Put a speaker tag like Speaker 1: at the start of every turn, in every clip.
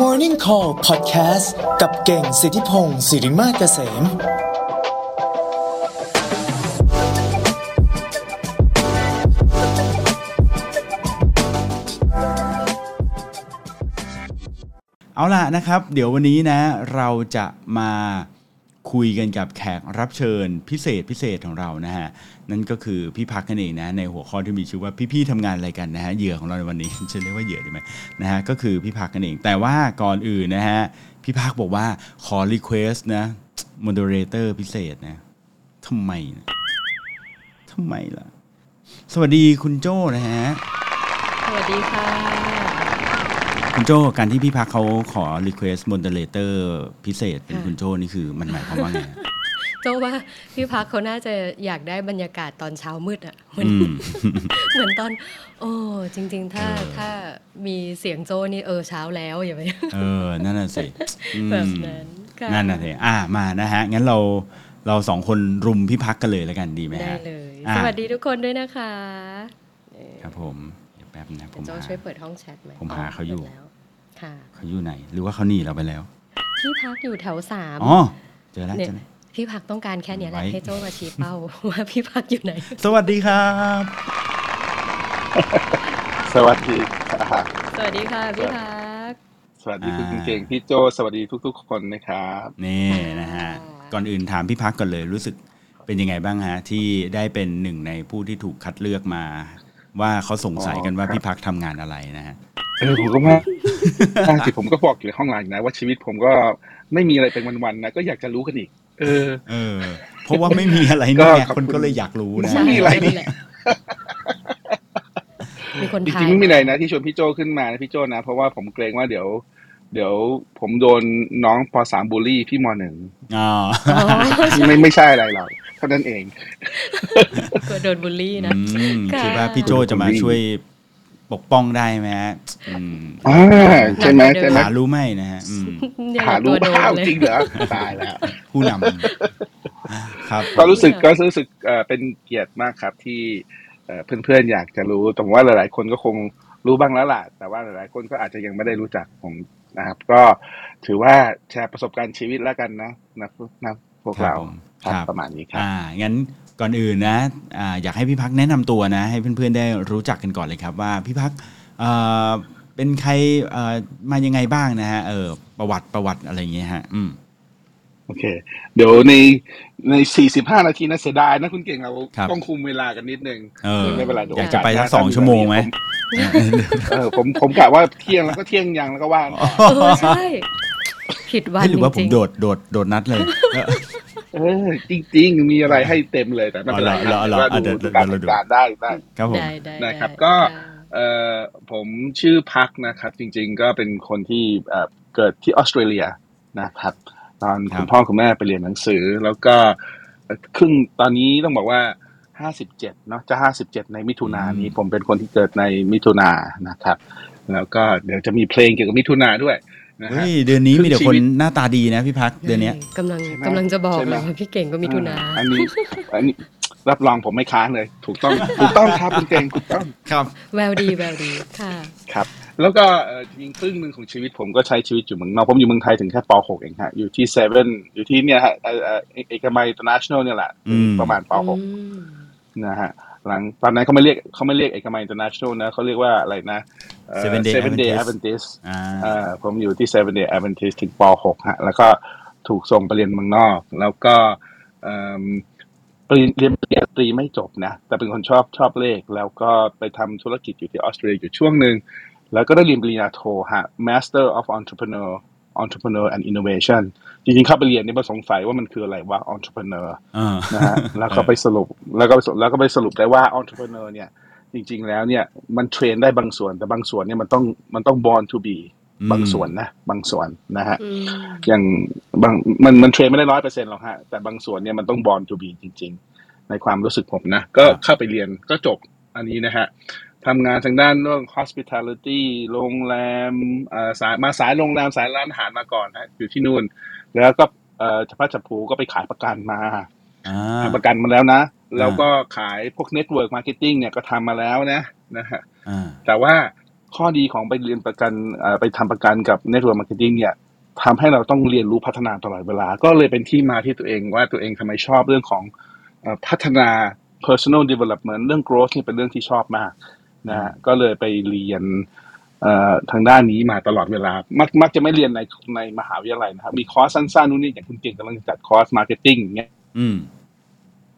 Speaker 1: Morning Call Podcast กับเก่งสิทธิพงศ์สิริมาศเกษม
Speaker 2: เอาล่ะนะครับ เดี๋ยววันนี้นะเราจะมาคุยกันกับแขกรับเชิญพิเศษพิเศษของเรานะฮะนั่นก็คือพี่พักนั่นเองนะในหัวข้อที่มีชื่อว่าพี่ๆทำงานอะไรกันนะฮะเหยื่อของเราในวันนี้ จะเรียกว่าเหยื่อดีไหมนะฮะก็คือพี่พักนั่นเอง แต่ว่าก่อนอื่นนะฮะพี่พักบอกว่าขอรีเควสนะมอดเรเตอร์พิเศษนะทำไมนะทำไมล่ะ สวัสดีคุณโจ้นะฮะ
Speaker 3: สวัสดีค่ะ
Speaker 2: คุณโจการที่พี่พักเขาขอรีเควสต์มอนเตเลเตอร์พิเศษเป็น
Speaker 3: ค่ะ
Speaker 2: คุณโจนี่คือมันหมายความว่าไง
Speaker 3: โจว่าพี่พักเขาน่าจะอยากได้บรรยากาศตอนเช้ามืดอะเหมือน
Speaker 2: อืม
Speaker 3: เหมือนตอน โอ้จริง ๆ ถ้า
Speaker 2: เออ
Speaker 3: ถ้ามีเสียงโจนี่เออเช้าแล้วอย่าไป
Speaker 2: เออ นั่นน่ะสิอืม
Speaker 3: แบบนั้นค่ะ
Speaker 2: นั่นน่ะสิอ่ะมานะฮะ งั้นเราเราสองคนรุมพี่พักกันเลยแล้วกันดีไหม
Speaker 3: ได้
Speaker 2: ฮะ
Speaker 3: เลย
Speaker 2: อ่ะ
Speaker 3: สวัสดีทุกคนด้วยนะคะ
Speaker 2: ครับผมเดี๋ยวแป๊บนะผม
Speaker 3: โจ
Speaker 2: หา
Speaker 3: ช่วยเปิดห้องแชทไหม
Speaker 2: ผมหาเขาอยู่
Speaker 3: ปิดแล้วค่ะ
Speaker 2: เขาอยู่ไหน หรือว่าเขาหนีเราไปแล้ว
Speaker 3: พี่พักอยู่แถวสาม
Speaker 2: อ๋อ เจอแล้ว
Speaker 3: เนี่ย
Speaker 2: เจอแล้ว
Speaker 3: พี่พักต้องการแค่เนี้ยแหละ
Speaker 2: ไว้
Speaker 3: ให้โจมาชี้เป้า ว่าพี่พักอยู่ไหน
Speaker 2: สวัสดีครับ
Speaker 4: สวัสดีค่ะ
Speaker 3: สวัสดีค่ะพี่พัก
Speaker 4: สวัสดีคุณเก่งพี่โจสวัสดีทุก ๆ คนนะครับ
Speaker 2: นี่นะฮะ ก่อนอื่นถามพี่พักก่อนเลยรู้สึกเป็นยังไงบ้างฮะ ที่ได้เป็นหนึ่งในผู้ที่ถูกคัดเลือกมา ว่าเขาสงสัยกันว่า
Speaker 4: อ๋อครับ
Speaker 2: พี่พักทำงานอะไรนะฮะ
Speaker 4: เออผมก็ว่าล่าสุดผมก็บอกอยู่ในห้องไลน์นะ ว่าชีวิตผมก็ไม่มีอะไรเป็นวันๆนะก็อยากจะรู้กันอีก เออ
Speaker 2: เออเพราะว่าไม่มีอะไรนี่ไง
Speaker 4: ก็ขอบ
Speaker 2: ค
Speaker 4: คุ
Speaker 2: น
Speaker 4: ณ
Speaker 2: ก็เลยอยากรู้นะ
Speaker 4: ไม่มีอะไรนี่
Speaker 3: มีคน
Speaker 4: จ
Speaker 3: ทา
Speaker 4: ริ
Speaker 3: ย
Speaker 4: งๆไม่มีอะไรนะที่ชวนพี่โจขึ้นมานะพี่โจนะ เพราะว่าผมเกรงว่าเดี๋ยว เดี๋ยวผมโดนน้องปสามบูลลี่พี่มหนึ่ง
Speaker 2: อ๋อ
Speaker 3: อ๋อ
Speaker 4: ไม่ไม่ใช่อะไรหรอกเท่านั้นเอง
Speaker 3: กลัวโดนบูลลี่นะ
Speaker 2: อืม
Speaker 3: ค่ะ
Speaker 2: คิดว่าพี่โจจะมาช่วยปกป้องได้ไหมฮะอืม
Speaker 4: อ่าใช่ไหมใช่ไหม
Speaker 2: หารู้ไหมนะฮะอืม
Speaker 3: เนี่ย
Speaker 4: หารู้
Speaker 3: ตัวโดน
Speaker 4: เปล่า
Speaker 3: เลย
Speaker 4: จริงเหรอตายแล้ว
Speaker 2: ผู้นำครับ
Speaker 4: ก็รู้สึก
Speaker 3: ค่ะ
Speaker 4: ก็รู้สึกเอ่อเป็นเกียรติมากครับที่เอ่อเพื่อนๆอยากจะรู้แต่ผมว่าหลายๆ คนก็คงรู้บ้างแล้วล่ะ แต่ว่าหลายๆ คนก็อาจจะยังไม่ได้รู้จักผมนะครับ ก็ถือว่าแชร์ประสบการณ์ชีวิตแล้วกันนะนะนะพวกเรา
Speaker 2: ครับผมครับ
Speaker 4: ประมาณนี้ครับ
Speaker 2: อ่างั้นก่อนอื่นนะอ่าอยากให้พี่พักแนะนำตัวนะ ให้เพื่อนๆได้รู้จักกันก่อนเลยครับ ว่าพี่พักเอ่อเป็นใครเอ่อมายังไงบ้างนะฮะเออประวัติประวัติอะไรอย่างเงี้ยฮะอืม
Speaker 4: โอเค เดี๋ยวในใน 45 นาทีนะเสียดายนะคุณเก่งเรา
Speaker 2: ครับ
Speaker 4: ต้องคุมเวลากันนิดนึง
Speaker 2: เออ
Speaker 4: ไม่เป็นไรเดี๋ยว
Speaker 2: อยากจะไป
Speaker 4: โอ
Speaker 2: สั
Speaker 4: กาสหน้าก
Speaker 2: สอง
Speaker 4: ถ้ามี
Speaker 2: ชั่วโมงไหม
Speaker 4: แบบนี้ เออผมผมกะว่าเที่ยงแล้วก็เที่ยงยังแล้วก็ว่าง
Speaker 3: เออใช่ ผิดวัน
Speaker 2: เฮ้ยหรือว่าผม
Speaker 3: จงๆ
Speaker 2: โดดโดดโดดนัดเลย
Speaker 4: เออจริงๆ มีอะไรให้เต็มเลยแต่ไม่เป็นไร
Speaker 2: เอาล่ะเอาล่ะ
Speaker 4: ว่า
Speaker 2: เอาล่ะเดี๋
Speaker 4: ดู
Speaker 2: ยว
Speaker 4: ดูการ
Speaker 2: เดี๋ยวเราดู
Speaker 4: จัดการได้ได้
Speaker 2: ครับผม
Speaker 3: ได้ได้
Speaker 4: นะครับ
Speaker 3: ได้
Speaker 4: ก็
Speaker 3: ค่ะ
Speaker 4: เออผมชื่อพักนะครับ จริงๆก็เป็นคนที่เอ่อเกิดที่ออสเตรเลียนะครับ ตอน
Speaker 2: ครับ
Speaker 4: คุณพ่อคุณแม่ไปเรียนหนังสือ แล้วก็ครึ่งตอนนี้ต้องบอกว่า 57เนาะจะ 57 ในมิถุนายนนี้ผมเป็นคนที่เกิดในมิถุนายนนะครับ แล้วก็เดี๋ยวจะมีเพลงเกี่ยวกับมิถุนายนด้วยนะฮะ
Speaker 2: เฮ้ยเดือนนี้มีแต่
Speaker 4: ครึ่งชี
Speaker 2: คน
Speaker 4: วิต
Speaker 2: หน้าตาดีนะพี่พักเดือนเนี้ย
Speaker 3: กำลัง
Speaker 4: ใช่ไหม
Speaker 3: กำลังจะบอก
Speaker 4: ใช่ไหม
Speaker 3: เลยว่าพี่เก่งก็มีทุนา
Speaker 4: อ่อันนี้อันนี้รับรองผมไม่ค้านเลย ถูกต้องถูกต้องครับคุณเก่งถูกต้อง
Speaker 2: ครับ
Speaker 3: แววดีแววดีค่ะ
Speaker 4: ครับแล้วก็เอ่อจริงๆครึ่งหนึ่งของชีวิตผมก็ใช้ชีวิตอยู่เมืองนอกผมอยู่เมืองไทยถึงแค่ป .6 เองฮะอยู่ที่เซเว่นอยู่ที่เนี่ยฮะเอ่อเอ่อเอเอกมัย international เนี่ยแหละ
Speaker 2: อืม
Speaker 4: ประมาณป .6 นะฮะหลังตอนนั้นเขาไม่เรียกเขาไม่เรียกเอกมัย international นะเขาเรียกว่าอะไรนะเอ่อ
Speaker 2: Seven Day
Speaker 4: Seven Day
Speaker 2: Adventist
Speaker 4: Adventist
Speaker 2: อ่า
Speaker 4: เอ่อผมอยู่ที่ Seven Day Adventist ถึงป .6 ฮะแล้วก็ถูกส่งไปเรียนเมืองนอก แล้วก็เอิ่มเรียนเรียนปริญญาตรีไม่จบนะ แต่เป็นคนชอบชอบเลข แล้วก็ไปทำธุรกิจอยู่ที่ออสเตรเลียอยู่ช่วงหนึ่ง แล้วก็ได้เรียนปริญญาโทฮะ Master of Entrepreneur Entrepreneur and Innovation จริงๆเข้าไปเรียนเนี่ยมันสงสัยว่ามันคืออะไรว่า Entrepreneur
Speaker 2: อ่า
Speaker 4: นะ ฮะ แล้วก็ไปสรุปแล้วก็ไปสรุปแล้วก็ไปสรุปได้ว่า entrepreneur เนี่ยจริง ๆ แล้วเนี่ยมันเทรนได้บางส่วน แต่บางส่วนเนี่ยมันต้องมันต้อง born to be
Speaker 2: อืม
Speaker 4: บางส่วนนะบางส่วนนะฮะอย่างบางมันมันเทรนไม่ได้ร้อยเปอร์เซ็นต์หรอกฮะ แต่บางส่วนเนี่ยมันต้อง born to be จริง ๆ ในความรู้สึกผมนะ ก็เข้าไปเรียนก็จบอันนี้นะฮะทำงานทางด้านเรื่อง hospitality โรงแรมเอ่อสายมาสายโรงแรมสายร้านอาหารมาก่อนฮะอยู่ที่นู่น แล้วก็เอ่อชพัชผูก็ไปขายประกันมา
Speaker 2: อ่า
Speaker 4: ทำประกันมาแล้วนะ
Speaker 2: อ่า
Speaker 4: แล้วก็ขายพวกเน็ตเวิร์กมาร์เก็ตติ้งเนี่ยก็ทำมาแล้วนะนะฮะ
Speaker 2: อ่า
Speaker 4: แต่ว่า ข้อดีของไปเรียนประกันเอ่อไปทำประกันกับ Network Marketing เนี่ยทำให้เราต้องเรียนรู้พัฒนาตลอดเวลา ก็เลยเป็นที่มาที่ตัวเองว่าตัวเองทำไมชอบเรื่องของเอ่อพัฒนา personal development เรื่อง growth นี่เป็นเรื่องที่ชอบมากนะฮะก็เลยไปเรียนเอ่อทางด้านนี้มาตลอดเวลา มักมักจะไม่เรียนในในมหาวิทยาลัยนะครับมีคอร์สสั้นๆนู่นนี่อย่างคุณเก่งกำลังจัดคอร์ส marketing อย่างเงี้ย
Speaker 2: อืม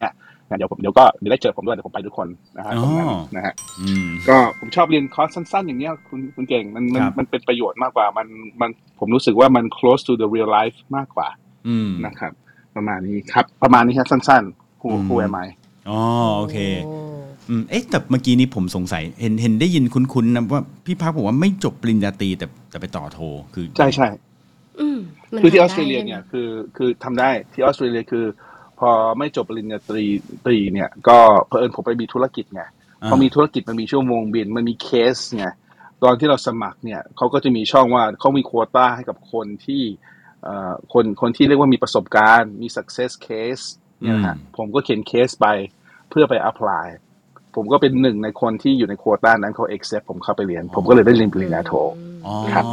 Speaker 4: นะเดี๋ยวผมเดี๋ยวก็เดี๋ยวได้เจอผมด้วยเดี๋ยวผมไปทุกคนนะฮะตรงนั้น
Speaker 2: อ๋อ
Speaker 4: นะฮะ
Speaker 2: อืม
Speaker 4: ก็ผมชอบเรียนคอร์สสั้นๆ อย่างเนี้ยคุณคุณเก่งมันมัน
Speaker 2: ครับ
Speaker 4: มันเป็นประโยชน์มากกว่ามันมันผมรู้สึกว่ามัน close to the real life มากกว่า
Speaker 2: อืม
Speaker 4: นะครับ ประมาณนี้ครับ ประมาณนี้ครับสั้น
Speaker 2: อื
Speaker 4: ๆคู่
Speaker 2: ม
Speaker 4: คู่แอมไ
Speaker 2: อ๋อโอเค
Speaker 3: โอ้
Speaker 2: อืมเอ๊ะแต่เมื่อกี้นี้ผมสงสัยเห็นเห็นได้ยินคุ้นๆนะว่าพี่พักบอกว่าไม่จบปริญญาตรีแต่แต่ไปต่อโทคือ
Speaker 4: ใช่ใช่
Speaker 3: อืมมัน
Speaker 4: คือที่อ
Speaker 3: ทำ
Speaker 4: อสเตรเลีย
Speaker 3: ได้
Speaker 4: เนี่ย
Speaker 3: ใช่ไหม
Speaker 4: คือคือทำได้ที่ออสเตรเลียคือ พอไม่จบปริญญาตรีตรีเนี่ย ก็เพอเอิญผมไปมีธุรกิจไง
Speaker 2: อ่า
Speaker 4: พอมีธุรกิจมันมีชั่วโมงบินมันมีเคสไงตอนที่เราสมัครเนี่ยเขาก็จะมีช่องว่าเขามีโควต้าให้กับคนที่เอ่อคนคนที่เรียกว่ามีประสบการณ์มี success case เนี่ยนะฮะผมก็เขียนเคสไปเพื่อไป apply ผมก็เป็นหนึ่งในคนที่อยู่ในโควต้านั้นเขา accept ผมเข้าไปเรียน ผมก็เลยได้เรียนปริญญาโท
Speaker 2: อ๋อ
Speaker 4: ครับ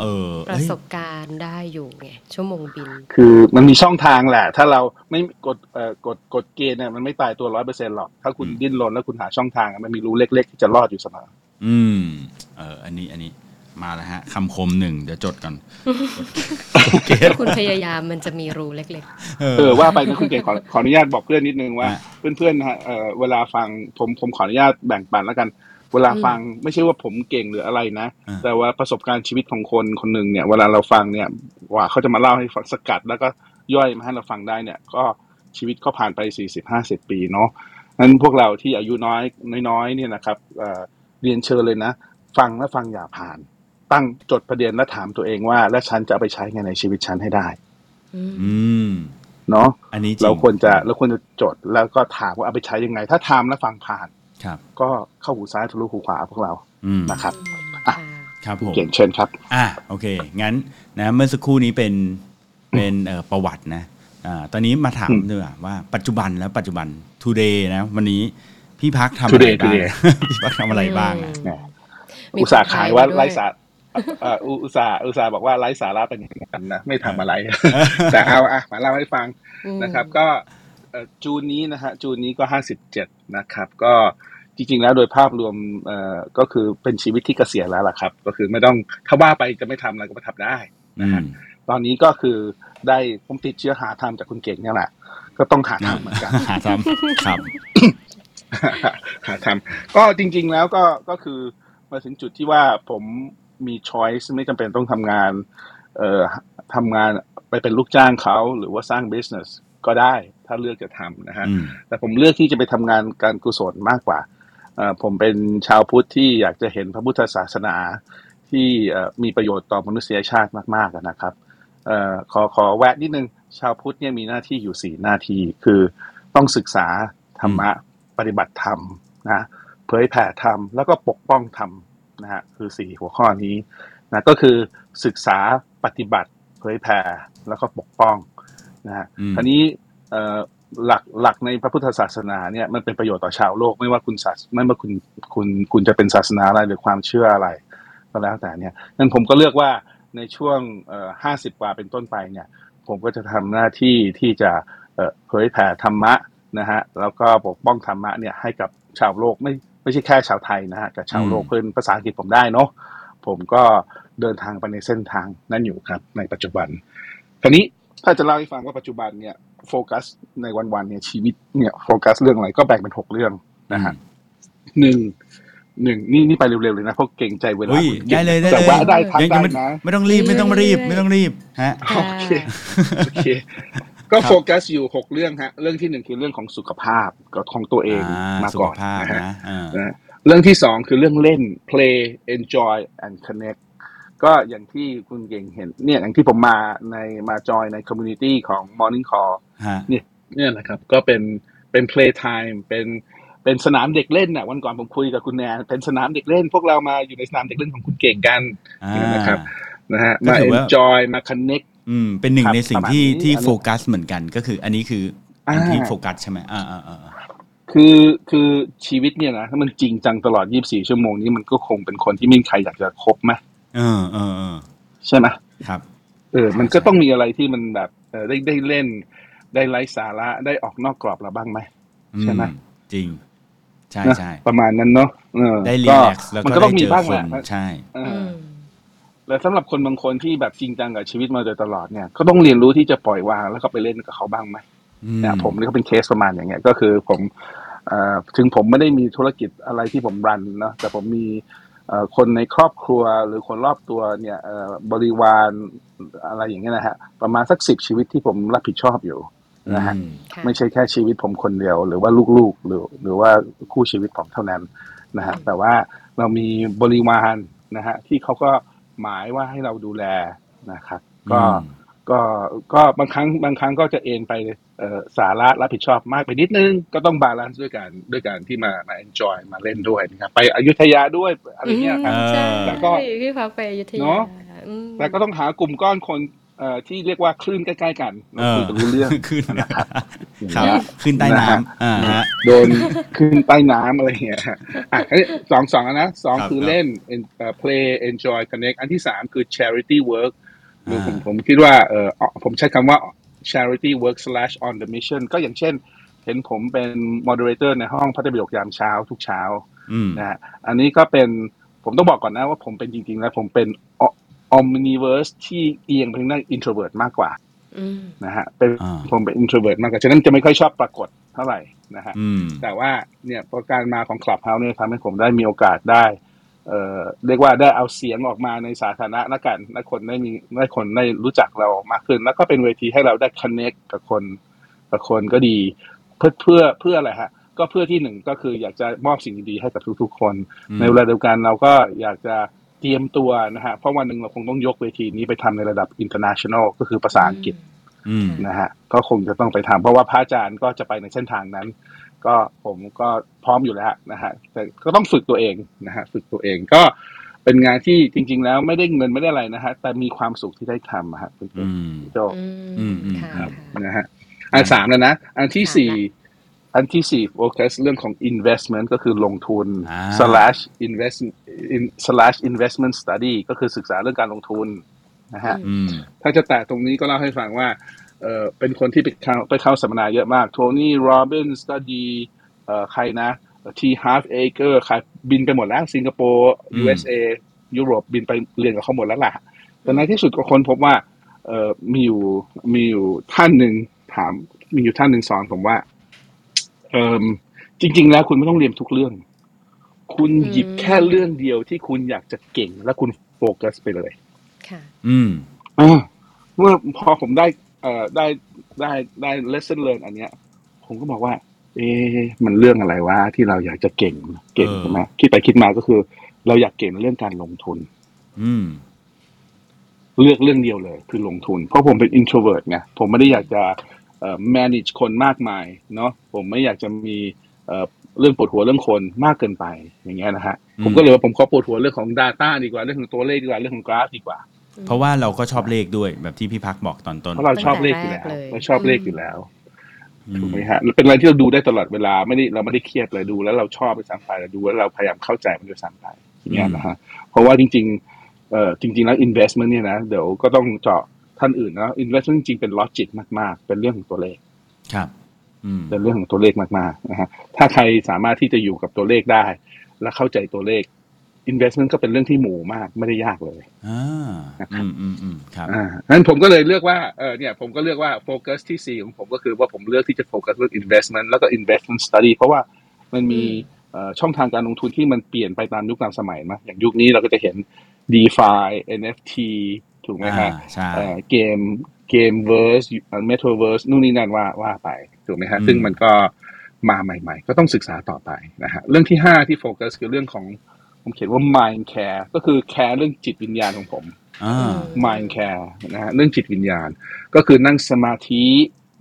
Speaker 2: เออ
Speaker 3: ป
Speaker 2: เอ้ย
Speaker 3: ระสบการณ์ได้อยู่ไงชั่วโมงบิน
Speaker 4: คือมันมีช่องทางแหละ ถ้าเราไม่กดเอ่อกดกดเกณฑ์เนี่ยมันไม่ตายตัวร้อยเปอร์เซ็นต์หรอก ถ้าคุณดิ้นรนแล้วคุณหาช่องทางอะมันมีรูเล็ก ๆ ที่จะรอดอยู่เสมอ
Speaker 2: อืมเอออันนี้อันนี้มาแล้วฮะคำคมหนึ่งเดี๋ยวจดก่อนโอเค
Speaker 3: ถ้าคุณพยายามมันจะมีรูเล็ก
Speaker 2: เออ
Speaker 4: เออว่าไปนะคุณเก่งขอขออนุญาตบอกเพื่อนนิดนึงว่า
Speaker 2: อ่ะ
Speaker 4: เพื่อนๆนะฮะเอ่อเวลาฟังผมผมขออนุญาตแบ่งปันแล้วกัน เวลาฟังไม่ใช่ว่าผมเก่งหรืออะไรนะ
Speaker 2: อ่า
Speaker 4: แต่ว่าประสบการณ์ชีวิตของคนคนหนึ่งเนี่ย เวลาเราฟังเนี่ยกว่าเขาจะมาเล่าให้ฟังสกัด แล้วก็ย่อยมาให้เราฟังได้เนี่ย ก็ชีวิตก็ผ่านไปสี่สิบห้าสิบปีเนาะนั้นพวกเราที่อายุน้อยน้อยๆเนี่ยนะครับเอ่อเรียนเชิญเลยนะ ฟังและฟังอย่าผ่าน ตั้งจดประเด็นและถามตัวเองว่า และฉันจะเอาไปใช้ไงในชีวิตฉันให้ได้
Speaker 3: ๆ อืม
Speaker 2: อืม
Speaker 4: เนาะ
Speaker 2: อันนี้ง
Speaker 4: เราควรจะเราควรจะจดแล้วก็ถามว่าเอาไปใช้ยังไง ถ้าทำแล้วฟังผ่าน
Speaker 2: ครับ
Speaker 4: ก็เข้าหูซ้ายทะลุหูขวาพวกเรา
Speaker 2: อืม
Speaker 4: นะครับ อ่ะ
Speaker 2: ค
Speaker 3: ค่ะ
Speaker 2: รับผม
Speaker 4: เก่งเชิญครับ
Speaker 2: อ่ะโอเค งั้นนะเมื่อสักครู่นี้เป็นเป็นเอ่อประวัตินะอ่าตอนนี้มาถาม
Speaker 4: อืม
Speaker 2: ดีกว่าว่าปัจจุบันแล้วปัจจุบัน today นะวันนี้พี่พักทำอะไร
Speaker 4: Today
Speaker 2: บ้าง พ
Speaker 4: Today
Speaker 2: ี่พักทำอะไรบ้างนะ
Speaker 4: แหม
Speaker 3: มี
Speaker 4: อุตส่าห์ขายว่า
Speaker 3: ด้
Speaker 4: ไร้สาระเอ่ออุอุตส่าห์อุตส่าห์บอกว่าไร้สาระเป็นอย่างนั้นนะไม่ทำอะไร แต่เอาอ่ะมาเล่าให้ฟัง
Speaker 3: อืม
Speaker 4: นะครับก็เอ่อจูนนี้นะฮะจูนนี้ก็ห้าสิบเจ็ดนะครับ ก็จริงๆแล้วโดยภาพรวมเอ่อก็คือเป็นชีวิตที่เกษียณแล้วล่ะครับ ก็คือไม่ต้องถ้าว่าไปจะไม่ทำอะไรก็มาทำได้นะฮะ
Speaker 2: อืม
Speaker 4: ตอนนี้ก็คือได้ผมติดเชื้อหาทำจากคุณเก่งเนี่ยแหละ ก็ต้องหาทำเหมือนกัน
Speaker 2: หาทำครับ
Speaker 4: หาทำก็จริง ๆแล้วก็ก็คือมาถึงจุดที่ว่าผมมีช้อยส์ไม่จำเป็นต้องทำงาน เอ่อทำงานไปเป็นลูกจ้างเขาหรือว่าสร้าง business ก็ได้ถ้าเลือกจะทำนะฮะ
Speaker 2: อืม
Speaker 4: แต่ผมเลือกที่จะไปทำงานการกุศลมากกว่าเอ่อผมเป็นชาวพุทธที่อยากจะเห็นพระพุทธศาสนาที่เอ่อมีประโยชน์ต่อมนุษยชาติมากๆอะนะครับเอ่อขอขอแวะนิดนึง ชาวพุทธเนี่ยมีหน้าที่อยู่สี่หน้าที่คือต้องศึกษาธรรมะปฏิบัติธรรมนะเผยแผ่ธรรมแล้วก็ปกป้องธรรมนะฮะคือสี่หัวข้อนี้นะก็คือศึกษาปฏิบัติเผยแผ่แล้วก็ปกป้องนะฮะ
Speaker 2: อืม
Speaker 4: คราวนี้เอ่อ หลักหลักในพระพุทธศาสนาเนี่ยมันเป็นประโยชน์ต่อชาวโลกไม่ว่าคุณศาสไม่ว่าคุณคุณคุณจะเป็นศาสนาอะไรหรือความเชื่ออะไรก็แล้วแต่เนี่ยนั้นผมก็เลือกว่าในช่วงห้าสิบกว่าเป็นต้นไปเนี่ย ผมก็จะทำหน้าที่ที่จะเอ่อเผยแผ่ธรรมะนะฮะแล้วก็ปกป้องธรรมะเนี่ยให้กับชาวโลกไม่ไม่ใช่แค่ชาวไทยนะฮะแต่ชาวโลก
Speaker 2: อืม
Speaker 4: เพื่อนภาษาอังกฤษผมได้เนาะผมก็เดินทางไปในเส้นทางนั้นอยู่ครับ ในปัจจุบัน คราวนี้ถ้าจะเล่าให้ฟังว่าปัจจุบันเนี่ยโฟกัสในวันๆเนี่ยชีวิตเนี่ยโฟกัสเรื่องอะไรก็แบ่งเป็นหกเรื่องนะฮะหนึ่งหนึ่งนี่นี่ไปเร็วๆเลยนะเพราะเกรงใจเวลา
Speaker 2: อุ้ย
Speaker 4: คุณเก่ง
Speaker 2: ได้เลยได้
Speaker 4: แต่
Speaker 2: เลย
Speaker 4: ว่าได้ทัก
Speaker 2: ยัง
Speaker 4: ได้
Speaker 2: ยังไม่
Speaker 4: นะ
Speaker 2: ไม่ต้องรีบไม่ต้องรีบ
Speaker 3: เรื่อยๆ
Speaker 2: ไม่ต้องรีบฮะ
Speaker 3: ค่ะ
Speaker 4: โอเค โอเค ก็โฟกัสอยู่หกเรื่องฮะ เรื่องที่หนึ่งคือเรื่องของสุขภาพกับของตัวเอง
Speaker 2: อ่
Speaker 4: มา
Speaker 2: สุ
Speaker 4: ก่
Speaker 2: ข
Speaker 4: อน
Speaker 2: ภาพ
Speaker 4: นะฮะ
Speaker 2: นะอ่า
Speaker 4: นะเรื่องที่สองคือเรื่องเล่น play enjoy and connect ก็อย่างที่คุณเก่งเห็นเนี่ยอย่างที่ผมมาในมาจอยในคอมมูนิตี้ของ Morning Call
Speaker 2: ฮะ
Speaker 4: เนี่ยนะครับก็เป็นเป็น play time เป็นเป็นสนามเด็กเล่นน่ะวันก่อนผมคุยกับคุณแนนเป็นสนามเด็กเล่น พวกเรามาอยู่ในสนามเด็กเล่นของคุณเก่งกัน
Speaker 2: อ่า
Speaker 4: นะครับ นะฮะ
Speaker 2: ก็
Speaker 4: มา
Speaker 2: ถือว่า
Speaker 4: enjoy มา connect
Speaker 2: อืม เป็นหนึ่ง
Speaker 4: ครับ
Speaker 2: ในสิ่ง
Speaker 4: ประมาณ
Speaker 2: ที่
Speaker 4: นี้
Speaker 2: ที่
Speaker 4: อันนี้
Speaker 2: โฟกัสเหมือนกันก็คือ อันนี้คืออา อันที่โฟกัสใช่ไหมอ่าอ่าอ่า
Speaker 4: คือคือชีวิตเนี่ยนะถ้ามันจริงจังตลอด 24 ชั่วโมงนี้มันก็คงเป็นคนที่ไม่มีใครอยากจะคบไหม
Speaker 2: เออเออเออ
Speaker 4: ใช่ไหม
Speaker 2: ครับ
Speaker 4: เออมันก็ต้องมีอะไรที่มันแบบเออได้ได้เล่น ได้ไร้สาระได้ออกนอกกรอบเราบ้างไหม
Speaker 2: อื
Speaker 4: ใช่ไหม
Speaker 2: จริง ใช่
Speaker 4: นะ
Speaker 2: ใช่
Speaker 4: ประมาณนั้นเนาะเออ
Speaker 2: ได้รี
Speaker 4: ก็
Speaker 2: แลกซ์แล้ว
Speaker 4: มัน
Speaker 2: ก็
Speaker 4: ก็ต้
Speaker 2: ได้
Speaker 4: องมี
Speaker 2: เจอ
Speaker 4: บ้าง
Speaker 2: ค
Speaker 4: แห
Speaker 2: น
Speaker 4: ละ
Speaker 2: ใช่
Speaker 4: เออ
Speaker 3: อื
Speaker 4: อ
Speaker 3: ม
Speaker 4: แล้วสำหรับคนบางคนที่แบบจริงจังกับชีวิตมาโดยตลอดเนี่ยก็ต้องเรียนรู้ที่จะปล่อยวางแล้วก็ไปเล่นกับเขาบ้างไหม
Speaker 2: อื
Speaker 4: เนี่ยผมนี่ก็เป็นเคสประมาณอย่างเงี้ยก็คือผมเอ่อถึงผมไม่ได้มีธุรกิจอะไรที่ผมรันเนาะแต่ผมมีเอ่อคนในครอบครัวหรือคนรอบตัวเนี่ยเอ่อบริวารอะไรอย่างเงี้ยนะฮะประมาณสักสิบชีวิตที่ผมรับผิดชอบอยู่นะฮะ
Speaker 2: อืม
Speaker 3: ค่ะ
Speaker 4: ไม่ใช่แค่ชีวิตผมคนเดียว หรือว่าลูกๆหรือหรือว่าคู่ชีวิตผมเท่านั้นนะฮะ
Speaker 3: อืม
Speaker 4: แต่ว่าเรามีบริวารนะฮะที่เขาก็หมายว่าให้เราดูแลนะครับก็ ก็ก็บางครั้งบางครั้งก็จะเอนไปเอ่อสาระรับผิดชอบมากไปนิดนึง ก็ต้องบาลานซ์ด้วยการด้วยการที่มามา enjoy มาเล่นด้วยนะครับไปอยุธยาด้วยอะไรเงี้ยครับ
Speaker 3: มใช่
Speaker 4: แล้วก็
Speaker 3: พี่พักไปอยุธยา
Speaker 4: เนอะ
Speaker 3: อืม
Speaker 4: แต่ก็ต้องหากลุ่มก้อนคนเอ่อที่เรียกว่าคลื่นใกล้ๆกัน
Speaker 2: เออย
Speaker 4: คุ กันรู้เรื่อง
Speaker 2: ขึ้น
Speaker 4: นะครับ
Speaker 2: ครับ
Speaker 4: อย่างเงี้ย
Speaker 2: ขึ้นใต้
Speaker 4: นะฮะ
Speaker 2: น้ำอ่าฮะ
Speaker 4: โดน คลื่นใต้น้ำอะไรเงี้ยอ่ะอันนี้สองสองอันนะสอง
Speaker 2: ครับ
Speaker 4: คือ
Speaker 2: ครับ
Speaker 4: เล่น en- เอ่อ play enjoy connect อันที่สามคือ charity work หรือผม
Speaker 2: อ่า
Speaker 4: ผมคิดว่าเออผมใช้คำว่า charity work slash on the mission ก็อย่างเช่น เห็นผมเป็น moderator ในห้องพัฒนประโยคยามเช้าทุกเช้า
Speaker 2: อืม
Speaker 4: นะฮะอันนี้ก็เป็นผมต้องบอกก่อนนะว่าผมเป็นจริงๆแล้วผมเป็น o- omniverse ที่เอียงไปทางด้าน introvert มากกว่า
Speaker 3: อืม
Speaker 4: นะฮะเป็น
Speaker 2: อ่า
Speaker 4: ผมเป็น introvert มากกว่า ฉะนั้นจะไม่ค่อยชอบปรากฏเท่าไหร่นะฮะ
Speaker 2: อืม
Speaker 4: แต่ว่าเนี่ยเพราะการมาของ Clubhouse เนี่ยทำให้ผมได้มีโอกาสได้เอ่อเรียกว่าได้เอาเสียงออกมาในสาธารณะละกันและคนได้มีและคนได้รู้จักเรามากขึ้น แล้วก็เป็นเวทีให้เราได้ connect กับคนกับคนก็ดี เพื่อเพื่อเพื่ออะไรฮะ ก็เพื่อที่หนึ่งก็คืออยากจะมอบสิ่งดีๆให้กับทุกๆ คน
Speaker 2: อืม
Speaker 4: ในเวลาเดียวกันเราก็อยากจะเตรียมตัวนะฮะเพราะวันหนึ่งเราคงต้องยกเวทีนี้ไปทำในระดับ international ก็คือภาษาอังกฤษ
Speaker 2: อืม
Speaker 4: นะฮะก็คงจะต้องไปทำเพราะว่าพระอาจารย์ก็จะไปในเส้นทางนั้น ก็ผมก็พร้อมอยู่แล้วนะฮะแต่ก็ต้องฝึกตัวเองนะฮะฝึกตัวเองก็เป็นงานที่จริง ๆ แล้วไม่ได้เงินไม่ได้อะไรนะฮะแต่มีความสุขที่ได้ทำอะฮะคุณ
Speaker 2: อืม
Speaker 4: โจ
Speaker 3: อืม
Speaker 2: อืมอืม
Speaker 3: ค่ะ
Speaker 4: ครับ
Speaker 3: ค่ะ
Speaker 4: นะฮะอันสามแล้วนะ อันที่
Speaker 3: สามละ
Speaker 4: สี่อันที่สี่โฟกัสเรื่องของ investment ก็คือลงทุน
Speaker 2: อ่า
Speaker 4: slash invest in- slash investment study ก็คือศึกษาเรื่องการลงทุนนะฮะ
Speaker 2: อืม
Speaker 4: ถ้าจะแตะตรงนี้ก็เล่าให้ฟังว่า เออเป็นคนที่ไปเข้าไปเข้าสัมมนาเยอะมาก โทนี่ โรบินส์ก็ดี เอ่อ ใครนะ ทีฮาร์ฟเอเกอร์ใครบินไปหมดแล้ว สิงคโปร์
Speaker 2: อืม
Speaker 4: USA ยุโรปบินไปเรียนกับเขาหมดแล้วล่ะ แต่ในที่สุดก็คนพบว่า เออมีอยู่ มีอยู่ท่านหนึ่งถาม มีอยู่ท่านหนึ่งสอนผมว่า เออจริง ๆ แล้วคุณไม่ต้องเรียนทุกเรื่อง คุณหยิบแค่เรื่องเดียวที่คุณอยากจะเก่ง และคุณโฟกัสไปเลย
Speaker 3: ค่ะ
Speaker 2: อืม
Speaker 4: เออเมื่อพอผมได้เอ่อได้ได้ได้ lesson learn อันเนี้ย ผมก็บอกว่า เอ๊ะมันเรื่องอะไรวะที่เราอยากจะเก่งเก่ง
Speaker 2: เออ
Speaker 4: ใช่ไหมคิดไปคิดมาก็คือ เราอยากเก่งเรื่องการลงทุน
Speaker 2: อืม
Speaker 4: เลือกเรื่องเดียวเลย คือลงทุน เพราะผมเป็น introvert ไงผมไม่ได้อยากจะเอ่อ manage คนมากมายเนาะผมไม่อยากจะมีเอ่อเรื่องปวดหัวเรื่องคนมากเกินไปอย่างเงี้ยนะฮะ
Speaker 2: อืม
Speaker 4: ผมก็เลยว่าผมขอปวดหัวเรื่องของ Data ดีกว่าเรื่องของตัวเลขดีกว่าเรื่องของกราฟดีกว่า
Speaker 2: เพราะว่าเราก็ชอบเลขด้วยแบบที่พี่พักบอกตอนต้น
Speaker 4: เพราะเราชอบเลขอยู่แล้ว
Speaker 3: ตั้งแต่แรกเลย
Speaker 4: เราชอบเลขอยู่แล้ว
Speaker 2: อืม
Speaker 4: ถูกไหมฮะเป็นอะไรที่เราดูได้ตลอดเวลาไม่ได้เราไม่ได้เครียดเลยดูแล้วเราชอบไปสามไปเราดูแล้วเราพยายามเข้าใจมันด้วยสามไปอย่างเงี้ยนะฮะเพราะว่าจริงๆเอ่อจริง ๆ แล้ว investment เนี่ยนะเดี๋ยวก็ต้องเจาะท่านอื่นนะ investment จริงๆเป็น logic มากๆ เป็นเรื่องของตัวเลข
Speaker 2: ครับ อืม
Speaker 4: เป็นเรื่องของตัวเลขมากๆนะฮะถ้าใครสามารถที่จะอยู่กับตัวเลขได้ และเข้าใจตัวเลข investment ก็เป็นเรื่องที่หมู่มากไม่ได้ยากเลย
Speaker 2: อ่า อืมอืมอืมครับ
Speaker 4: อ่านั้นผมก็เลยเลือกว่า เออ เนี่ย ผมก็เลือกว่าโฟกัสที่สี่ของผมก็คือว่าผมเลือกที่จะโฟกัสเรื่อง investment แล้วก็ investment study เพราะว่ามันมี
Speaker 3: อืม
Speaker 4: เอ่อช่องทางการลงทุนที่มันเปลี่ยนไปตามยุคตามสมัยนะอย่างยุคนี้เราก็จะเห็น DeFi NFT ถูกไหมฮะ
Speaker 2: อ่า ใช่
Speaker 4: เอ่อเกมเกมเวอร์สเมทัลเวิร์สนู่นนี่นั่นว่าว่าไป ถูกไหมฮะ
Speaker 2: อืม
Speaker 4: ซึ่งมันก็มาใหม่ ๆ ก็ต้องศึกษาต่อไปนะฮะ เรื่องที่ห้าที่โฟกัสคือเรื่องของผมเขียนว่า mind care ก็คือแคร์เรื่องจิตวิญญาณของผม
Speaker 2: อ่า
Speaker 4: mind care นะฮะเรื่องจิตวิญญาณ ก็คือนั่งสมาธิ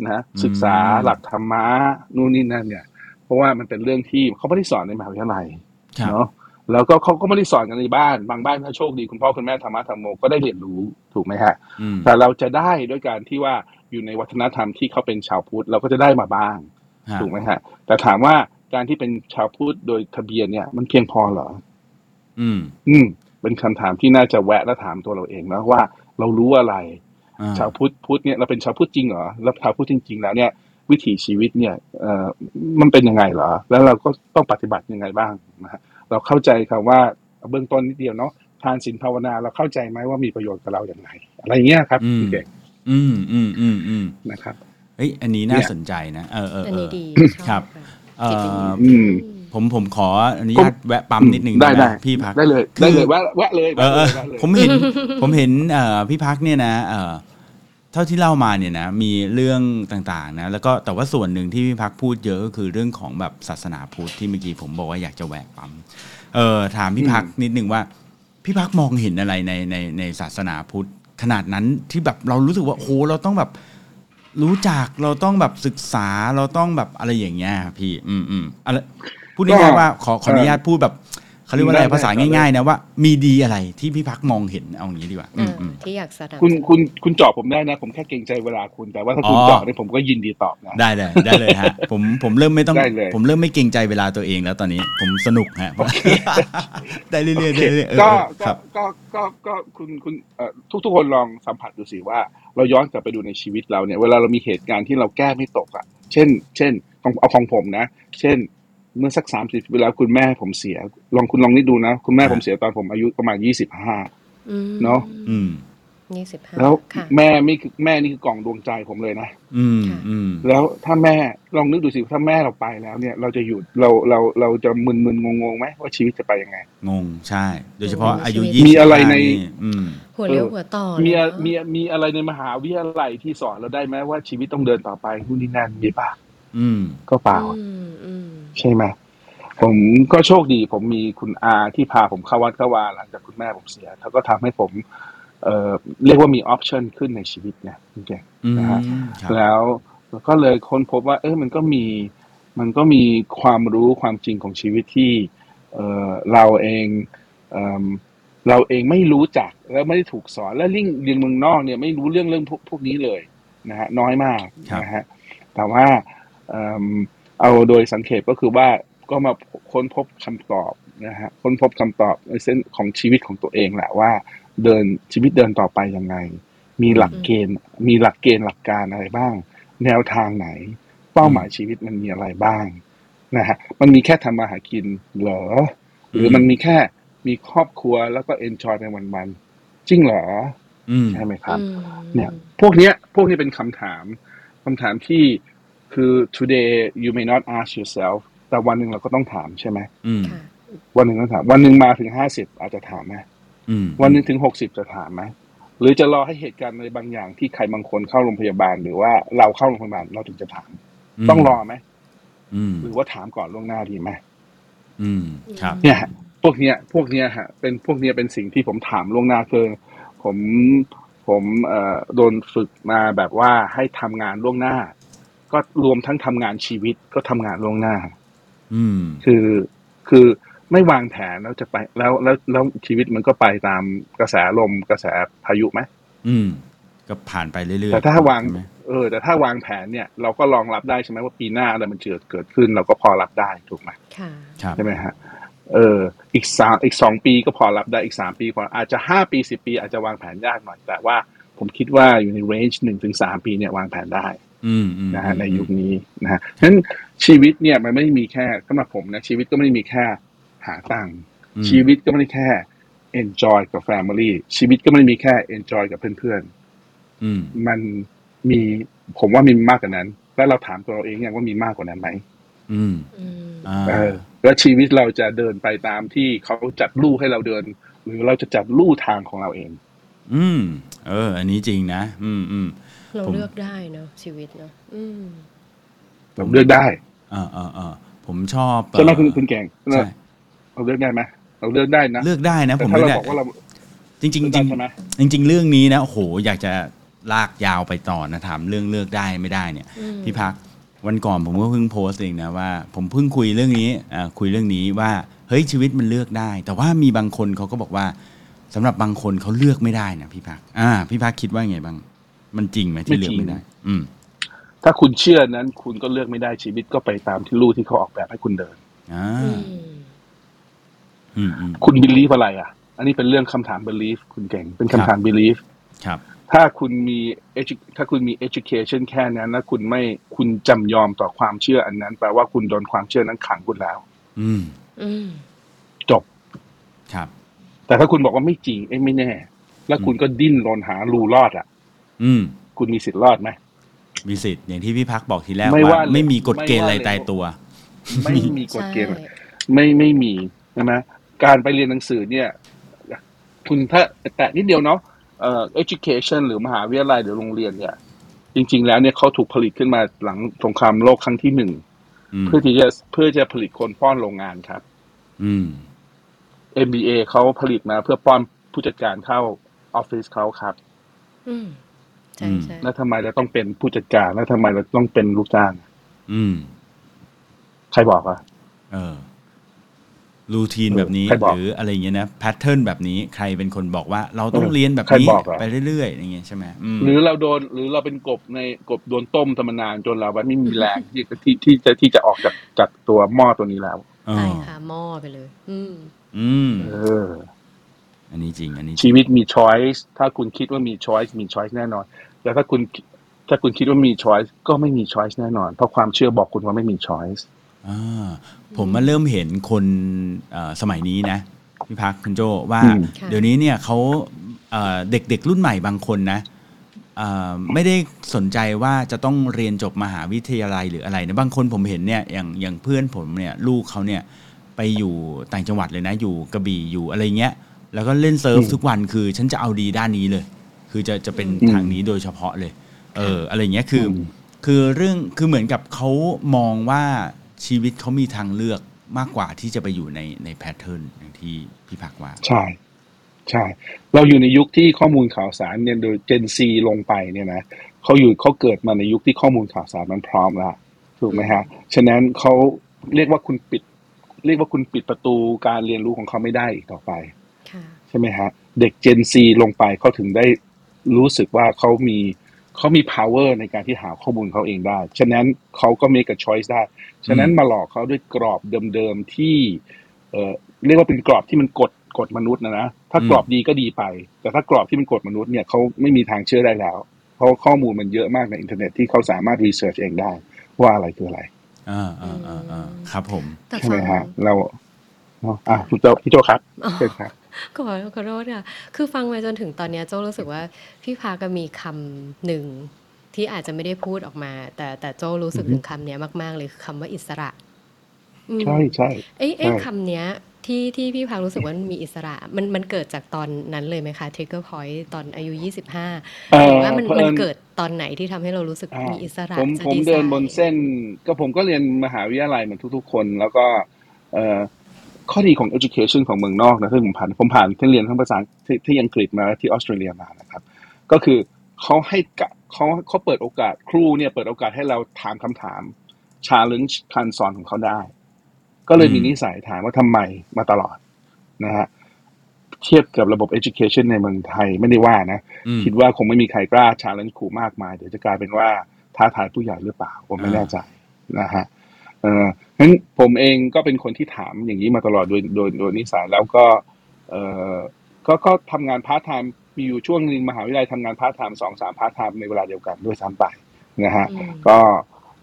Speaker 4: นะฮะศึกษา
Speaker 2: อืม
Speaker 4: หลักธรรมะนู่นนี่นั่นเนี่ย เพราะว่ามันเป็นเรื่องที่เขาไม่ได้สอนในมหาวิทยาลัย
Speaker 2: ครับ
Speaker 4: เนาะแล้วก็เขาก็ไม่ได้สอนกันในบ้าน บางบ้านถ้าโชคดีคุณพ่อคุณแม่ธรรมะธรรมโมก็ได้เรียนรู้ถูกไหมฮะ
Speaker 2: อืม
Speaker 4: แต่เราจะได้ด้วยการที่ว่าอยู่ในวัฒนธรรมที่เขาเป็นชาวพุทธเราก็จะได้มาบ้าง
Speaker 2: ฮะ
Speaker 4: ถูกไหมฮะ แต่ถามว่า การที่เป็นชาวพุทธโดยทะเบียนเนี่ย มันเพียงพอเหรอ
Speaker 2: อืม
Speaker 4: อืม เป็นคำถามที่น่าจะแวะและถามตัวเราเองนะว่าเรารู้อะไร
Speaker 2: อ่า
Speaker 4: ชาวพุทธพุทธเนี่ยเราเป็นชาวพุทธจริงเหรอแล้วชาวพุทธจริง ๆ แล้วเนี่ย วิถีชีวิตเนี่ยเอ่อมันเป็นยังไงเหรอ แล้วเราก็ต้องปฏิบัติยังไงบ้างนะฮะเราเข้าใจคำว่าเบื้องต้นนิดเดียวเนาะทานศีลภาวนาเราเข้าใจไหมว่ามีประโยชน์กับเราอย่างไร อะไรอย่างเงี้ยครับคุณเก่ง
Speaker 2: อืมอืมอืมอืม
Speaker 4: นะครับ
Speaker 2: เฮ้ยอันนี้น่าสนใจนะเออเออ
Speaker 3: อัน
Speaker 2: เอ
Speaker 3: นี้
Speaker 2: อ
Speaker 3: ดีชอ
Speaker 2: ครับ
Speaker 3: ะ
Speaker 2: เอ่
Speaker 3: จิตวิญญา
Speaker 2: อ
Speaker 3: ณ
Speaker 4: อืม
Speaker 2: ผมผมขออนุญาตแวะปั๊มนิดนึง
Speaker 4: ได้
Speaker 2: หม
Speaker 4: ได้
Speaker 2: พี่พัก
Speaker 4: ได้เลยได้เลยแวะแวะเลย
Speaker 2: เอ
Speaker 4: แวะ
Speaker 2: อ
Speaker 4: เล
Speaker 2: เอย อ
Speaker 4: แวะเลย
Speaker 2: ผมเห็น ผมเห็นเอ่อพี่พักเนี่ยนะเอ่อเท่าที่เล่ามาเนี่ยนะมีเรื่องต่างๆนะแล้วก็แต่ว่าส่วนหนึ่งที่พี่พักพูดเยอะก็คือเรื่องของแบบศาสนาพุทธที่เมื่อกี้ผมบอกว่าอยากจะแหวกปั๊มเออถามพี่พักนิดนึงว่า พี่พักมองเห็นอะไรในในในศาสนาพุทธขนาดนั้นที่แบบเรารู้สึกว่าโอ้โหเราต้องแบบรู้จักเราต้องแบบศึกษาเราต้องแบบอะไรอย่างเงี้ยครับพี่อืมอืมอะไรพูดง่ายๆว่าขอขออนุญาตพูดแบบ เขาเรียกว่าอะไรภาษาง่ายๆนะว่ามีดีอะไรที่พี่พักมองเห็นเอาอย่างนี้ดีกว่าอื
Speaker 3: อ่าม
Speaker 2: อืม
Speaker 3: ที่อยากสนับส
Speaker 4: คุณ
Speaker 3: นุน
Speaker 4: คุณคุณจอบผมได้นะ ผมแค่เกรงใจเวลาคุณแต่ว่าถ้าคุณ
Speaker 2: อ๋อ
Speaker 4: จอบเนี่ยผมก็ยินดีตอบนะ
Speaker 2: ได้เลยได้เลย ฮะ ผมผมเริ่มไม่ต้อง
Speaker 4: ได้เลย
Speaker 2: ผมเริ่มไม่เกรงใจเวลาตัวเองแล้วตอนนี้ ผมสนุก ฮะ ได้เรื่อยๆได้เรื่อยๆเออ
Speaker 4: ก็
Speaker 2: เออค
Speaker 4: ก็
Speaker 2: รับ
Speaker 4: ก็ก็ก็คุณคุณเอ่อทุกทุกคนลองสัมผัสดูสิว่า เราย้อนกลับไปดูในชีวิตเราเนี่ย เวลาเรามีเหตุการณ์ที่เราแก้ไม่ตกอ่ะ เช่น เช่นของเอาของผมนะ เช่น เมื่อสักสามสิบปีแล้วคุณแม่ผมเสีย ลองคุณลองนิดดูนะ คุณแม่ผม
Speaker 2: ฮะ
Speaker 4: เสียตอนผมอายุประมาณยี่สิบห้า
Speaker 3: อืม
Speaker 4: เนอะ
Speaker 2: อืม
Speaker 3: ยี่สิบห้า
Speaker 4: แล้ว
Speaker 3: ค่ะ
Speaker 4: แม่ไม่คือแม่นี่คือกล่องดวงใจผมเลยนะ
Speaker 2: อืมอืม
Speaker 4: แล้วถ้าแม่ลองนึกดูสิถ้าแม่เราไปแล้วเนี่ย เราจะหยุดเราเราเราจะมึนมึนงงงๆไหมว่าชีวิตจะไปยังไง
Speaker 2: งงใช่ โดยเฉพาะอายุ
Speaker 3: มี
Speaker 2: ยี่สิบ
Speaker 4: อะไรใน
Speaker 2: อืม
Speaker 3: หัวเรียวหัวต่อ
Speaker 4: มีอะ
Speaker 3: เนอะ
Speaker 4: มีอะมีอะไรในมหาวิทยาลัยที่สอนเราได้ไหมว่าชีวิตต้องเดินต่อไปนู่นนี่นั่นมีป่ะ
Speaker 2: อืม
Speaker 4: ก็เปล่า
Speaker 3: อืมอืม
Speaker 4: ใช่ไหมผมก็โชคดี ผมมีคุณอาที่พาผมเข้าวัดเข้าวาหลังจากคุณแม่ผมเสียเขาก็ทำให้ผมเอ่อเรียกว่ามีออปชันขึ้นในชีวิตเนี่ยคุณเก่ง
Speaker 2: อืม
Speaker 4: นะฮะ
Speaker 2: ครับ
Speaker 4: แล้วแล้วก็เลยค้นพบว่า เออมันก็มีมันก็มีความรู้ความจริงของชีวิตที่เออเราเองเอมเราเองไม่รู้จักและไม่ได้ถูกสอนและลิ่งเรียนเมืองนอกเนี่ยไม่รู้เรื่องเรื่องพวกพวกนี้เลยนะฮะน้อยมาก
Speaker 2: ครับ
Speaker 4: นะฮะแต่ว่าเอมเอาโดยสังเกตก็คือว่าก็มาค้นพบคำตอบนะฮะค้นพบคำตอบในเส้นของชีวิตของตัวเองแหละว่าเดินชีวิตเดินต่อไปยังไง มีหลักเกณฑ์มีหลักเกณฑ์หลักการอะไรบ้าง แนวทางไหน เป้าหมายชีวิตมันมีอะไรบ้างนะฮะมันมีแค่ทำมาหากินเหรอ หรือมันมีแค่มีครอบครัวแล้วก็เอนจอยในวันๆจริงเหรอ
Speaker 2: อืม
Speaker 4: ใช่ไหมครับ
Speaker 3: อืม
Speaker 4: เนี่ยพวกเนี้ยพวกนี้เป็นคำถามคำถามที่คือ today you may not ask yourself แต่วันหนึ่งเราก็ต้องถามใช่ไหม
Speaker 2: อืม
Speaker 3: ค่ะ
Speaker 4: วันหนึ่งต้องถาม วันหนึ่งมาถึงห้าสิบอาจจะถามไหม
Speaker 2: อืม
Speaker 4: วันหนึ่งถึงหกสิบจะถามไหมหรือจะรอให้เหตุการณ์อะไรบางอย่างที่ใครบางคนเข้าโรงพยาบาล หรือว่าเราเข้าโรงพยาบาลเราถึงจะถาม ต้องรอไหม
Speaker 2: อืม
Speaker 4: หรือว่าถามก่อนล่วงหน้าดีไหม
Speaker 2: อืมครับ
Speaker 4: เนี่ยฮะพวกเนี้ยพวกเนี้ยฮะเป็นพวกเนี้ยเป็นสิ่งที่ผมถามล่วงหน้าคือผมผมเอ่อโดนฝึกมาแบบว่าให้ทำงานล่วงหน้า ก็รวมทั้งทำงานชีวิตก็ทำงานล่วงหน้า
Speaker 2: อืม
Speaker 4: คือคือไม่วางแผนแล้วจะไปแล้วแล้วแล้วชีวิตมันก็ไปตามกระแสลมกระแสพายุไหม
Speaker 2: อืม ก็ผ่านไปเรื่อยๆ
Speaker 4: แต่ถ้าวาง
Speaker 2: ใช่ไหม
Speaker 4: เออแต่ถ้าวางแผนเนี่ยเราก็รองรับได้ใช่ไหมว่าปีหน้าอะไรมันเกิดเกิดขึ้น เราก็พอรับได้ถูกไหม
Speaker 3: ค่ะ
Speaker 2: ครับ
Speaker 4: ใช่ไหมฮะเอออีกสามอีกสองปีก็พอรับได้อีกสามปีพออาจจะห้าปีสิบปี อาจจะวางแผนยากหน่อยแต่ว่าผมคิดว่าอยู่ในเรนจ์หนึ่งถึงสามปีเนี่ยวางแผนได้
Speaker 2: อืมอืม
Speaker 4: นะฮะในยุคนี้นะฮะฉะนั้นชีวิตเนี่ยมันไม่ได้มีแค่สำหรับผมนะชีวิตก็ไม่ได้มีแค่หาตังค์
Speaker 2: อืม
Speaker 4: ชีวิตก็ไม่ได้แค่ enjoy กับ family ชีวิตก็ไม่ได้มีแค่ enjoy กับเพื่อนๆ
Speaker 2: อืม
Speaker 4: มันมีผมว่ามีมากกว่านั้น แล้วเราถามตัวเราเองยังว่ามีมากกว่านั้นไหม
Speaker 2: อืม
Speaker 3: อืม
Speaker 2: อ่า
Speaker 4: เออ แล้วชีวิตเราจะเดินไปตามที่เขาจัดลู่ให้เราเดิน หรือเราจะจัดลู่ทางของเราเอง
Speaker 2: อืม เออ อันนี้จริงนะ อืมอืม
Speaker 3: เรา
Speaker 2: ผม
Speaker 3: เลือกได้เนอะชีวิตเนอะอืม
Speaker 4: เราเลือกได้
Speaker 2: อ่าอ่าอ่าผมชอบ
Speaker 4: ใช่ไหม
Speaker 2: เอ่อ
Speaker 4: คุณคุณแกง
Speaker 2: ใช่
Speaker 4: เราเลือกได้ไหมเราเลือกได้นะ
Speaker 2: เลือกได้นะ
Speaker 4: แต่
Speaker 2: ผม
Speaker 4: ถ้า
Speaker 2: เลื
Speaker 4: เรา
Speaker 2: อกได้
Speaker 4: บอกว่าเรา
Speaker 2: จริงจริง
Speaker 4: เลือก
Speaker 2: จ
Speaker 4: ได้ใช่ไหม
Speaker 2: ริงจริง ๆ เรื่องนี้นะโอ้โหอยากจะลากยาวไปต่อนะถามเรื่องเลือกได้ไม่ได้เนี่ย
Speaker 3: อืม
Speaker 2: พี่พักวันก่อนผมก็เพิ่งโพสต์เองนะว่า ผมเพิ่งคุยเรื่องนี้อ่าคุยเรื่องนี้ว่าเฮ้ยชีวิตมันเลือกได้ แต่ว่ามีบางคนเขาก็บอกว่าสำหรับบางคนเขาเลือกไม่ได้นะพี่พักอ่า พี่พักคิดว่าไงบ้าง มันจริงไหมที่เลือกไม่ได้ อืม
Speaker 4: ถ ถ้าคุณเชื่อนั้น คุณก็เลือกไม่ได้ชีวิตก็ไปตามที่ลู่ที่เขาออกแบบให้คุณเดิน
Speaker 2: อ่า
Speaker 3: อืม
Speaker 2: อืมอืม
Speaker 4: คุณบิลีฟอะไรอ่ะ อันนี้เป็นเรื่องคำถามบิลีฟคุณเก่ง เป็นคำถามบิลีฟ
Speaker 2: ครับ
Speaker 4: ถ้าคุณมี edu- ถ้าคุณมี education แค่นั้นแล้วคุณไม่คุณจำยอมต่อความเชื่ออันนั้นแปลว่าคุณโดนความเชื่อนั้นขังคุณแล้ว
Speaker 2: อืม
Speaker 3: อืม
Speaker 4: จบ
Speaker 2: ครับ
Speaker 4: แต่ถ้าคุณบอกว่าไม่จริงเอ้ยไม่แน่ แล้วคุณก็ดิ้นรนหารูรอดอ่ะ
Speaker 2: อืม
Speaker 4: คุณมีสิทธิ์รอดไหม
Speaker 2: มีสิทธิ์อย่างที่พี่พักบอกทีแรก
Speaker 4: ไม่
Speaker 2: ว่า
Speaker 4: ว่าเลย
Speaker 2: ไม่มีกฎเกณฑ์
Speaker 4: ไม่
Speaker 2: อะไร
Speaker 4: ว่าเลย
Speaker 2: ตายตัว
Speaker 4: ไม่มีกฎเกณฑ์
Speaker 3: ใช่
Speaker 4: ไม่ไม่มีใช่ไหมการไปเรียนหนังสือเนี่ย คุณถ้าแต่นิดเดียวเนาะเอ่อ education หรือมหาวิทยาลัยหรือโรงเรียนเนี่ย จริง ๆ แล้วเนี่ยเขาถูกผลิตขึ้นมาหลังสงครามโลกครั้งที่หนึ่ง
Speaker 2: อืม
Speaker 4: เพื่อที่จะเพื่อจะผลิตคนป้อนโรงงานครับ
Speaker 2: อืม
Speaker 4: MBA เขาผลิตมาเพื่อป้อนผู้จัดการเข้าออฟฟิศเขาครับ
Speaker 3: อืมใช่ใช่
Speaker 4: แล้วทำไมเราต้องเป็นผู้จัดการแล้วทำไมเราต้องเป็นลูกจ้าง
Speaker 2: อืม
Speaker 4: ใครบอกอ่ะ
Speaker 2: เออรูทีนแบบนี้
Speaker 4: ใครบอก
Speaker 2: หรืออะไรอย่างเงี้ยนะแพทเทิร์นแบบนี้ใครเป็นคนบอกว่า เราต้องเรียนแบบ
Speaker 4: ใคร
Speaker 2: นี้
Speaker 4: บอกเหรอ
Speaker 2: ไปเรื่อยๆอย่างเงี้ยใช่ไหมอืม
Speaker 4: หรือเราโดนหรือเราเป็นกบในกบโดนต้มธรรมานานจนเราแบบไม่มีแรง ที่ที่ที่จะที่จะออกจากจากตัวหม้อตัวนี้แล้ว
Speaker 2: เอ
Speaker 3: ตาย
Speaker 2: อ
Speaker 3: ค่ะหม้อไปเลย อืม
Speaker 2: อืม
Speaker 4: เออ
Speaker 2: อันนี้จริง อันนี้จริง
Speaker 4: ชีวิตมี choice ถ้าคุณคิดว่ามี choice มี choice แน่นอน แล้วถ้าคุณถ้าคุณคิดว่ามี choice ก็ไม่มี choice แน่นอน เพราะความเชื่อบอกคุณว่าไม่มี choice
Speaker 2: อ่าผมมาเริ่มเห็นคนเอ่อสมัยนี้นะพี่พักคุณโจว่า
Speaker 4: อืม
Speaker 3: ค่ะ
Speaker 2: เดี๋ยวนี้เนี่ยเขาเอ่อเด็กๆรุ่นใหม่บางคนนะเอ่อไม่ได้สนใจว่าจะต้องเรียนจบมหาวิทยาลัยหรืออะไรนะบางคนผมเห็นเนี่ยอย่างอย่างเพื่อนผมเนี่ยลูกเขาเนี่ยไปอยู่ต่างจังหวัดเลยนะ อยู่กระบี่อยู่อะไรเงี้ย แล้วก็เล่นเซิร์ฟ
Speaker 4: อืม
Speaker 2: ทุกวันคือฉันจะเอาดีด้านนี้เลย คือจะจะเป็น
Speaker 4: อืม
Speaker 2: ทางนี้โดยเฉพาะเลย เอออะไรเงี้ยคืออ
Speaker 4: ม
Speaker 2: คือเรื่องคือเหมือนกับเขามองว่าชีวิตเขามีทางเลือกมากกว่าที่จะไปอยู่ในในแพทเทิร์นอย่างที่พี่พักว่า
Speaker 4: ใช่ ใช่ เราอยู่ในยุคที่ข้อมูลข่าวสารเนี่ยโดย Gen Z ลงไปเนี่ยนะเขาอยู่เขาเกิดมาในยุคที่ข้อมูลข่าวสารมันพร้อมแล้วถูกไหมฮะ ฉะนั้นเขาเรียกว่าคุณปิด เรียกว่าคุณปิดประตูการเรียนรู้ของเขาไม่ได้อีกต่อไป
Speaker 3: ค่ะ
Speaker 4: ใช่ไหมฮะ เด็ก Gen Z ลงไปเขาถึงได้รู้สึกว่าเขามีเขามี power ในการที่หาข้อมูลเขาเองได้ ฉะนั้นเขาก็ make a choice ได้ ฉะนั้น
Speaker 2: อืม
Speaker 4: มาหลอกเขาด้วยกรอบเดิมๆที่เอ่อเรียกว่าเป็นกรอบที่มันกดกดมนุษย์นะนะ ถ้ากรอบดีก็ดีไป แต่ถ้ากรอบที่มันกดมนุษย์เนี่ยเขาไม่มีทางเชื่อได้แล้ว เพราะว่าข้อมูลมันเยอะมากในอินเทอร์เน็ตที่เขาสามารถ research เองได้ ว่าอะไรคืออะไร
Speaker 2: อ่าอ่าอ่าอ่าครับผม
Speaker 3: แต่
Speaker 4: ใช่ไห
Speaker 3: ฟั
Speaker 4: ม
Speaker 3: ง
Speaker 4: ฮะเราอ่ะพี่โจพี่โจครับ
Speaker 3: อ๋อ
Speaker 4: เชิญครับ
Speaker 3: ขอขอโทษค่ะ คือฟังมาจนถึงตอนเนี้ยโจ้รู้สึกว่าพี่พาก็มีคำหนึ่งที่อาจจะไม่ได้พูดออกมา แต่แต่โจ้รู้สึก
Speaker 4: อือฮึ
Speaker 3: ถึงคำเนี้ยมาก ๆ เลยคือคำว่าอิสระอืม
Speaker 4: ใช่ใช่
Speaker 3: เอ้ยเอ้ย
Speaker 4: ใช่
Speaker 3: คำเนี้ยที่ที่พี่พังรู้สึกว่ามันมีอิสระ มันมันเกิดจากตอนนั้นเลยไหมคะ trigger point ตอนอายุ 25
Speaker 4: เอ่
Speaker 3: หรือ
Speaker 4: อ
Speaker 3: ว่ามัน
Speaker 4: เผ
Speaker 3: มั
Speaker 4: อิ
Speaker 3: น
Speaker 4: ญ
Speaker 3: เกิดตอนไหนที่ทำให้เรารู้สึก
Speaker 4: อ่า
Speaker 3: มีอิสระ
Speaker 4: ผม
Speaker 3: จะ
Speaker 4: ผม
Speaker 3: ไซ
Speaker 4: เดินบนเส้นก็ผมก็เรียนมหาวิทยาลัยเหมือนทุกๆ คน แล้วก็เอ่อข้อดีของ education ของเมืองนอกนะที่ผมผ่านผมผ่านที่เรียนทั้งภาษาที่ที่อังกฤษมาและที่ออสเตรเลียมานะครับ ก็คือเขาให้กะเขาเขาเปิดโอกาสครูเนี่ยเปิดโอกาสให้เราถามคำถาม challenge การสอนของเขาได้ ก็เลยมี
Speaker 2: อืม
Speaker 4: นิสัยถามว่าทำไมมาตลอดนะฮะเทียบกับระบบ education ในเมืองไทยไม่ได้ว่านะ
Speaker 2: อืม
Speaker 4: คิดว่าคงไม่มีใครกล้าชาเลนจ์ครูมากมาย เดี๋ยวจะกลายเป็นว่าท้าทายผู้ใหญ่หรือเปล่า ผมไม่
Speaker 2: อ่า
Speaker 4: แน่ใจนะฮะเอ่อนั้นผมเองก็เป็นคนที่ถามอย่างนี้มาตลอดโดยโดยโดยนิสัยแล้วก็เอ่อก็ก็ทำงานพาร์ทไทม์มีอยู่ช่วงหนึ่งมหาวิทยาลัยทำงานพาร์ทไทม์สองสามพาร์ทไทม์ในเวลาเดียวกันด้วยซ้ำไปนะฮะ
Speaker 3: อืม
Speaker 4: ก็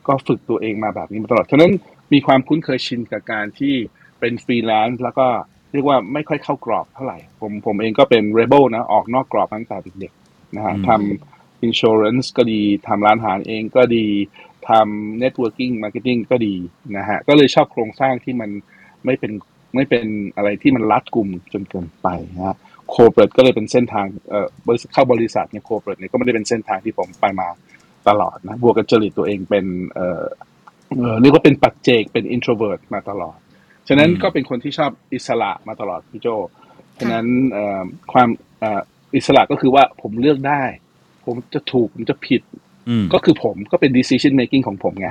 Speaker 4: ก็ฝึกตัวเองมาแบบนี้มาตลอด ฉะนั้นมีความคุ้นเคยชินกับการที่เป็นฟรีแลนซ์แล้วก็เรียกว่าไม่ค่อยเข้ากรอบเท่าไหร่ ผมผมเองก็เป็นเรเบิลนะ ออกนอกกรอบมาตั้งแต่เด็กๆนะฮะ
Speaker 2: อืม
Speaker 4: ทำอินชูเรนซ์ก็ดีทำร้านอาหารเองก็ดีทำเน็ตเวิร์กิ่งมาร์เก็ตติ้งก็ดีนะฮะ ก็เลยชอบโครงสร้างที่มันไม่เป็นไม่เป็นอะไรที่มันรัดกลุ่มจนเกินไปนะฮะโคเปรตก็เลยเป็นเส้นทางเอ่อบริษัทเข้าบริษัทเนี่ยโคเปรตเนี่ยก็ไม่ได้เป็นเส้นทางที่ผมไปมา ตลอดนะบวกกับจริตตัวเองเป็นเอ่อเอ่อเรียกว่าเป็นปัจเจกเป็น introvert มาตลอด ฉะนั้น
Speaker 2: อืม
Speaker 4: ก็เป็นคนที่ชอบอิสระมาตลอดพี่โจฉะนั้นเอ่อความเอ่ออิสระก็คือว่าผมเลือกได้ ผมจะถูก ผมจะผิด
Speaker 2: อืม
Speaker 4: ก็คือผมก็เป็น decision making ของผมไง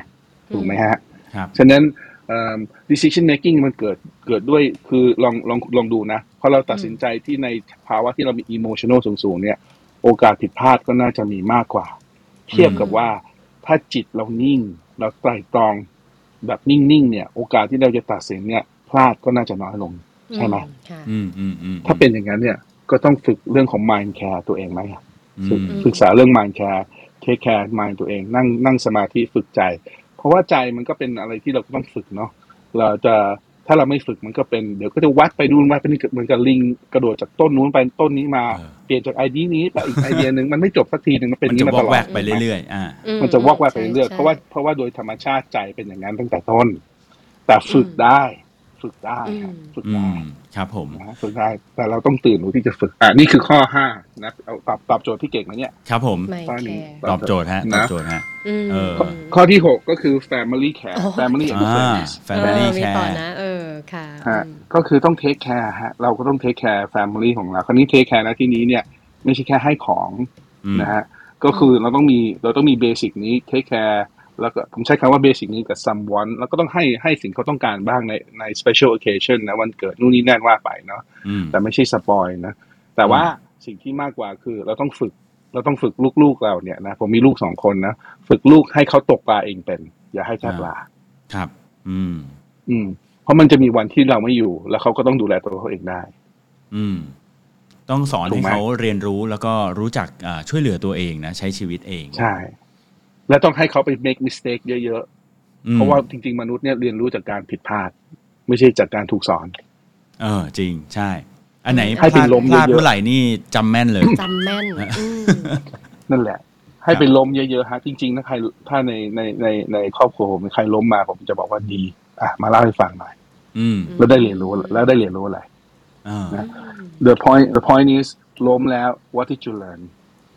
Speaker 4: ถูกไหมฮะ
Speaker 2: ครับ
Speaker 4: ฉะนั้นเอิ่ม decision making มันเกิดเกิดด้วยคือลองลองลองดูนะพอเราตัดสินใจที่ในภาวะที่เรามี emotional สูงๆเนี่ย โอกาสผิดพลาดก็น่าจะมีมากกว่า เทียบกับว่า ถ้าจิตเรานิ่ง เราไตร่ตรองแบบนิ่งๆเนี่ย โอกาสที่เราจะตัดสินเนี่ย พลาดก็น่าจะน้อยลง ใช่ไหม
Speaker 3: อืค่ะ
Speaker 2: อืมอืมอืม
Speaker 4: ถ้าเป็นอย่างนั้นเนี่ยก็ต้องฝึกเรื่องของ mind care ตัวเองไหมอะ
Speaker 2: อื
Speaker 4: ฝึก
Speaker 2: ม
Speaker 4: ศึกษาเรื่อง mind care take care mind ตัวเองนั่งนั่งสมาธิฝึกใจ เพราะว่าใจมันก็เป็นอะไรที่เราก็ต้องฝึกเนาะเราจะถ้าเราไม่ฝึกมันก็เป็นเดี๋ยวก็จะวัดไปดูนวัดไปนี่เหมือนกับลิงกระโดดจากต้นนู้นไปต้นนี้มาเปลี่ยนจากไอเดียนี้ไปอีกไอเดียหนึ่งมันไม่จบสักทีหนึ่งมันเป็นอ
Speaker 2: มัน
Speaker 4: ย่าง
Speaker 2: จะ
Speaker 4: นี้
Speaker 2: วอ
Speaker 4: มาต
Speaker 2: ก
Speaker 4: ลอ
Speaker 2: แว
Speaker 4: ด
Speaker 2: กไปเรื่อยๆอ่า
Speaker 4: มันจะวอกแวกไปเรื่อย
Speaker 3: ใช่
Speaker 4: เพราะว่าเพราะว่าโดยธรรมชาติใจเป็นอย่างนั้นตั้งแต่ต้น แต่ฝึกได้ ฝึกได้ฮะฝึก
Speaker 2: อื
Speaker 4: ได้
Speaker 2: มครับผม
Speaker 4: นะฝึกได้แต่เราต้องตื่นรู้ที่จะฝึกอ่ะนี่คือข้อห้านะเอาตอบตอบโจทย์พี่เก่งนะเนี่ย
Speaker 2: ครับผม
Speaker 3: ไม่
Speaker 4: ตอนนี้
Speaker 3: แคร์
Speaker 2: ตอบโจทย์ฮะต
Speaker 4: นะ
Speaker 2: อบโจทย์ฮะ
Speaker 3: ม
Speaker 2: เออ
Speaker 4: ข้อข้อที่หกก็คือ family care
Speaker 3: อ๋อ
Speaker 4: family and
Speaker 2: อ่า
Speaker 4: friends
Speaker 3: เอ
Speaker 2: family
Speaker 3: อมีต่อ
Speaker 2: care
Speaker 3: นะ เออค่ะ
Speaker 4: ฮะ
Speaker 3: อืม
Speaker 4: ก็คือต้อง take care ฮะเราก็ต้อง take care family ของเรา คราวนี้ take care นะที่นี้เนี่ย ไม่ใช่แค่ให้ของ
Speaker 2: อืม
Speaker 4: นะฮะก็คือเราต้องมีเราต้องมีเบสิกนี้ take care แล้วก็ผมใช้คำว่าเบสิกนี้กับ someone แล้วก็ต้องให้ให้สิ่งเขาต้องการบ้างในใน special occasion นะวันเกิดนู่นนี่นั่นว่าไปเนาะ
Speaker 2: อืม
Speaker 4: แต่ไม่ใช่สปอยนะ แต่ว่าสิ่งที่มากกว่าคือเราต้องฝึก เราต้องฝึกลูกๆเราเนี่ยนะผมมีลูกสองคนนะฝึกลูกให้เขาตกปลาเองเป็น อย่าให้แค่
Speaker 2: อ่า
Speaker 4: ปลา
Speaker 2: ครับ อืม
Speaker 4: อืม เพราะมันจะมีวันที่เราไม่อยู่ แล้วเขาก็ต้องดูแลตัวเขาเองได้
Speaker 2: อืม ต้องสอน
Speaker 4: ถูก
Speaker 2: ให้
Speaker 4: ไหม
Speaker 2: เขาเรียนรู้แล้วก็รู้จักอ่าช่วยเหลือตัวเองนะ ใช้ชีวิตเอง
Speaker 4: ใช่ และต้องให้เขาไป make mistake เยอะ
Speaker 2: อืม
Speaker 4: ๆเพราะว่าจริงๆ มนุษย์เนี่ยเรียนรู้จากการผิดพลาด ไม่ใช่จากการถูกสอน
Speaker 2: เออ จริงใช่ อันไหน
Speaker 4: ให้
Speaker 2: พ
Speaker 4: ไป
Speaker 2: ลาด
Speaker 4: ล้ม
Speaker 2: พลาด
Speaker 4: เยอะๆ
Speaker 2: เมื่อไหร่นี่จำแม่นเลย
Speaker 3: จำแม่นอืม
Speaker 4: นั่นแหละ ให้ไปล้มเยอะๆฮะจริงๆถ้าใครถ้าในในในในครอบครัวผมมีใครล้มมาผมจะบอกว่าดี อ่ะมาเล่าให้ฟังหน่อย
Speaker 2: อืม
Speaker 4: แล้วได้เรียนรู้แล้วได้เรียนรู้อะไร
Speaker 2: เออ
Speaker 4: the point the point is ล้มแล้ว what did you learn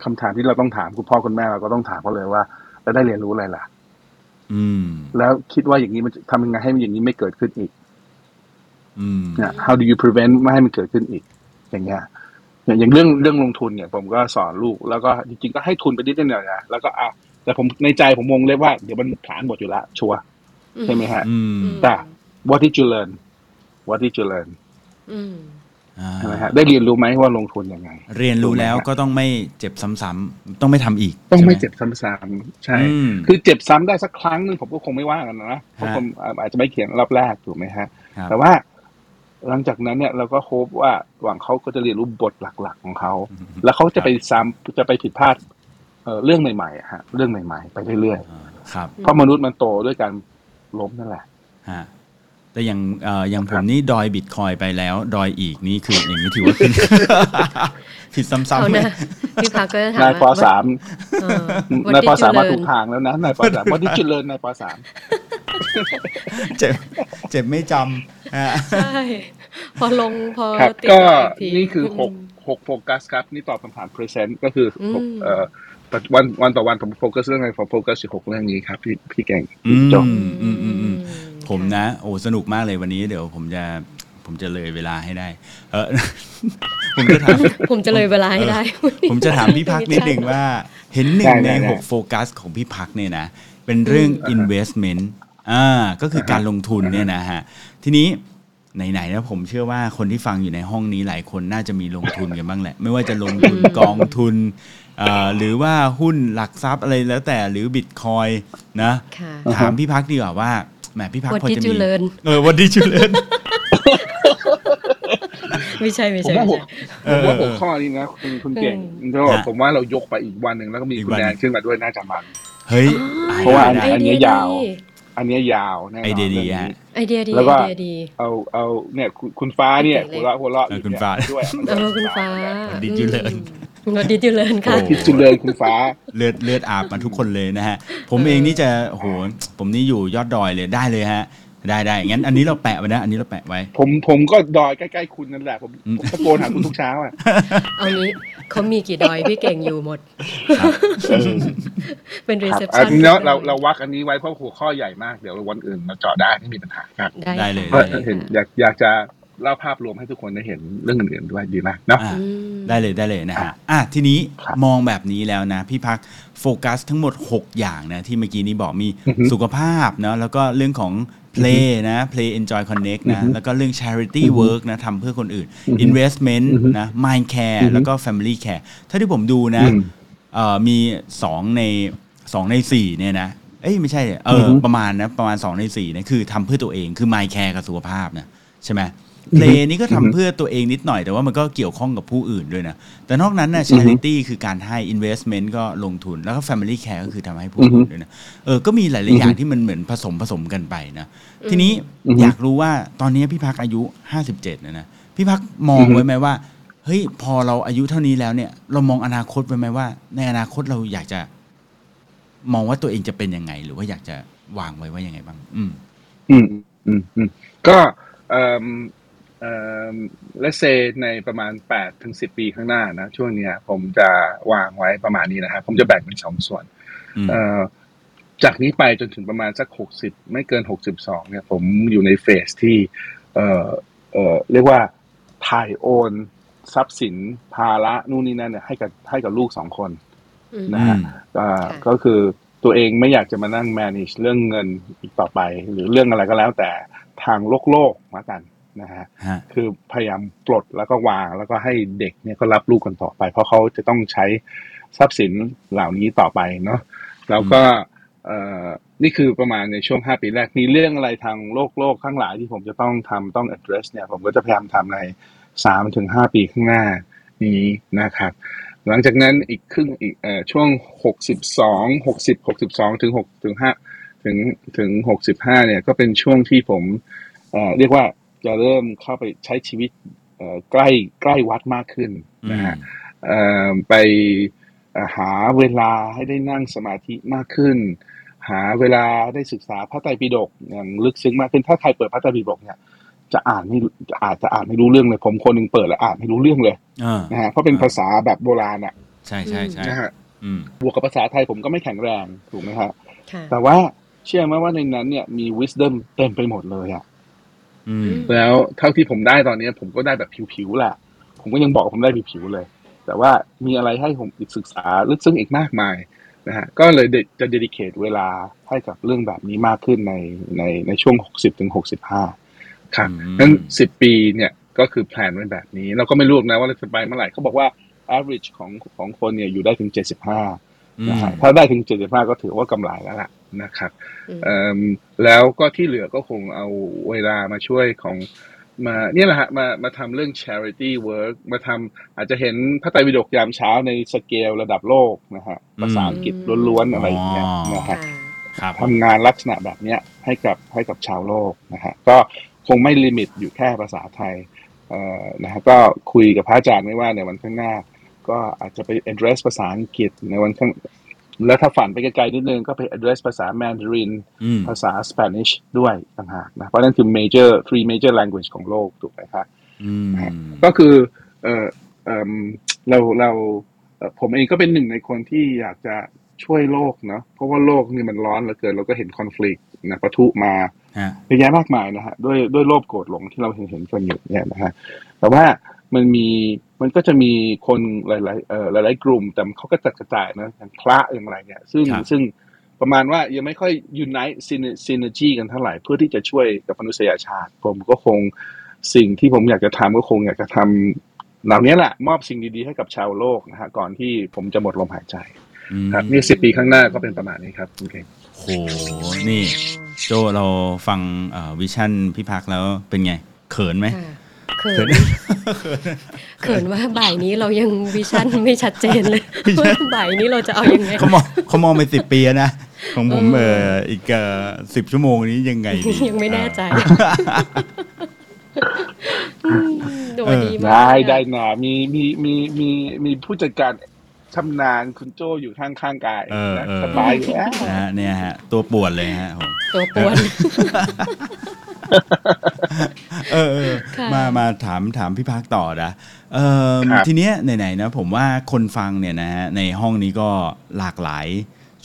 Speaker 4: คำถามที่เราต้องถามคุณพ่อคุณแม่เราก็ต้องถามเขาเลยว่าแล้วได้เรียนรู้อะไรล่ะ
Speaker 2: อืม
Speaker 4: แล้วคิดว่าอย่างนี้มันจะทำยังไงให้มันอย่างนี้ไม่เกิดขึ้นอีก
Speaker 2: อืม
Speaker 4: เนี่ย how do you prevent ไม่ให้มันเกิดขึ้นอีก อย่างเงี้ยอย่างอย่างเรื่องเรื่องลงทุนเนี่ยผมก็สอนลูก แล้วก็จริงๆก็ให้ทุนไปนิดหน่อยนะแล้วก็อ่ะแต่ผมในใจผมมงเลยว่าเดี๋ยวมันผลานหมดอยู่ละชัวร์ใช่ไหมฮะ
Speaker 2: อืม
Speaker 3: อืม
Speaker 4: แต่ what did you learn what did you learn
Speaker 3: อืม
Speaker 2: อ่า
Speaker 4: ใช่ไหมฮะได้เรียนรู้ไหมว่าลงทุนยังไง
Speaker 2: เรียนรู้แล้วก็ต้องไม่เจ็บซ้ำๆต้องไม่ทำอีก
Speaker 4: ต้องไม่
Speaker 2: ใช่ห
Speaker 4: เจ็บซ้ำๆใช่
Speaker 2: อืม
Speaker 4: คือเจ็บซ้ำได้สักครั้งหนึ่งผมก็คงไม่ว่ากันนะเพราะ
Speaker 2: ฮะ
Speaker 4: ผมอาจจะไม่เขียนรอบแรกถูกไหมฮะ
Speaker 2: ครับ
Speaker 4: แต่ว่าหลังจากนั้นเนี่ยเราก็โฮปว่าหวังเขาก็จะเรียนรู้บทหลักๆของเขา แล้วเขาจะไปซ้ำจะไปผิดพลาดเอ่อเรื่องใหม่ๆอะฮะเรื่องใหม่ๆ ไปเรื่อย
Speaker 2: อ่าครับ
Speaker 4: ๆเพราะมนุษย์มันโตด้วยการล้มนั่นแหละ
Speaker 2: ฮะแต่อย่างเอ่ออย่างผมนี่ดอยบิตคอยไปแล้ว ดอยอีกนี่คืออย่างนี้ถือ ว่าผิด ผิดซ้ำ
Speaker 3: เอา
Speaker 2: ๆไหม
Speaker 3: นะ พี่พักก็จะถาม
Speaker 4: นายป
Speaker 3: ว่
Speaker 4: สาม
Speaker 3: เออน
Speaker 4: ายปสาม
Speaker 3: วั
Speaker 4: มา
Speaker 3: นที่
Speaker 4: ถูกทางแล้วนะนายปสามวันที่จุดเลินนายปสาม
Speaker 2: เจ็บเจ็บไม่จำฮะ
Speaker 3: ใช่ พอลงพอ
Speaker 4: ครับ
Speaker 3: ติด
Speaker 4: ก็
Speaker 3: ต่ออีที
Speaker 4: นี่คือหกหกโฟกัสครับ นี่ตอบคำถาม present ก็คือหก
Speaker 3: อืม
Speaker 4: เอ่อปัจจุบันวันต่อวันผมโฟกัสเรื่องอะไรผมโฟกัสอยู่หกเรื่องนี้ครับพี่พี่เก่ง
Speaker 2: อืม
Speaker 4: จบ
Speaker 2: อืมอืมอืมผม
Speaker 3: ค่
Speaker 2: นะ โอ้สนุกมากเลยวันนี้เดี๋ยวผมจะผมจะเลยเวลาให้ได้ เออ ผมจะถาม
Speaker 3: ผมจะเลยเวลาให้ได้
Speaker 2: ผมจะถามพี่พักนิดหนึ่งว่า เห็นหนึ่งใน
Speaker 4: ได้ได้
Speaker 2: หกโฟกัสของพี่พักเนี่ยนะ เป็นเรื่อง investment อ่าก็คือการลงทุนเนี่ยนะฮะ ทีนี้ไหนๆนะผมเชื่อว่าคนที่ฟังอยู่ในห้องนี้หลายคนน่าจะมีลงทุนกันบ้างแหละ ไม่ว่าจะลงทุนกองทุนเอ่อหรือว่าหุ้นหลักทรัพย์อะไรแล้วแต่หรือบิตคอยนะ
Speaker 3: ค่ะ
Speaker 2: ถามพี่พักดีกว่าว่าแหมพี่พัก
Speaker 3: What
Speaker 2: พอ
Speaker 3: did
Speaker 2: จะ
Speaker 3: you
Speaker 2: มี
Speaker 3: learn?
Speaker 2: เออวันดีจุเลิน
Speaker 3: ไม่ใช่ไม่
Speaker 4: ผม
Speaker 3: ใช่
Speaker 4: ว่า
Speaker 3: ไม่
Speaker 4: หัว
Speaker 3: ใช่
Speaker 4: ผมว่าหัวข้อนี้นะคุณคุณเก่ง
Speaker 3: อืม
Speaker 4: ก็บอก
Speaker 2: ฮะ
Speaker 4: ผมว่าเรายกไปอีกวันหนึ่งแล้วก็มี
Speaker 2: อีก
Speaker 4: คุณ
Speaker 2: วัน
Speaker 4: แดงขึ้นมาด้วยน่าจะมัน
Speaker 2: เฮ้ย
Speaker 4: เพราะว่าอัน
Speaker 2: ได้
Speaker 3: ไอ
Speaker 2: ได้
Speaker 4: นนี้
Speaker 3: เดีย
Speaker 4: ยา
Speaker 3: ดี
Speaker 4: ว อันเนี้ยยาวแน่นอน
Speaker 2: ไอเดียดี
Speaker 4: รื่อง
Speaker 2: ฮะ
Speaker 4: นี้
Speaker 3: ไอเดียดี
Speaker 4: แล้วก็
Speaker 3: ไอเดียดี
Speaker 4: เอาเอาเนี่ยคุณคุณฟ้าเนี่ย
Speaker 3: เก่ง
Speaker 4: หัว
Speaker 3: เลย
Speaker 4: เราะหัวเราะอยู่
Speaker 2: เออคุณ
Speaker 4: เนี่ย
Speaker 2: ฟ้า
Speaker 4: ด้วย
Speaker 3: เออคุณฟ้า
Speaker 2: วันดีจูเลิน
Speaker 3: วันดีจูเลินค่ะ
Speaker 2: โอ้
Speaker 4: พิจุเลินคุณฟ้า
Speaker 2: เลือดเลือดอาบมาทุกคนเลยนะฮะ ผม
Speaker 3: เออ
Speaker 2: เองนี่จะโหผมนี่อยู่ยอดดอยเลยได้เลยฮะ ได้ได้งั้นอันนี้เราแปะไว้นะ อันนี้เราแปะไว้
Speaker 4: ผมผมก็ดอยใกล้ๆคุณนั่นแหละ ผม
Speaker 2: อืม
Speaker 4: ผมตะโกนหาคุณทุกเช้าอ่ะ
Speaker 3: เอางี้เขามีกี่ดอยพี่เก่งอยู่หมด เป็นรี
Speaker 4: ครับ
Speaker 3: เซพ
Speaker 4: อั
Speaker 3: ชั
Speaker 4: น
Speaker 3: น
Speaker 4: นี้เนาะเราเราวักอันนี้ไว้เพราะหัวข้อใหญ่มากเดี๋ยววันอื่นเราเจาะได้ไม่มีปัญหาครับ
Speaker 2: ได้
Speaker 3: ได้
Speaker 2: เลย
Speaker 4: ก็
Speaker 3: ค่ะ
Speaker 4: เห็นอยากอยากจะเล่าภาพรวมให้ทุกคนได้เห็นเรื่องอื่นๆด้วยดีมากเนาะ
Speaker 2: อ่า
Speaker 3: อืม
Speaker 2: ได้เลยได้เลยนะฮะอ่ะทีนี้
Speaker 4: ครับ
Speaker 2: มองแบบนี้แล้วนะ พี่พักโฟกัสทั้งหมด 6 อย่างนะ ที่เมื่อกี้นี้บอกมี
Speaker 4: อือฮึ
Speaker 2: สุขภาพเนาะแล้วก็เรื่องของ play นะ play enjoy connect นะ แล้วก็เรื่อง charity work นะทำเพื่อคนอื่น investment นะ mind care แล้วก็ family care ถ้าที่ผมดูนะ
Speaker 4: อืม
Speaker 2: เอ่อมี 2 ใน สองในสี่เนี่ยนะ เอ้ยไม่ใช่เอ
Speaker 5: อื
Speaker 2: อ
Speaker 5: อฮึ
Speaker 2: ประมาณนะประมาณสองในสี่นะคือทำเพื่อตัวเองคือ My Care กับสุขภาพนะใช่ไหม
Speaker 5: อื
Speaker 2: เพ
Speaker 5: อ
Speaker 2: ล
Speaker 5: ฮึ
Speaker 2: งนี้ก็ทำเพื่อตัวเองนิดหน่อยแต่ว่ามันก็เกี่ยวข้องกับผู้อื่นด้วยนะ แต่นอกนั้นนะ charity คือการให้ investment ก็ลงทุนแล้วก็ family care ก็คือทำให้ผู้อื่นด้วยนะเออก็มีหลาย ๆ อย่างที่มันเหมือนผสมผสมกันไปนะ ทีนี้
Speaker 5: อือฮึ
Speaker 2: อยากรู้ว่าตอนนี้พี่พักอายุห้าสิบเจ็ดนะนะพี่พักมอง
Speaker 4: อือฮึ
Speaker 2: ไว้ไหมว่า เฮ้ยพอเราอายุเท่านี้แล้วเนี่ย เรามองอนาคตไปไหมว่า ในอนาคตเราอยากจะ มองว่าตัวเองจะเป็นยังไง หรือว่าอยากจะวางไว้ว่ายังไงบ้าง อืม
Speaker 4: อืมอืมอืมก็เอ่อเอ่อและเซในประมาณแปดถึงสิบปีข้างหน้านะช่วงเนี้ย ผมจะวางไว้ประมาณนี้นะครับผมจะแบ่งเป็นสองส่วน
Speaker 2: อืม
Speaker 4: เอ่อจากนี้ไปจนถึงประมาณสักหกสิบไม่เกินหกสิบสองเนี่ย ผมอยู่ในเฟสที่ เอ่อเอ่อเรียกว่าถ่ายโอนทรัพย์สินภาระนู่นนี่นั่นเนี่ยให้กับให้กับลูกสองคน
Speaker 3: อืม
Speaker 4: นะฮะ
Speaker 2: อืม
Speaker 4: อ่า
Speaker 3: ค่ะ
Speaker 4: ก็คือตัวเองไม่อยากจะมานั่ง manage เรื่องเงินอีกต่อไป หรือเรื่องอะไรก็แล้วแต่ทางโลกโลกมากันนะฮะ
Speaker 2: ฮะ
Speaker 4: คือพยายามปลดแล้วก็วางแล้วก็ให้เด็กเนี่ยก็รับลูกกันต่อไป เพราะเขาจะต้องใช้ทรัพย์สินเหล่านี้ต่อไปเนาะแล้วก็เอ่อนี่คือประมาณในช่วง 5 ปีแรกมีเรื่องอะไรทางโลกโลกข้างหลายที่ผมจะต้องทำต้อง address เนี่ยผมก็จะพยายามทำใน 3 ถึง 5 ปีข้างหน้านี้นะครับ หลังจากนั้นอีกครึ่งอีกเอ่อช่วง 62 60 62 ถึง6ถึง5ถึงถึง 65เนี่ยก็เป็นช่วงที่ผม เอ่อเรียกว่าจะเริ่มเข้าไปใช้ชีวิตเอ่อใกล้ใกล้วัดมากขึ้นนะฮะเอ่อไปเอ่อหาเวลาให้ได้นั่งสมาธิมากขึ้น หาเวลาได้ศึกษาพระไตรปิฎกอย่างลึกซึ้งมากขึ้นถ้าใครเปิดพระไตรปิฎกเนี่ยจะอ่านไม่จะอาจจะอ่านไม่รู้เรื่องเลยผมคนหนึงเปิดแล้วอ่านไม่รู้เรื่องเลย
Speaker 2: เออ
Speaker 4: นะฮะเพราะเป็นภาษาแบบโบราณอะ
Speaker 2: ใช่ใช่ใช่
Speaker 4: นะฮะ
Speaker 2: อืม
Speaker 4: บวกกับภาษาไทยผมก็ไม่แข็งแรงถูกไหมฮะ
Speaker 3: ค่ะ
Speaker 4: แต่ว่าเชื่อไหมว่าในนั้นเนี่ยมี wisdom เต็มไปหมดเลยอะ
Speaker 2: อืม
Speaker 4: แล้วเท่าที่ผมได้ตอนนี้ผมก็ได้แบบผิวๆแหละ ผมก็ยังบอกว่าผมได้ผิวๆเลย แต่ว่ามีอะไรให้ผมอีกศึกษาลึกซึ้งอีกมากมายนะฮะก็เลยเดจะเดดิเคทเวลาให้กับเรื่องแบบนี้มากขึ้นในในในช่วง 60ถึง65 ครับ
Speaker 2: อืม
Speaker 4: นั้น 10 ปีเนี่ยก็คือแพลนไว้แบบนี้ เราก็ไม่รู้หรอกนะว่าเราจะไปเมื่อไหร่เขาบอกว่า average ของของคนเนี่ยอยู่ได้ถึง 75
Speaker 2: อืม
Speaker 4: นะฮะถ้าได้ถึง 75 ก็ถือว่ากำไรแล้วล่ะนะครับ
Speaker 3: อืม
Speaker 4: เอิ่มแล้วก็ที่เหลือก็คงเอาเวลามาช่วยของมาเนี่ยแหละฮะมามาทำเรื่อง charity work มาทำอาจจะเห็นพระไตรปิฎกยามเช้าในสเกลระดับโลกนะฮะภาษาอังกฤษล้วนๆอะไรอย่างเงี้ยนะ
Speaker 3: ค่ะ
Speaker 4: ฮะ
Speaker 2: ครับ
Speaker 4: ทำงานลักษณะแบบเนี้ยให้กับให้กับชาวโลกนะฮะก็คงไม่ลิมิตอยู่แค่ภาษาไทยเอ่อนะฮะก็คุยกับพระอาจารย์ไม่ว่าในวันข้างหน้า ก็อาจจะไป address ภาษาอังกฤษในวันข้างแล้วถ้าฝันไปไกลๆนิดนึงก็ไป address ภาษาแมนดาริน
Speaker 2: อืม
Speaker 4: ภาษาสเปนิชด้วยต่างหากนะเพราะนั่นคือ major three major language ของโลกถูกไหมครับ
Speaker 2: อืม
Speaker 4: ก็คือเออเอมเราเราเอ่อผมเองก็เป็นหนึ่งในคนที่อยากจะช่วยโลกเนาะเพราะว่าโลกนี่มันร้อนเหลือเกินเราก็เห็นคอน FLICT นะปะทุมา
Speaker 2: ฮะ
Speaker 4: เยอะแยะมากมายนะฮะด้วยด้วยโลภโกรธหลงที่เราเห็นเห็นกันอยู่เนี่ยนะฮะแต่ว่ามันมีมันก็จะมีคนหลายๆเอ่อหลายๆกลุ่มแต่เขาก็จัดกระจายนะอย่างพระอย่างอะไรเนี่ยซึ่งซึ่ง ประมาณว่ายังไม่ค่อยยูไนต์ซินเนจีกันเท่าไหร่เพื่อที่จะช่วยกับมนุษยชาติ ผมก็คงสิ่งที่ผมอยากจะทำก็คงอยากจะทำเหล่านี้แหละมอบสิ่งดีๆให้กับชาวโลกนะฮะก่อนที่ผมจะหมดลมหายใจ
Speaker 2: อืม
Speaker 4: ครับนี่สิบปีข้างหน้าก็เป็นประมาณนี้ครับโอเค
Speaker 2: โหนี่ โจเราฟังวิชั่นพี่พักแล้วเป็นไง เขินไหม
Speaker 3: ค่ะเขินเขินว่าบ่ายนี้เรายังวิชั่นไม่ชัดเจน เลยว่าบ่ายนี้เราจะเอายังไง
Speaker 2: เขามองเขามองไปสิบปีแล้วนะ ของผม
Speaker 3: เอ
Speaker 2: เอ
Speaker 3: อ
Speaker 2: ออีกสิบชั่วโมงนี้ยังไงดี
Speaker 3: ยังไม่แน่ใจ
Speaker 2: อ่า
Speaker 3: อืมโดยดีมาก
Speaker 4: ได้
Speaker 3: ค่ะ
Speaker 4: ได้นะมีมีมีมีมีผู้จัดการชำนาญคุณโจอยู่ข้างข้างๆกาย
Speaker 2: เออ
Speaker 4: นะ
Speaker 2: เออ
Speaker 4: สบายอยู่แล้ว
Speaker 2: นะฮะเนี่ยฮะ ตัวปวดเลยฮะผม
Speaker 3: ตัวปวน
Speaker 2: เออเออ
Speaker 3: ค่ะ
Speaker 2: มามาถามถามพี่พักต่อนะเออทีเนี้ยไหนๆนะผมว่าคนฟังเนี่ยนะฮะในห้องนี้ก็หลากหลาย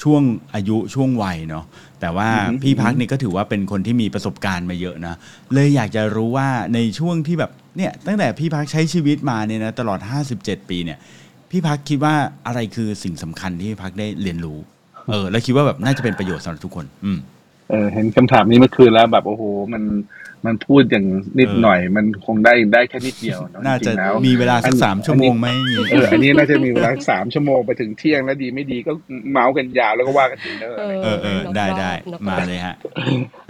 Speaker 2: ช่วงอายุช่วงวัยเนาะแต่ว่าพี่พักเนี่ยก็ถือว่าเป็นคนที่มีประสบการณ์มาเยอะนะ เลยอยากจะรู้ว่าในช่วงที่แบบเนี่ยตั้งแต่พี่พักใช้ชีวิตมาเนี่ยนะตลอด 57 ปีเนี่ย พี่พักคิดว่าอะไรคือสิ่งสำคัญที่พี่พักได้เรียนรู้ เออ แล้วคิดว่าแบบน่าจะเป็นประโยชน์สำหรับทุกคน อืม
Speaker 4: เออเห็นคำถามนี้เมื่อคืนแล้วแบบโอ้โห มันมันพูดอย่างนิดหน่อย มันคงได้ได้แค่นิดเดียวเนอะ
Speaker 2: น่า
Speaker 4: จ
Speaker 2: จะ
Speaker 4: ริงๆแล้ว
Speaker 2: มีเวลาสักสามชั่วโมง
Speaker 4: อันนี้
Speaker 2: ไหมอย่างงี้
Speaker 4: เอออันนี้น่าจะมีเวลาสามชั่วโมงไปถึงเที่ยงแล้วดีไม่ดีก็เมาส์กันยาวแล้วก็ว่ากันถึงเนอร์อะไรอย่างเงี้ย
Speaker 2: เออเออได้ได้มาเลยฮะ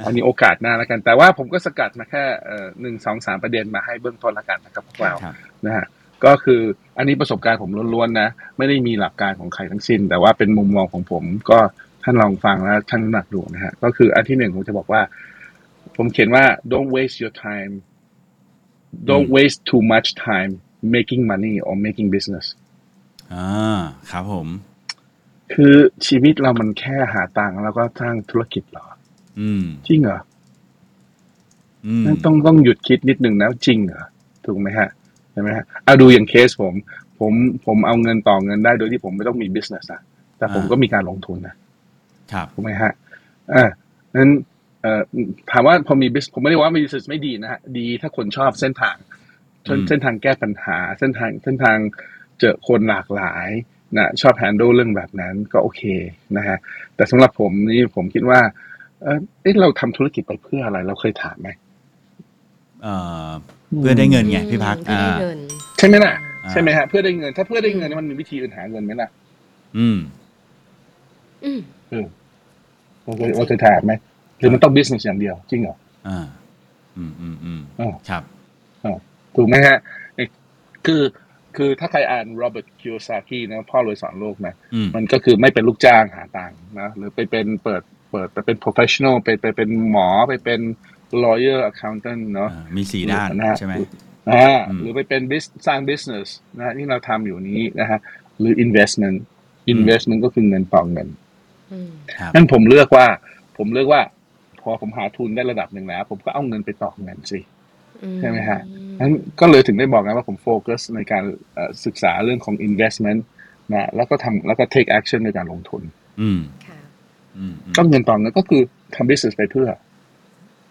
Speaker 4: อันนี้โอกาสหน้าแล้วกัน แต่ว่าผมก็สกัดมาแค่เอ่อหนึ่งสองสามประเด็นมาให้เบื้องต้นแล้วกันนะครับพวกเรา
Speaker 2: ครับ
Speaker 4: นะฮะก็คืออันนี้ประสบการณ์ผมล้วนๆนะ ไม่ได้มีหลักการของใครทั้งสิ้น แต่ว่าเป็นมุมมองของผมก็ท่านลองฟังแล้วท่านหนักดูนะฮะก็คืออันที่หนึ่งผมจะบอกว่า ผมเขียนว่า don't waste your time don't
Speaker 2: อืม
Speaker 4: waste too much time making money or making business
Speaker 2: อ่าครับผม
Speaker 4: คือชีวิตเรามันแค่หาตังค์แล้วก็สร้างธุรกิจเหรอ
Speaker 2: อืม
Speaker 4: จริงเหรอ
Speaker 2: อืม
Speaker 4: นั่นต้องต้องหยุดคิดนิดหนึ่งนะจริงเหรอถูกไหมฮะใช่ไหมฮะเอาดูอย่างเคสผม ผมผมเอาเงินต่อเงินได้โดยที่ผมไม่ต้องมี business นะแต่ผมก็มีการลงทุนนะครับ ถูกไหมฮะอ่านั้นเอ่อถามว่าพอมี business ผมไม่ได้ว่ามี business ไม่ดีนะฮะดีถ้าคนชอบเส้นทางเส้น
Speaker 2: อืม
Speaker 4: เส้นทางแก้ปัญหา เส้นทางเส้นทางเจอคนหลากหลายนะชอบ handle เรื่องแบบนั้นก็โอเคนะฮะแต่สำหรับผมนี่ผมคิดว่า เออเอ๊ะเราทำธุรกิจไปเพื่ออะไรเราเคยถามไหม
Speaker 2: เอ่อเพื่อได้เงินไงพี่พัก
Speaker 3: อืม
Speaker 2: อ่า
Speaker 3: ได้เงิน
Speaker 4: ใช่ไหมล่ะ
Speaker 2: อ่า
Speaker 4: ใช่ไหมฮะเพื่อได้เงิน ถ้าเพื่อได้เงินเนี่ยมันมีวิธีอื่นหาเงินไหมล่ะ
Speaker 2: อืม
Speaker 3: อืม
Speaker 4: เราเคยเราเคยถามไหมหรือมันต้อง business อย่างเดียว จริงเหรอ
Speaker 2: อ่า อืมอืมอืม
Speaker 4: อ่า
Speaker 2: ครับ
Speaker 4: ถูกไหมฮะเอ๊ะคือคือถ้าใครอ่านโรเบิร์ตคิโยซากินะพ่อรวยสอนโลกนะ
Speaker 2: อืม
Speaker 4: มันก็คือไม่เป็นลูกจ้างหาตังค์นะหรือไปเป็นเปิดเปิดไปเป็น professional ไปไปเป็นหมอไปเป็น lawyer accountant เนาะ
Speaker 2: อ่ามีสี่ด้าน
Speaker 4: นะฮะ
Speaker 2: ใช่ไหม
Speaker 4: อ่า
Speaker 2: อืม
Speaker 4: หรือไปเป็น bus- สร้าง business นะฮะที่เราทำอยู่นี้นะฮะหรือ investment investment ก็คือเงินต่อเงิน
Speaker 3: อืม
Speaker 2: ครับ
Speaker 4: นั่นผมเลือกว่า ผมเลือกว่า พอผมหาทุนได้ระดับหนึ่งแล้ว ผมก็เอาเงินไปต่อเงินสิ ใช่ไหมฮะ นั้นก็เลยถึงได้บอกนะว่าผมโฟกัสในการเอ่อศึกษาเรื่องของ investment นะแล้วก็ทำแล้วก็ take action ในการลงทุน
Speaker 2: อืม
Speaker 3: ค่ะ
Speaker 2: อืมอืม
Speaker 4: ก็เงินต่อเงินก็คือทำ business ไปเพื่อ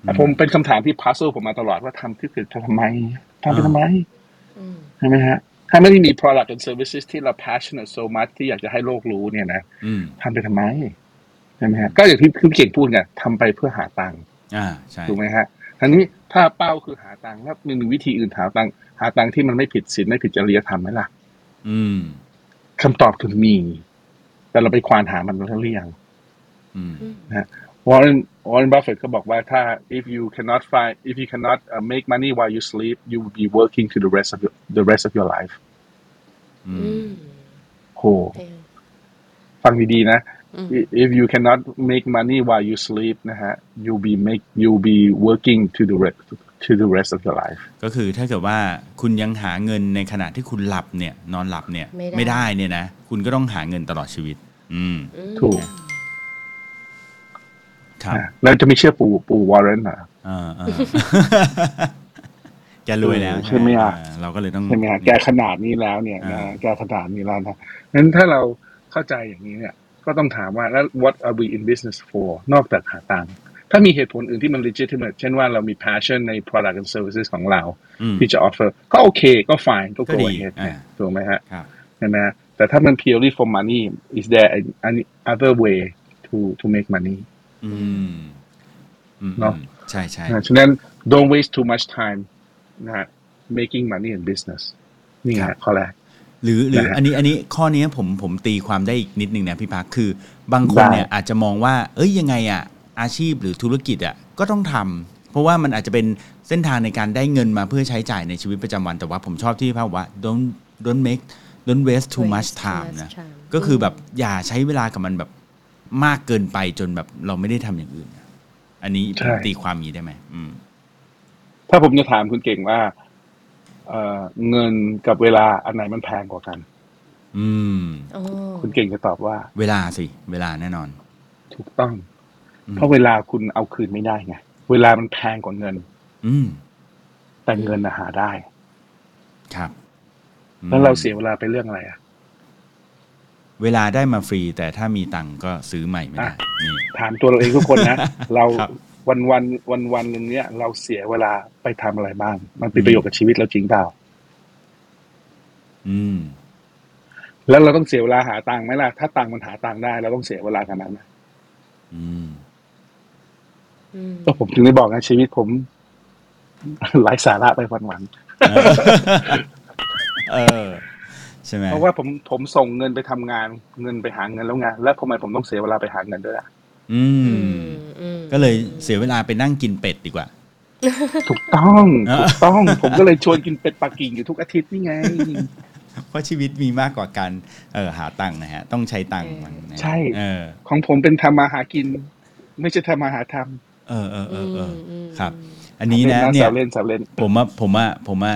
Speaker 4: อผมเป็นคำถามที่ puzzle ผมมาตลอดว่าทำธุรกิจทำไมทำไปทำไม
Speaker 3: อืม
Speaker 4: ใช่ไหมฮะถ้าไม่ได้มี product and services ที่เรา passionate so much ที่อยากจะให้โลกรู้เนี่ยนะ
Speaker 2: อืม
Speaker 4: ทำไปทำไมใช่ไหมฮะก็อย่างที่พี่เก่งพูดไงทำไปเพื่อหาตังค์
Speaker 2: อ่าใช่
Speaker 4: ถูกไหมฮะทีนี้ถ้าเป้าคือหาตังค์แล้วมีหนึ่งวิธีอื่นหาตังค์หาตังค์ที่มันไม่ผิดศีลไม่ผิดจริยธรรมไหมล่ะ
Speaker 2: อืม
Speaker 4: คำตอบคือมี แต่เราไปควานหามันแล้วหรือยัง
Speaker 2: อืม
Speaker 4: วอร์เรนวอร์เรนบัฟเฟตก็บอกว่าถ้า if you cannot find if you cannot uh, make money while you sleep you will be working to the rest of your, the rest of your life
Speaker 2: อื
Speaker 3: อื
Speaker 2: ม
Speaker 3: ม
Speaker 4: โห
Speaker 3: เออ
Speaker 4: ฟังดีๆนะ
Speaker 3: อืม
Speaker 4: if you cannot make money while you sleep นะฮะ you will be make you will be working to the rest to the rest of your life
Speaker 2: ก็คือถ้าเกิดว่าคุณยังหาเงินในขณะที่คุณหลับเนี่ย นอนหลับเนี่ย
Speaker 3: ไม่ได้
Speaker 2: ได้เนี่ยนะคุณก็ต้องหาเงินตลอดชีวิต อืม
Speaker 3: อืม
Speaker 4: ถูก
Speaker 2: ครับ
Speaker 4: นะแล้วจะไม่เชื่อปู่ปู่วอร์เรนเหรอ
Speaker 2: อ่าอ่าแกรวยแล้ว
Speaker 4: ใช่ไหมอ่ะ
Speaker 2: าเราก็เลยต้อง
Speaker 4: ใช่ไหมฮะแกขนาดนี้แล้วเนี่ยนะ
Speaker 2: อ่า
Speaker 4: แกขนาดนี้แล้วนะงั้นถ้าเราเข้าใจอย่างนี้เนี่ยก็ต้องถามว่าแล้ว what are we in business for นอกจากหาตังค์ถ้ามีเหตุผลอื่นที่มัน legitimate เช่นว่าเรามี passion ใน product and services ของเรา
Speaker 2: อืม
Speaker 4: ที่จะ offer ก็โอเคก็ fine ก็
Speaker 2: ก็
Speaker 4: go
Speaker 2: ดี
Speaker 4: ahead
Speaker 2: อ่า
Speaker 4: เนี่ยถูกไหมฮะ
Speaker 2: ครับ
Speaker 4: ใช่ไหมฮะแต่ถ้ามัน purely for money is there any other way to to make money
Speaker 2: อืมอืม
Speaker 4: เนอะ
Speaker 2: อืมใช่ใช่
Speaker 4: นะฉะนั้น don't waste too much time นะฮะ making money in business นี่ฮะข้อแรก
Speaker 2: หรือหรือ
Speaker 4: นะฮะ
Speaker 2: อันนี้อันนี้ข้อนี้ผมผมตีความได้อีกนิดนึงนะพี่พักคือบางคน
Speaker 4: ได้
Speaker 2: เนี่ยอาจจะมองว่า เอ้ยยังไงอะอาชีพหรือธุรกิจอะก็ต้องทำเพราะว่ามันอาจจะเป็นเส้นทางในการได้เงินมาเพื่อใช้จ่ายในชีวิตประจำวันแต่ว่าผมชอบที่พี่พักบอกว่า don't don't make don't waste too much time นะ
Speaker 3: Too much time
Speaker 2: ก็คือแบบอย่าใช้เวลากับมันแบบมากเกินไปจนแบบเราไม่ได้ทำอย่างอื่นอะอันนี้ผ
Speaker 4: ใช่
Speaker 2: มตีความอย่างนี้ได้ไหมอืม
Speaker 4: ถ้าผมจะถามคุณเก่งว่าเอ่อเงินกับเวลาอันไหนมันแพงกว่ากัน
Speaker 2: อืม
Speaker 3: อ๋อ
Speaker 4: คุณเก่งจะตอบว่า
Speaker 2: เวลาสิ เวลาแน่นอน
Speaker 4: ถูกต้อง
Speaker 2: อืม
Speaker 4: เพราะเวลาคุณเอาคืนไม่ได้ไงเวลามันแพงกว่าเงิน
Speaker 2: อืม
Speaker 4: แต่เงินน่ะหาได้
Speaker 2: ครับ
Speaker 4: แล้วเราเสียเวลาไปเรื่องอะไรอ่ะ
Speaker 2: เวลาได้มาฟรี แต่ถ้ามีตังค์ก็ซื้อใหม่ไม่ได้
Speaker 4: อ่ะ
Speaker 2: นี่
Speaker 4: ถามตัวเราเองทุกคน นะ เรา
Speaker 2: ครับ
Speaker 4: วันวันวันวันหนึ่งเนี้ยเราเสียเวลาไปทำอะไรบ้าง มันเป็นประโยชน์กับชีวิตเราจริงเปล่า
Speaker 2: อืม
Speaker 4: แล้วเราต้องเสียเวลาหาตังค์ไหมล่ะถ้าตังค์มันหาตังค์ได้เราต้องเสียเวลากับมันนะ
Speaker 2: อืม
Speaker 3: อืม
Speaker 4: ก็ผมถึงได้บอกไงชีวิตผม ไร้สาระไปวัน
Speaker 2: เออใช่ไหม
Speaker 4: ๆเพราะว่าผมผมส่งเงินไปทำงานเงินไปหาเงินแล้วไงแล้วทำไมผมต้องเสียเวลาไปหาเงินด้วยอะ
Speaker 2: อื
Speaker 3: อื
Speaker 2: ม
Speaker 3: มอืม
Speaker 2: ก็เลยเสียเวลาไปนั่งกินเป็ดดีกว่า
Speaker 4: ถูกต้อง
Speaker 2: เออ
Speaker 4: ถูกต้อง ผมก็เลยชวนกินเป็ดปักกิ่งอยู่ทุกอาทิตย์นี่ไง
Speaker 2: เพราะชีวิตมีมากกว่าการเออหาตังค์นะฮะ ต้องใช้ตังค์มันนะฮะ
Speaker 4: ใช่
Speaker 2: เออ
Speaker 4: ของผมเป็นทำมาหากิน ไม่ใช่ทำมาหาทำ
Speaker 2: เออเออเออเอออ
Speaker 3: ม
Speaker 2: ครับ อันนี้นะ
Speaker 4: ล่
Speaker 2: เนี่ย
Speaker 4: สาวเล่นสาวเล่น
Speaker 2: ผมว่าผมว่าผมว่า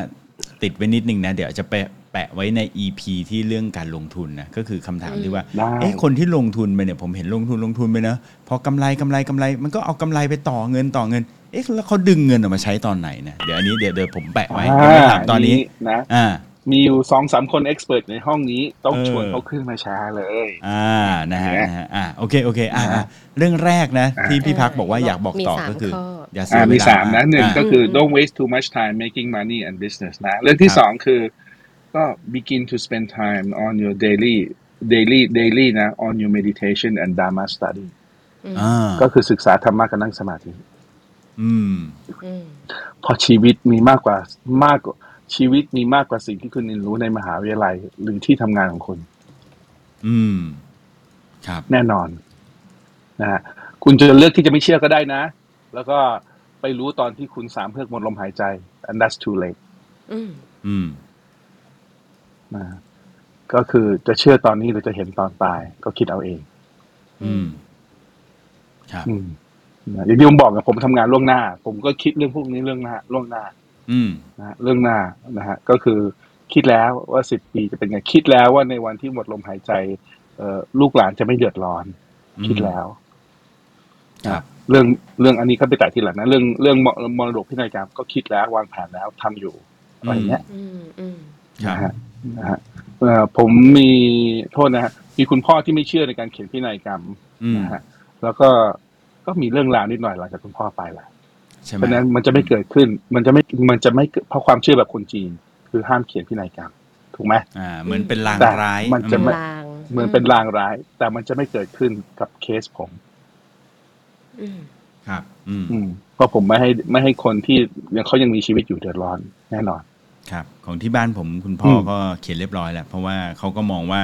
Speaker 2: ติดไว้นิดนึงนะ เดี๋ยวจะแปะแปะไว้ใน EP ที่เรื่องการลงทุนนะก็คือคำถามที่ว่า
Speaker 4: ได้
Speaker 2: เอ๊ะคนที่ลงทุนไปเนี่ยผมเห็นลงทุนลงทุนไปนะพอกำไรกำไรกำไร มันก็เอากำไรไปต่อเงินต่อเงิน เอ๊ะแล้วเขาดึงเงินออกมาใช้ตอนไหนนะเดี๋ยวอันนี้เดี๋ยวเดี๋ยวผมแปะไว้ยังไม่ถามตอนนี้
Speaker 4: นะ
Speaker 2: อ่า
Speaker 4: มีอยู่สองสามคนเอ็กซ์เพรสในห้องนี้ต้อง
Speaker 2: เออ
Speaker 4: ชวนเขาขึ้นมาช้าเลย
Speaker 2: อ่านะฮะ
Speaker 4: เห็นไหม
Speaker 2: นะฮะอ่าโอเคโอเคอ่าอ่า
Speaker 4: อ่า
Speaker 2: เรื่องแรกนะ ที่พี่พักบอกว่าอยากบอกต่อก็คือ อย่าเสี
Speaker 4: อ่าย
Speaker 2: เว
Speaker 4: มี
Speaker 2: ลา
Speaker 4: สามนะหนึ่ง
Speaker 2: อ่า
Speaker 4: ก็คือ don't waste too much time making money and business นะ เรื่องที่
Speaker 2: ครับ
Speaker 4: สองคือ ก็ begin to spend time on your daily daily daily นะ on your meditation and dharma study
Speaker 2: า
Speaker 4: ก็คือศึกษาธรรมะกับนั่งสมาธิ
Speaker 2: อืม
Speaker 3: อืม
Speaker 4: เพราะชีวิตมีมากกว่ามากกว่าชีวิตมีมากกว่าสิ่งที่คุณเรียนรู้ในมหาวิทยาลัย หรือที่ทำงานของคุณ
Speaker 2: อืม ครับ
Speaker 4: แน่นอนนะฮะคุณจะเลือกที่จะไม่เชื่อก็ได้นะ แล้วก็ไปรู้ตอนที่คุณสามเพือกหมดลมหายใจ and that's too late
Speaker 3: อืม
Speaker 2: อืม
Speaker 4: นะฮะก็คือจะเชื่อตอนนี้หรือจะเห็นตอนตาย ก็คิดเอาเอง
Speaker 2: อืม ครับ
Speaker 4: อืมนะอย่างที่ผมบอกนะผมทำงานล่วงหน้า ผมก็คิดเรื่องพวกนี้เรื่องหน้าล่วงหน้า
Speaker 2: อืม
Speaker 4: นะฮะเรื่องหน้านะฮะก็คือคิดแล้วว่าสิบปีจะเป็นไงคิดแล้วว่าในวันที่หมดลมหายใจเอ่อลูกหลานจะไม่เดือดร้อน คิดแล้ว
Speaker 2: ครับ
Speaker 4: นะเรื่องเรื่องอันนี้ก็ไปแต่ทีหลังนะเรื่องเรื่องมรมรดกพินัยกรรมก็คิดแล้ววางแผนแล้วทำอยู่อะไรเงี้ย
Speaker 3: อืมอืม
Speaker 2: ครับ
Speaker 4: นะฮะนะฮะเอ่อผมมีโทษนะฮะมีคุณพ่อที่ไม่เชื่อในการเขียนพินัยกรรม
Speaker 2: อืม
Speaker 4: นะฮะแล้วก็ก็มีเรื่องราวนิดหน่อยหลังจากคุณพ่อไปแหละ
Speaker 2: ใช่ไหม
Speaker 4: เพราะฉะนั้นมันจะไม่เกิดขึ้น มันจะไม่มันจะไม่เกิดเพราะความเชื่อแบบคนจีน คือห้ามเขียนพินัยกรรมถูกไหม
Speaker 2: อ่า เหมือนเป็นลาง
Speaker 4: แต่
Speaker 2: ร้าย
Speaker 4: มันจะไม่
Speaker 3: ลาง
Speaker 4: เหมือนเป็นลางร้าย แต่มันจะไม่เกิดขึ้นกับเคสผม
Speaker 3: อืม
Speaker 2: ครับ อืม
Speaker 4: อืมเพราะผมไม่ให้ไม่ให้คนที่ยังเขายังมีชีวิตอยู่เดือดร้อนแน่นอน
Speaker 2: ครับ ของที่บ้านผมคุณพ่ออ
Speaker 4: ม
Speaker 2: ก็เขียนเรียบร้อยแล้วเพราะว่าเขาก็มองว่า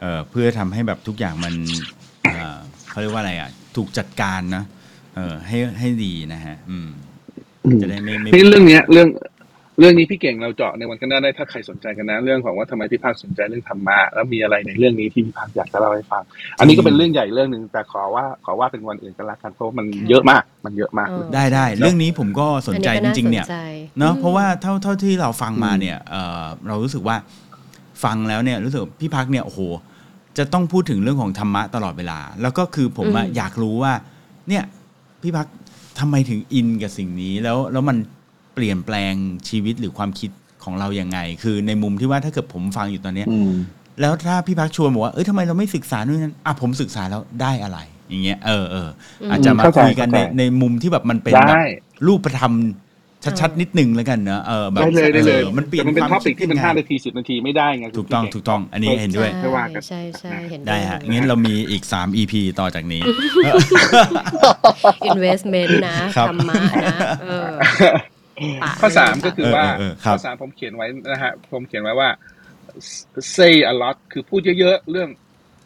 Speaker 2: เอ่อ เพื่อทำให้แบบทุกอย่างมัน เอ่อเขาเรียกว่าอะไรอ่ะ ถูกจัดการนะ เออ ให้ให้ดีนะฮะ อืม จะได้ไม่ไม่
Speaker 4: นี่เรื่องเนี้ยเรื่องเรื่องนี้พี่เก่งเราเจาะในวันข้างหน้าได้ถ้าใครสนใจกันนะ เรื่องของว่าทำไมพี่ภาคสนใจเรื่องธรรมะแล้วมีอะไรในเรื่องนี้ที่พี่ภาคอยากจะเล่าให้ฟัง อันนี้ก็เป็นเรื่องใหญ่เรื่องหนึ่งแต่ขอว่าขอว่าเป็นวันอื่นกันละกันเพราะว่ามันเยอะมากมันเยอะมาก
Speaker 2: ได้ได้ เรื่องนี้ผมก็สนใจ
Speaker 3: อั
Speaker 2: จ
Speaker 3: ก็า
Speaker 2: ริงๆเนี่ย
Speaker 3: สใจ
Speaker 2: เนาะเพราะว่า
Speaker 3: อืม
Speaker 2: เท่าเท่าที่เราฟังมา
Speaker 4: อืม
Speaker 2: เนี่ยเอ่อเรารู้สึกว่าฟังแล้วเนี่ยรู้สึกว่าพี่พักเนี่ยโอ้โหจะต้องพูดถึงเรื่องของธรรมะตลอดเวลา แล้วก็คือผมอะอยากรู้ว่า เนี่ยพี่พักทำไมถึงอินกับสิ่งนี้แล้วแล้วมันเปลี่ยนแปลงชีวิตหรือความคิดของเราอย่างไง คือในมุมที่ว่าถ้าเกิดผมฟังอยู่ตอนเนี้ย
Speaker 4: อืม
Speaker 2: แล้วถ้าพี่พักชวนบอกว่า เอ้ยทำไมเราไม่ศึกษานู่นนั่นอ่ะผมศึกษาแล้วได้อะไร อย่างเงี้ย เออเอออาจจะมา
Speaker 4: เข้าใจ
Speaker 2: คุยกันใน
Speaker 4: เข้าใจ
Speaker 2: ในมุมที่แบบมันเป็น
Speaker 4: ได้
Speaker 2: แบบ รูปธรรมชัดๆนิดนึงแล้วกันเนอะเออแบบ
Speaker 4: ได้เลยได้เลย
Speaker 2: ออมันเปลี่ยน
Speaker 4: แต่มันเป็น
Speaker 2: ความ
Speaker 4: ท็อปิ
Speaker 2: คิ
Speaker 4: ก
Speaker 2: ด
Speaker 4: ที่มัน
Speaker 2: ยังไง
Speaker 4: ห้านาทีสิบนาทีไม่ได้ไงคุณ
Speaker 2: ถูกต้อง
Speaker 4: พี่เ
Speaker 2: ถูกต้อง อันนี้เห็นด้วย
Speaker 3: ใช่
Speaker 4: ไม่ว่ากัน
Speaker 3: ใช่ใช่เห็นวย
Speaker 2: ได้ฮะ
Speaker 3: เห็นด้วย
Speaker 2: งั้นเรามีอีก 3 EP ต่อจากนี้
Speaker 3: investment นะครับ ธรรมะนะเออปะ
Speaker 4: ข้อสาม
Speaker 3: เลยะ
Speaker 4: ก็คือว่า
Speaker 2: เออเออเออครับ
Speaker 4: ข้อสามผมเขียนไว้นะฮะผมเขียนไว้ว่า say a lot คือพูดเยอะๆเรื่อง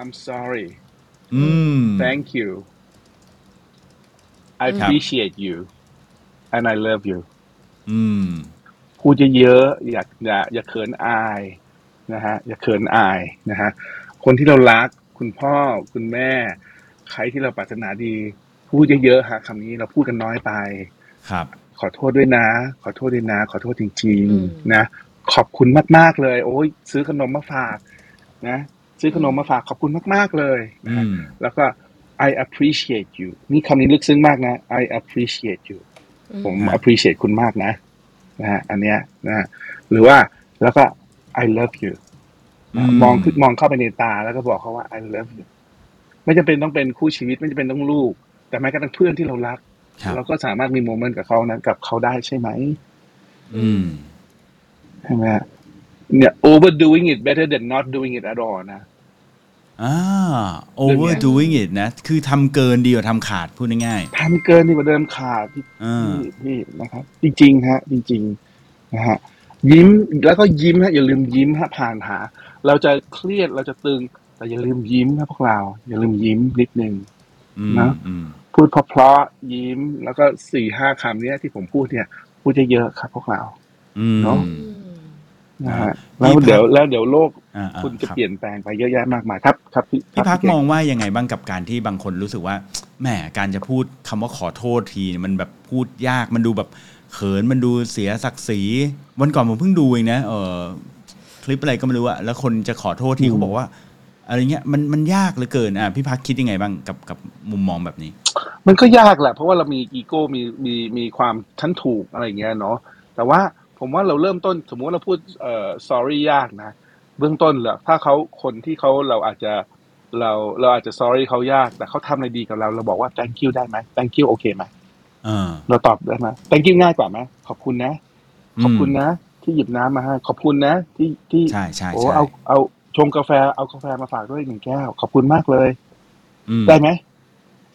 Speaker 4: I'm sorry
Speaker 2: อืม
Speaker 4: thank you I
Speaker 2: ครับ
Speaker 4: appreciate you and I love you
Speaker 2: อืม
Speaker 4: พูดเยอะๆอย่าอย่าอย่าเขินอายนะฮะอย่าเขินอายนะฮะคนที่เรารักคุณพ่อคุณแม่ ใครที่เราปรารถนาดี พูดเยอะๆฮะคำนี้เราพูดกันน้อยไป
Speaker 2: ครับ
Speaker 4: ขอโทษด้วยนะ ขอโทษด้วยนะ ขอโทษจริง
Speaker 3: อืม
Speaker 4: ๆนะ ขอบคุณมาก ๆ เลย โอ้ยซื้อขนมมาฝากนะ ซื้อขนมมาฝากขอบคุณมาก ๆ เลยนะ
Speaker 2: อื
Speaker 4: ฮะ
Speaker 2: ม
Speaker 4: แล้วก็ I appreciate you นี่คำนี้ลึกซึ้งมากนะ I appreciate you
Speaker 3: อืม
Speaker 4: ผม
Speaker 2: ครับ
Speaker 4: appreciate คุณมากนะนะฮะอันเนี้ยนะฮะหรือว่าแล้วก็ I love you นะมองขึ้นมองเข้าไปในตาแล้วก็บอกเขาว่า I love you ไม่จำเป็นต้องเป็นคู่ชีวิตไม่จำเป็นต้องลูก แต่แม้กระทั่งเพื่อนที่เรารัก
Speaker 2: ครับ
Speaker 4: เราก็สามารถมีโมเมนต์กับเขานั้นกับเขาได้ใช่ไหม
Speaker 2: อืม
Speaker 4: ใช่ไหมฮะเนี่ย overdoing it better than not doing it at all นะ
Speaker 2: อ่า overdoing it นะ คือทำเกินดีกว่าทำขาดพูดง่าย
Speaker 4: ทำเกินดีกว่าเดิมขาดพี่
Speaker 2: ๆอ่า
Speaker 4: พี่นะครับ จริงๆฮะ จริงๆนะฮะยิ้มแล้วก็ยิ้มฮะ อย่าลืมยิ้มฮะผ่านหา เราจะเครียดเราจะตึง แต่อย่าลืมยิ้มนะพวกเรา อย่าลืมยิ้มนิดนึง
Speaker 2: อืม
Speaker 4: นะ
Speaker 2: อืม
Speaker 4: พูดเพราะๆยิ้มแล้วก็สี่ห้าคำเนี้ยที่ผมพูดเนี่ย พูดเยอะๆครับพวกเรา
Speaker 2: อืม
Speaker 4: เนอะ นะ
Speaker 2: อ่า
Speaker 4: ฮะแล้ว
Speaker 2: พี่พัก
Speaker 4: เดี๋ยวแล้วเดี๋ยวโลก
Speaker 2: อ่าอ่า
Speaker 4: คุณจะ
Speaker 2: รับ
Speaker 4: เปลี่ยนแปลงไปเยอะแยะมากมายครับ ครับพี่
Speaker 2: พี่พัก
Speaker 4: เง
Speaker 2: มองว่ายังไงบ้างกับการที่บางคนรู้สึกว่าแหมการจะพูดคำว่าขอโทษทีเนี่ยมันแบบพูดยากมันดูแบบเขินมันดูเสียศักดิ์ศรีวันก่อนผมเพิ่งดูเองนะเออคลิปอะไรก็ไม่รู้อะแล้วคนจะขอโทษที
Speaker 4: อืม
Speaker 2: เขาบอกว่าอะไรเงี้ยมันมันยากเหลือเกินอ่ะพี่พักคิดยังไงบ้างกับกับมุมมองแบบนี้
Speaker 4: มันก็ยากแหละ เพราะว่าเรามีอีโก้มีมีมีความชั้นถูกอะไรอย่างเงี้ยเนาะแต่ว่าผมว่าเราเริ่มต้นสมมุติเราพูดเอ่อ sorry ยากนะ เบื้องต้นเหรอถ้าเขาคนที่เขาเราอาจจะเราเราอาจจะ sorry เขายาก แต่เขาทำอะไรดีกับเรา เราบอกว่า thank you ได้ไหม thank you โอเคไหม
Speaker 2: เออ
Speaker 4: เราตอบได้ไหม thank you ง่ายกว่าไหมขอบคุณนะ ขอบคุณ
Speaker 2: ม
Speaker 4: นะ ที่หยิบน้ำมาให้ขอบคุณนะ ที่ที่
Speaker 2: ใช่ใช่
Speaker 4: โอ้
Speaker 2: ใช่
Speaker 4: เอาเอาชงกาแฟเอากาแฟมาฝากด้วยหนึ่งแก้วขอบคุณมากเลย
Speaker 2: อืม
Speaker 4: ได้ไหม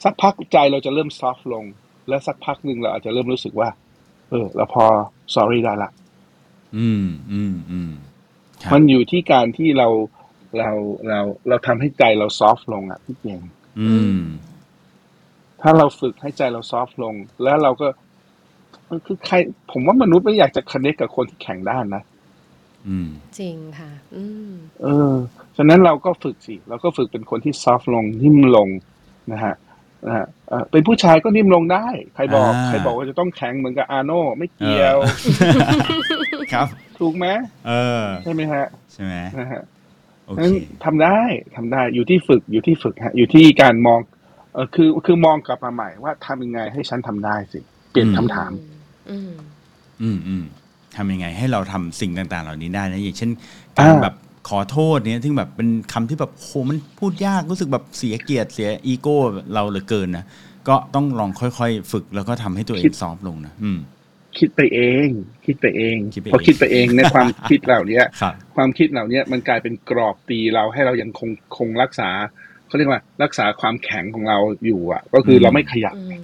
Speaker 4: สักพักใจเราจะเริ่มซอฟลง และสักพักหนึ่งเราอาจจะเริ่มรู้สึกว่า เออเราพอ sorry ได้ละ
Speaker 2: อืมอืมอืมครับ
Speaker 4: มันอยู่ที่การที่เราเราเราเราทำให้ใจเราซอฟลงอ่ะพี่เก่ง
Speaker 2: อืม
Speaker 4: ถ้าเราฝึกให้ใจเราซอฟลง แล้วเราก็มันคือใคร ผมว่ามนุษย์ไม่อยากจะค n น e c t กับคนที่แข็งด้านนะ
Speaker 2: อืม
Speaker 3: จริงค่ะ อืม
Speaker 4: เออฉะนั้นเราก็ฝึกสิเราก็ฝึกเป็นคนที่ซอฟลงนิ่มลงนะฮะนะฮะเอ่อเป็นผู้ชายก็นิ่มลงได้ ใครบอก
Speaker 2: อ่า
Speaker 4: ใครบอกว่าจะต้องแข็งเหมือนกับอาโน่ไม่เกี่ยว
Speaker 2: อ ครับ
Speaker 4: ถูกไหม
Speaker 2: เออ
Speaker 4: ใช่ไหมฮะ
Speaker 2: ใช่ไหม
Speaker 4: นะฮะ
Speaker 2: โอ
Speaker 4: นั้น
Speaker 2: เค
Speaker 4: ทำได้ทำได้อยู่ที่ฝึกอยู่ที่ฝึกฮะอยู่ที่การมองเออคือคือมองกลับมาใหม่ว่าทำยังไงให้ฉันทำได้สิ เปลี่ยน
Speaker 2: อืม
Speaker 4: คำถาม
Speaker 3: อืม
Speaker 2: อืมอืมทำยังไงให้เราทำสิ่งต่าง ๆ เหล่านี้ได้นะอย่างเช่น การ
Speaker 4: อ่า
Speaker 2: แบบขอโทษเนี้ยซึ่งแบบเป็นคำที่แบบโหมันพูดยากรู้สึกแบบเสียเกียรติเสียอีโก้เราเหลือเกินนะก็ต้องลองค่อยๆ ฝึกแล้วก็ทำให้ตัวเองซอฟต์ลงนะอืม
Speaker 4: คิดไปเอง คิดไปเอง
Speaker 2: คิดไปเอง
Speaker 4: พอคิดไปเองในยความคิดเหล่าเนี้ย
Speaker 2: ครับ
Speaker 4: ความคิดเหล่าเนี้ยมันกลายเป็นกรอบตีเราให้เรายังคงคงรักษาเขาเรียกว่ารักษาความแข็งของเราอยู่อ่ะ ก็คือเราไม่ขยับ
Speaker 3: อืม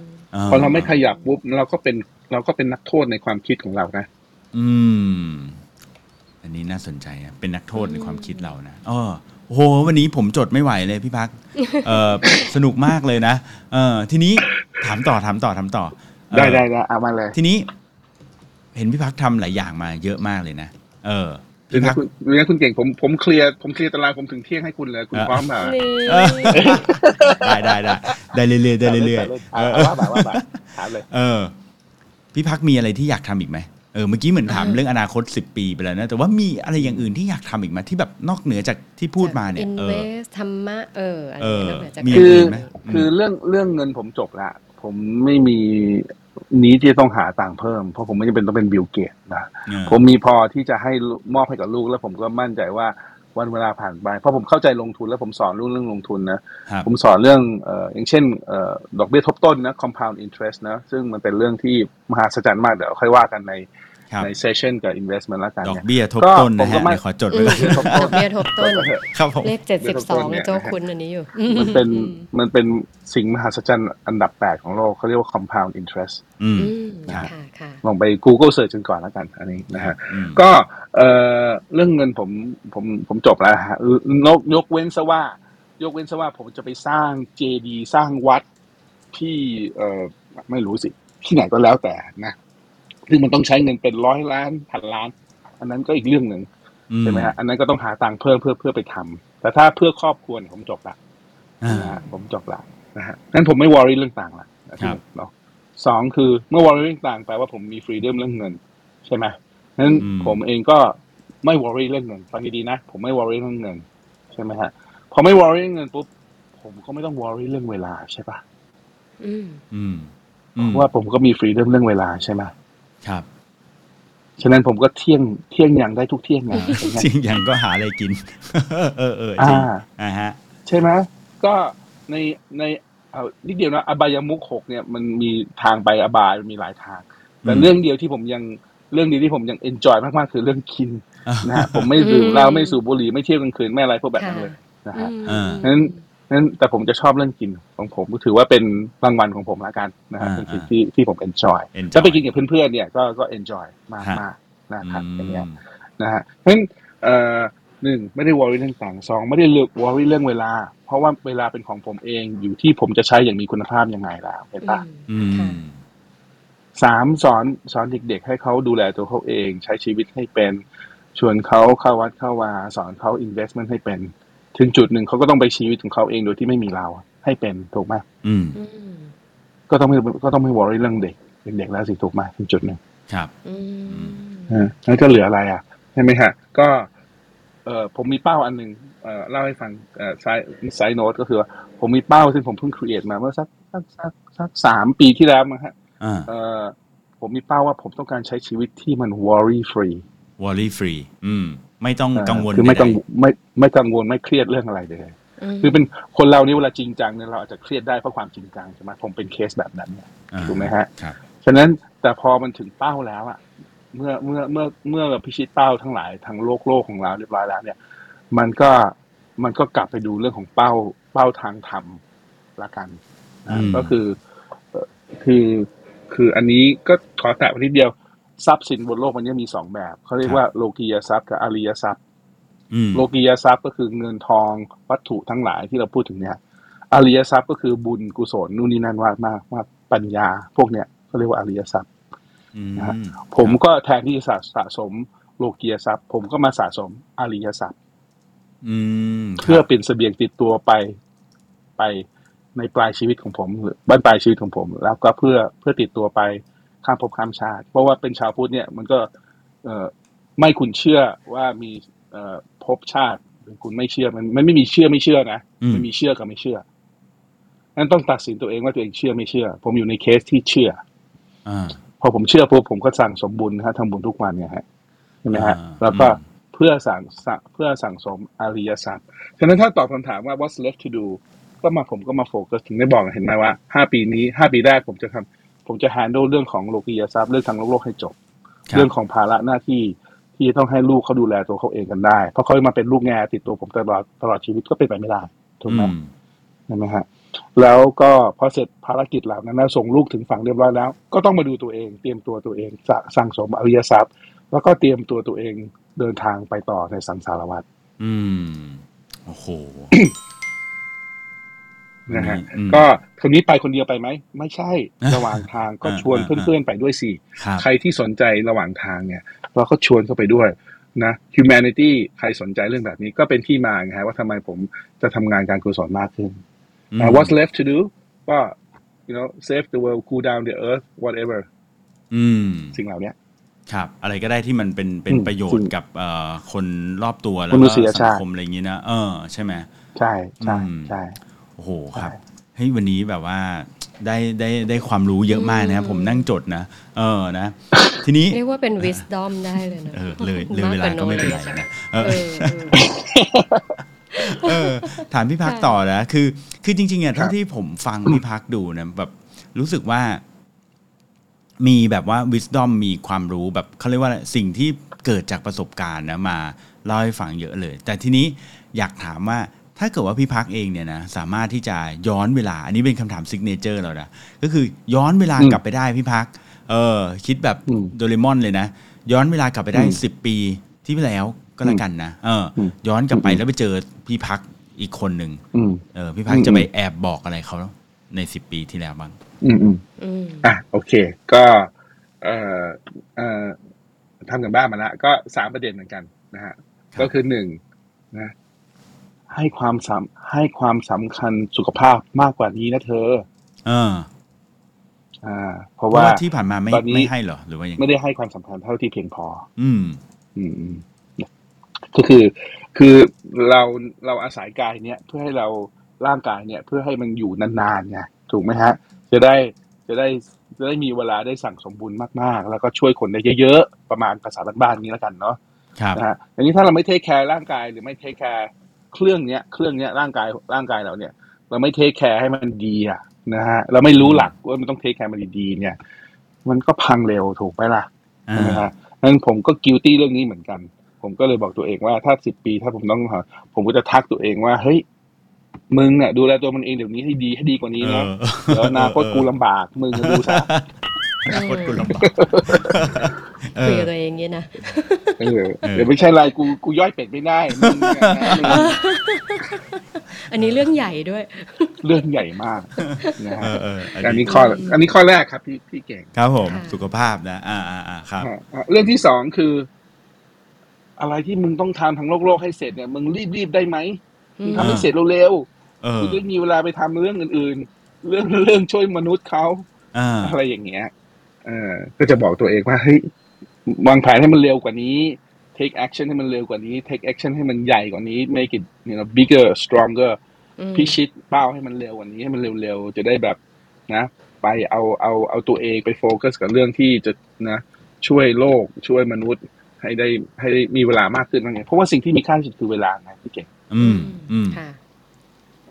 Speaker 4: พอเราไม่ขยับปุ๊บเราก็เป็นเราก็เป็นนักโทษในความคิดของเรานะ
Speaker 2: อืม อันนี้น่าสนใจนะเป็นนักโทษในความคิดเรานะอ้อโอ้โหวันนี้ผมจดไม่ไหวเลยพี่พักเออ สนุกมากเลยนะเออทีนี้ถามต่อถามต่อถามต่อเอ่อ
Speaker 4: ได้ได้ได้เอามาเลย
Speaker 2: ทีนี้เห็นพี่พักทำหลายอย่างมาเยอะมากเลยนะ เออ
Speaker 4: เดี๋ยวนะคุณเดี๋ยวนะคุณเก่งผมผมเคลียร์ผมเคลียร์ตารางผมถึงเที่ยงให้คุณเลยคุณ
Speaker 2: อ่ะ
Speaker 4: พร้อมเปล่า
Speaker 3: นี่
Speaker 2: เออ ได้ได้ได้ได้เรื่อยๆได้เรื่อยๆ
Speaker 4: เอ
Speaker 2: เออ
Speaker 4: อว่าแบบว่าแบบถามเลย
Speaker 2: เออ พี่พักมีอะไรที่อยากทำอีกไหมเออเมื่อกี้เหมือนถามเรื่องอนาคตสิบปีไปแล้วนะแต่ว่ามีอะไรอย่างอื่นที่อยากทำอีกไหมที่แบบนอกเหนือจากที่พูดมาเนี่ย
Speaker 3: อิน
Speaker 2: เอ
Speaker 3: เว
Speaker 2: อ
Speaker 3: สธรรมะ เอออัน
Speaker 2: เออ
Speaker 3: นี้
Speaker 2: น
Speaker 3: อกเหนือจาก
Speaker 2: มี
Speaker 3: กา
Speaker 2: ย่าง
Speaker 3: ร
Speaker 4: คือ
Speaker 2: อื่นไหม
Speaker 4: คือเรื่องเรื่องเงินผมจบละ ผมไม่มีนี้ที่จะต้องหาต่างค์เพิ่ม เพราะผมไม่จำเป็นต้องเป็นบิลเกตนะ
Speaker 2: เออ
Speaker 4: ผมมีพอที่จะให้มอบให้กับลูก แล้วผมก็มั่นใจว่าวันเวลาผ่านไป เพราะผมเข้าใจลงทุนแล้วผมสอนลูกเรื่องลงทุนนะ
Speaker 2: ครับ
Speaker 4: ผมสอนเรื่องเอ่ออย่างเช่นเอ่อดอกเบี้ยทบต้นนะ compound interest นะ ซึ่งมันเป็นเรื่องที่มหาศาลมาก เดี๋ยวค่อยว่ากันใน
Speaker 2: ครับ
Speaker 4: ในเซสชันกับ investment แล้วกัน
Speaker 2: ดอก
Speaker 4: เนี่ย
Speaker 2: เบี้ยทบ
Speaker 4: ก็
Speaker 2: ต้นนะ
Speaker 4: ผมก็
Speaker 2: ฮะ
Speaker 4: ไม่
Speaker 2: เดี๋ยวขอจด
Speaker 3: อื
Speaker 2: ไว้
Speaker 3: ม
Speaker 2: ก่อน
Speaker 4: ทบต้น
Speaker 3: ดอกเบี้ยทบต้น
Speaker 2: ครับผม
Speaker 3: เลขเจ็ดสิบสอง
Speaker 4: เนี่ย
Speaker 3: โจคุณอันนี้อยู่
Speaker 4: มันเป็นมันเป็นสิ่งมหัศจรรย์อันดับ 8 ของโลกเขาเรียกว่า compound interest
Speaker 2: อืม
Speaker 3: อืม
Speaker 2: ครับ
Speaker 3: ค่ะค่ะ
Speaker 4: ลองไป Google search กันก่อนแล้วกัน อันนี้นะฮะ
Speaker 2: อืม
Speaker 4: ก็เอ่อเรื่องเงินผมผมผมจบแล้วฮะนกยกเว้นซะว่า ยกเว้นซะว่าผมจะไปสร้างเจดีสร้างวัดที่เอ่อไม่รู้สิ ที่ไหนก็แล้วแต่นะ ซึ่งมันต้องใช้เงินเป็นร้อยล้านพันล้าน อันนั้นก็อีกเรื่องหนึ่ง
Speaker 2: อื
Speaker 4: ใช่ไหมฮะอันนั้นก็ต้องหาตังค์เพิ่มเพื่อเพื่อไปทำแต่ถ้าเพื่อครอบครัวเนี่ยผมจบละ
Speaker 2: อ่า
Speaker 4: นะฮะผมจบละนะฮะงั้นผมไม่วอรี่เรื่องต่างละนะครับ เนาะสองคือเมื่อวอรี่เรื่องต่างแปลว่าผมมีฟรีเดมเรื่องเงิน ใช่ไหมงั้นผมเองก็ไม่วอรี่เรื่องเงินฟังดีๆนะ ผมไม่วอรี่เรื่องเงิน ใช่ไหมฮะพอไม่วอรี่เรื่องเงินปุ๊บผมก็ไม่ต้องวอรี่เรื่องเวลาใช่ปะ
Speaker 3: อืม
Speaker 2: อืมอืม
Speaker 4: เพราะว่าผมก็มีฟรีเดมเรื่องเวลาใช่ไหม
Speaker 2: ครับ
Speaker 4: ฉะนั้นผมก็เที่ยงเที่ยงอย่างได้ทุกเที่ยงไง เป็นไง
Speaker 2: จริงอย่างก็หาอะไรกิน เออเออจริง
Speaker 4: อ่า
Speaker 2: อ่าฮะ
Speaker 4: ใช่ไหมก็ในในเอานิดเดียวนะอบายมุขหกเนี่ยมันมีทางไปอบายมันมีหลายทาง แต่
Speaker 2: อืม
Speaker 4: เรื่องเดียวที่ผมยังเรื่องเดียวที่ผมยังเอนจอยมากๆ คือเรื่องกินนะฮะผมไม่
Speaker 3: อืม
Speaker 4: ดื่มเหล้าไม่สูบบุหรี่ไม่เที่ยวกลางคืนไม่อะไรพวกแบบนั้นเลย นะฮะ
Speaker 2: อ่า
Speaker 4: นั้นนั้นแต่ผมจะชอบเรื่องกินของผมถือว่าเป็นรางวัลของผมละกันนะฮะ
Speaker 2: อ่า
Speaker 4: เป็นสิ่งที่ที่ผม enjoy
Speaker 2: enjoy
Speaker 4: ถ้าไปกินกับเพื่อนๆเนี่ยก็ก็ enjoy มาก
Speaker 2: ฮะ
Speaker 4: มากนะครับอย่างเงี้ย
Speaker 2: ม
Speaker 4: นะฮะเพราะฉะนั้นเอ่อหนึ่งไม่ได้วอรี่เรื่องต่างสองไม่ได้เลือกวอรี่เรื่องเวลา เพราะว่าเวลาเป็นของผมเองอยู่ที่ผมจะใช้อย่างมีคุณภาพยังไงแล้วเห็นปะ
Speaker 2: อืม
Speaker 3: ค่ะ
Speaker 4: สามสอนสอนเด็กๆ ให้เขาดูแลตัวเขาเอง ใช้ชีวิตให้เป็น ชวนเขาเข้าวัดเข้าวาสอนเขา investment ให้เป็น ถึงจุดหนึ่งเขาก็ต้องไปชีวิตของเขาเองโดยที่ไม่มีเราให้เป็นถูกไหม
Speaker 2: อืม
Speaker 3: อืม
Speaker 4: ก็ต้องไม่ก็ต้องไม่วอรี่เรื่องเด็กเด็กๆแล้วสิถูกไหมถึงจุดหนึ่ง
Speaker 2: ครับ
Speaker 3: อืม
Speaker 4: อ่าแล้วก็เหลืออะไรอ่ะใช่ไหมฮะก็เออผมมีเป้าอันหนึ่งเออเล่าให้ฟังเออไซไซโนตก็คือว่าผมมีเป้าซึ่งผมเพิ่งครีเอทมาเมื่อสักสักสักสักสามปีที่แล้วมั้งฮะ
Speaker 2: อ่า
Speaker 4: เออผมมีเป้าว่าผมต้องการใช้ชีวิตที่มัน worry free
Speaker 2: worry free อืม ไม่ต้องกังวล
Speaker 4: คือไม่กัง
Speaker 2: ใด
Speaker 4: ไม่ไม่กังวลไม่เครียดเรื่องอะไรเลยคือเป็นคนเรานี่เวลาจริงจังเนี่ยเราอาจจะเครียดได้เพราะความจริงจังใช่ไหมผมเป็นเคสแบบนั้นเนี่ย
Speaker 2: ๆอ่า
Speaker 4: ถูกไหมฮะ
Speaker 2: ครับ
Speaker 4: ฉะนั้นแต่พอมันถึงเป้าแล้วอะเมื่อเมื่อเมื่อเมื่อเราพิชิตเป้าทั้งหลายทางโลกโลกของเราเรียบร้อยแล้วเนี่ย มันก็มันก็กลับไปดูเรื่องของเป้าเป้าทางธรรมละกันนะ
Speaker 2: อืม
Speaker 4: ก็คือเอ่อคือคืออันนี้ก็ขอแตะไว้นิดเดียวทรัพย์สินบนโลกมันจะมีสองแบบเขาเรียกว่าโลกียทรัพย์กับอาริยทรัพย์
Speaker 2: อืม
Speaker 4: โลกียทรัพย์ก็คือเงินทองวัตถุทั้งหลายที่เราพูดถึงเนี่ยอริยทรัพย์ก็คือบุญกุศลนู่นนี่นั่นว่ามากว่าปัญญาพวกเนี้ยเขาเรียกว่าอริยทรัพย์
Speaker 2: อืม
Speaker 4: นะฮะ ผมก็แทนที่จะสะสะสมโลกียทรัพย์ ผมก็มาสะสมอริยทรัพย์
Speaker 2: อืม
Speaker 4: เพื่อ
Speaker 2: ครับ
Speaker 4: เป็นเสบียงติดตัวไปไปในปลายชีวิตของผมหรือบ้านปลายชีวิตของผม แล้วก็เพื่อเพื่อติดตัวไปข้ามภพข้ามชาติ เพราะว่าเป็นชาวพุทธเนี่ยมันก็เอ่อไม่คุณเชื่อว่ามีเอ่อภพชาติหรือคุณไม่เชื่อมันมันไม่มีเชื่อไม่เชื่อนะมันมีเชื่อกับไม่เชื่อนั้นต้องตัดสินตัวเองว่าตัวเองเชื่อไม่เชื่อ ผมอยู่ในเคสที่เชื่อ
Speaker 2: อ่า
Speaker 4: พอผมเชื่อปุ๊บผมก็สั่งสมบุญนะฮะทำบุญทุกวันเนี่ยฮะใช่ไหมฮะ
Speaker 2: อ่า
Speaker 4: แล้วก็
Speaker 2: อืม
Speaker 4: เพื่อสั่งสะเพื่อสั่งสมอริยทรัพย์ฉะนั้นถ้าตอบคำถามว่า what's left to do ก็มาผมก็มาโฟกัสถึงได้บอกเห็นไหมว่าห้าปีนี้ห้าปีแรกผมจะทำผมจะ handle เรื่องของโลกียทรัพย์เรื่องทางโลกโลกให้จบ
Speaker 2: คบ
Speaker 4: เรื่องของภาระหน้าที่ที่ต้องให้ลูกเขาดูแลตัวเขาเองกันได้ เพราะเขามาเป็นลูกแง่ติดตัวผมตลอดตลอดชีวิตก็เป็นไปไม่ได้ถูกไหม
Speaker 2: อืม
Speaker 4: ใช่ไหมฮะแล้วก็พอเสร็จภารกิจเหล่านั้นแล้วส่งลูกถึงฝั่งเรียบร้อยแล้ว ก็ต้องมาดูตัวเอง เตรียมตัวตัวเองสะสั่งสมอริยทรัพย์ แล้วก็เตรียมตัวตัวเองเดินทางไปต่อในสังสารวัฏ
Speaker 2: อืมโอ้โห
Speaker 4: นะฮะ
Speaker 2: อืม
Speaker 4: ก็คนนี้ไปคนเดียวไปไหม ไม่ ใช่ ระหว่างทางก็
Speaker 2: อ่า
Speaker 4: ชวน
Speaker 2: อ่า
Speaker 4: เพื่อนๆไปด้วยสิ
Speaker 2: ครับ
Speaker 4: ใครที่สนใจระหว่างทางเนี่ย เราก็ชวนเข้าไปด้วยนะ humanity ใครสนใจเรื่องแบบนี้ก็เป็นที่มาไงฮะว่าทำไมผมจะทำงานการกุศลมากขึ้น
Speaker 2: อืม
Speaker 4: Uh, what's left to do ก็ you know save the world cool down the earth whatever
Speaker 2: อืม
Speaker 4: สิ่งเหล่าเนี้ย
Speaker 2: ครับ อะไรก็ได้ที่มันเป็นเป็น
Speaker 4: อืม
Speaker 2: ประโยช
Speaker 4: จริ
Speaker 2: น์
Speaker 4: ง
Speaker 2: กับเอ่อคนรอบตัวแล้ว
Speaker 4: มนุ
Speaker 2: ก็
Speaker 4: ษย
Speaker 2: สั
Speaker 4: ชาง ติ
Speaker 2: คมอะไรอย่างนี้นะเออใช่ไหม
Speaker 4: ใช่ใช่
Speaker 2: อืม
Speaker 4: ใช่
Speaker 2: โอ้โหครับเฮ้ยวันนี้แบบว่าได้ได้ได้ความรู้เยอะมากนะครับ
Speaker 3: อืม
Speaker 2: ผมนั่งจดนะ เออนะ ทีนี้
Speaker 3: เรียกว่าเป็น wisdom ได้เลยนะ
Speaker 2: เออเลยเลยเวลาก็ไม่เป็นไรนะเอ
Speaker 3: เอ
Speaker 2: อ
Speaker 3: อเออ
Speaker 2: เออถามพี่พักต่อนะคือ คือจริงๆเนี่ยเท่า
Speaker 4: ครับ
Speaker 2: ที่ผมฟังพี่พักดูนะแบบรู้สึกว่า มีแบบว่า wisdom มีความรู้แบบเขาเรียกว่าอะไรสิ่งที่เกิดจากประสบการณ์นะมาเล่าให้ฟังเยอะเลย แต่ทีนี้อยากถามว่าถ้าเกิดว่าพี่พักเองเนี่ยนะสามารถที่จะย้อนเวลา อันนี้เป็นคำถามซิกเนเจอร์เรานะก็คือย้อนเวลา
Speaker 4: อืม
Speaker 2: กลับไปได้พี่พัก เออ คิดแบบ
Speaker 4: อืม
Speaker 2: โดเรมอนเลยนะ ย้อนเวลากลับไปได้
Speaker 4: อืม
Speaker 2: สิบปีที่แล้วก็แล้วกันนะเอออ
Speaker 4: ม
Speaker 2: ย้อนกลับไปแล้วไปเจอพี่พักอีกคนหนึ่ง
Speaker 4: อืม
Speaker 2: เออพี่พัก
Speaker 4: อืม
Speaker 2: จะไปแอบบอกอะไรเขาในสิบปีที่แล้วบ้าง
Speaker 4: อืมอืม
Speaker 3: อืม
Speaker 4: อ่ะโอเค ก็เอ่อเอ่อทำกันบ้านมาละก็สามประเด็นเหมือนกันนะฮะ ก็คือหนึ่งนะให้ความสำให้ความสำคัญสุขภาพมากกว่านี้นะเธอ
Speaker 2: เออ
Speaker 4: อ่า เพ
Speaker 2: เพ
Speaker 4: ราะ
Speaker 2: ราะ
Speaker 4: ว่า
Speaker 2: ว่าที่ผ่านมาไม่
Speaker 4: ตอนนี้
Speaker 2: ไม่ให้เหรอหรือว่ายังไง
Speaker 4: ไม่ได้ให้ความสำคัญเท่าที่เพียงพอ
Speaker 2: อืม
Speaker 4: อืมอืมก็คือคือเราเราอาศัยกายเนี้ยเพื่อให้เราร่างกายเนี่ย เพื่อให้มันอยู่นานๆไงถูกไหมฮะ จะได้จะได้จะได้มีเวลาได้สั่งสมบูรณ์มากๆ แล้วก็ช่วยคนได้เยอะๆ ประมาณภาษาบ้านๆนี้แล้วกันเนาะ
Speaker 2: ครับ
Speaker 4: นะฮะอย่างนี้ถ้าเราไม่เทคแคร์ร่างกายหรือไม่เทคแคร์เครื่องเนี้ยเครื่องเนี้ยร่างกายร่างกายเราเนี่ย เราไม่เทคแคร์ให้มันดีอะนะฮะเราไม่รู้หลักว่ามันต้องเทคแคร์มันดีๆเนี่ย มันก็พังเร็วถูกไหมล่ะ
Speaker 2: อ่า
Speaker 4: นะฮะนั้นผมก็กิ i ตี้เรื่องนี้เหมือนกัน ผ ผมก็เลยบอกตัวเองว่าถ้าสิบปีถ้าผมต้องหาผมก็จะทักตัวเองว่าเฮ้ยมึงอ่ะดูแลตัวมันเองเดี๋ยวนี้ให้ดีให้ดีกว่านี้นะ
Speaker 2: เออ
Speaker 4: เดี๋ยวอนาคตกูลำบากมึงก็ดูซะ
Speaker 2: อนาคตกูลำบากเอ
Speaker 3: คุ
Speaker 2: อ
Speaker 3: ยกับตัวเองเงี้ยนะ
Speaker 4: เออ
Speaker 2: เออ
Speaker 4: เดี๋ยวไม่ใช่ไรกูกูย่อยเป็ดไม่ได้มึงเนี่ยนะมึง
Speaker 3: อันนี้เรื่องใหญ่ด้วย
Speaker 4: เรื่องใหญ่มากนะ
Speaker 2: เอ
Speaker 4: ฮะ
Speaker 2: อเออ
Speaker 4: อั
Speaker 2: อั
Speaker 4: น
Speaker 2: น
Speaker 4: นี้
Speaker 2: นี้
Speaker 4: ข้ออันนี้ข้อแรกครับพี่พี่เก่ง
Speaker 2: ครับผม
Speaker 3: ค่ะ
Speaker 2: สุขภาพนะ อ่าอ่าอ่าครับ
Speaker 4: อ่ะอ่ะเรื่องที่สองคือ อะไรที่มึงต้องทำทั้งโลกโลกให้เสร็จเนี่ยมึงรีบรีบๆได้ไหมมึงทำให้เสร็จเร็ว
Speaker 2: เอ
Speaker 4: ๆ
Speaker 2: อ
Speaker 4: กูจะมีเวลาไปทำเรื่องอื่น ๆ เรื่องเรื่องช่วยมนุษย์เขา
Speaker 2: อ่า
Speaker 4: อะไรอย่างเงี้ยเออก็จะบอกตัวเองว่าเฮ้ยวางแผนให้มันเร็วกว่านี้ take action ให้มันเร็วกว่านี้ take action ให้มันใหญ่กว่านี้ make it you know bigger stronger
Speaker 3: อืม
Speaker 4: พิชิตเป้าให้มันเร็วกว่านี้ให้มันเร็วๆ จะได้แบบนะ ไปเอาเอาเอาตัวเองไปโฟกัสกับเรื่องที่จะนะช่วยโลกช่วยมนุษย์ให้ได้ให้ได้มีเวลามากขึ้นนั่นไงเพราะว่าสิ่งที่มีค่าที่สุดคือเวลาไงพี่เก่ง
Speaker 2: อืมอืม
Speaker 3: ค่ะ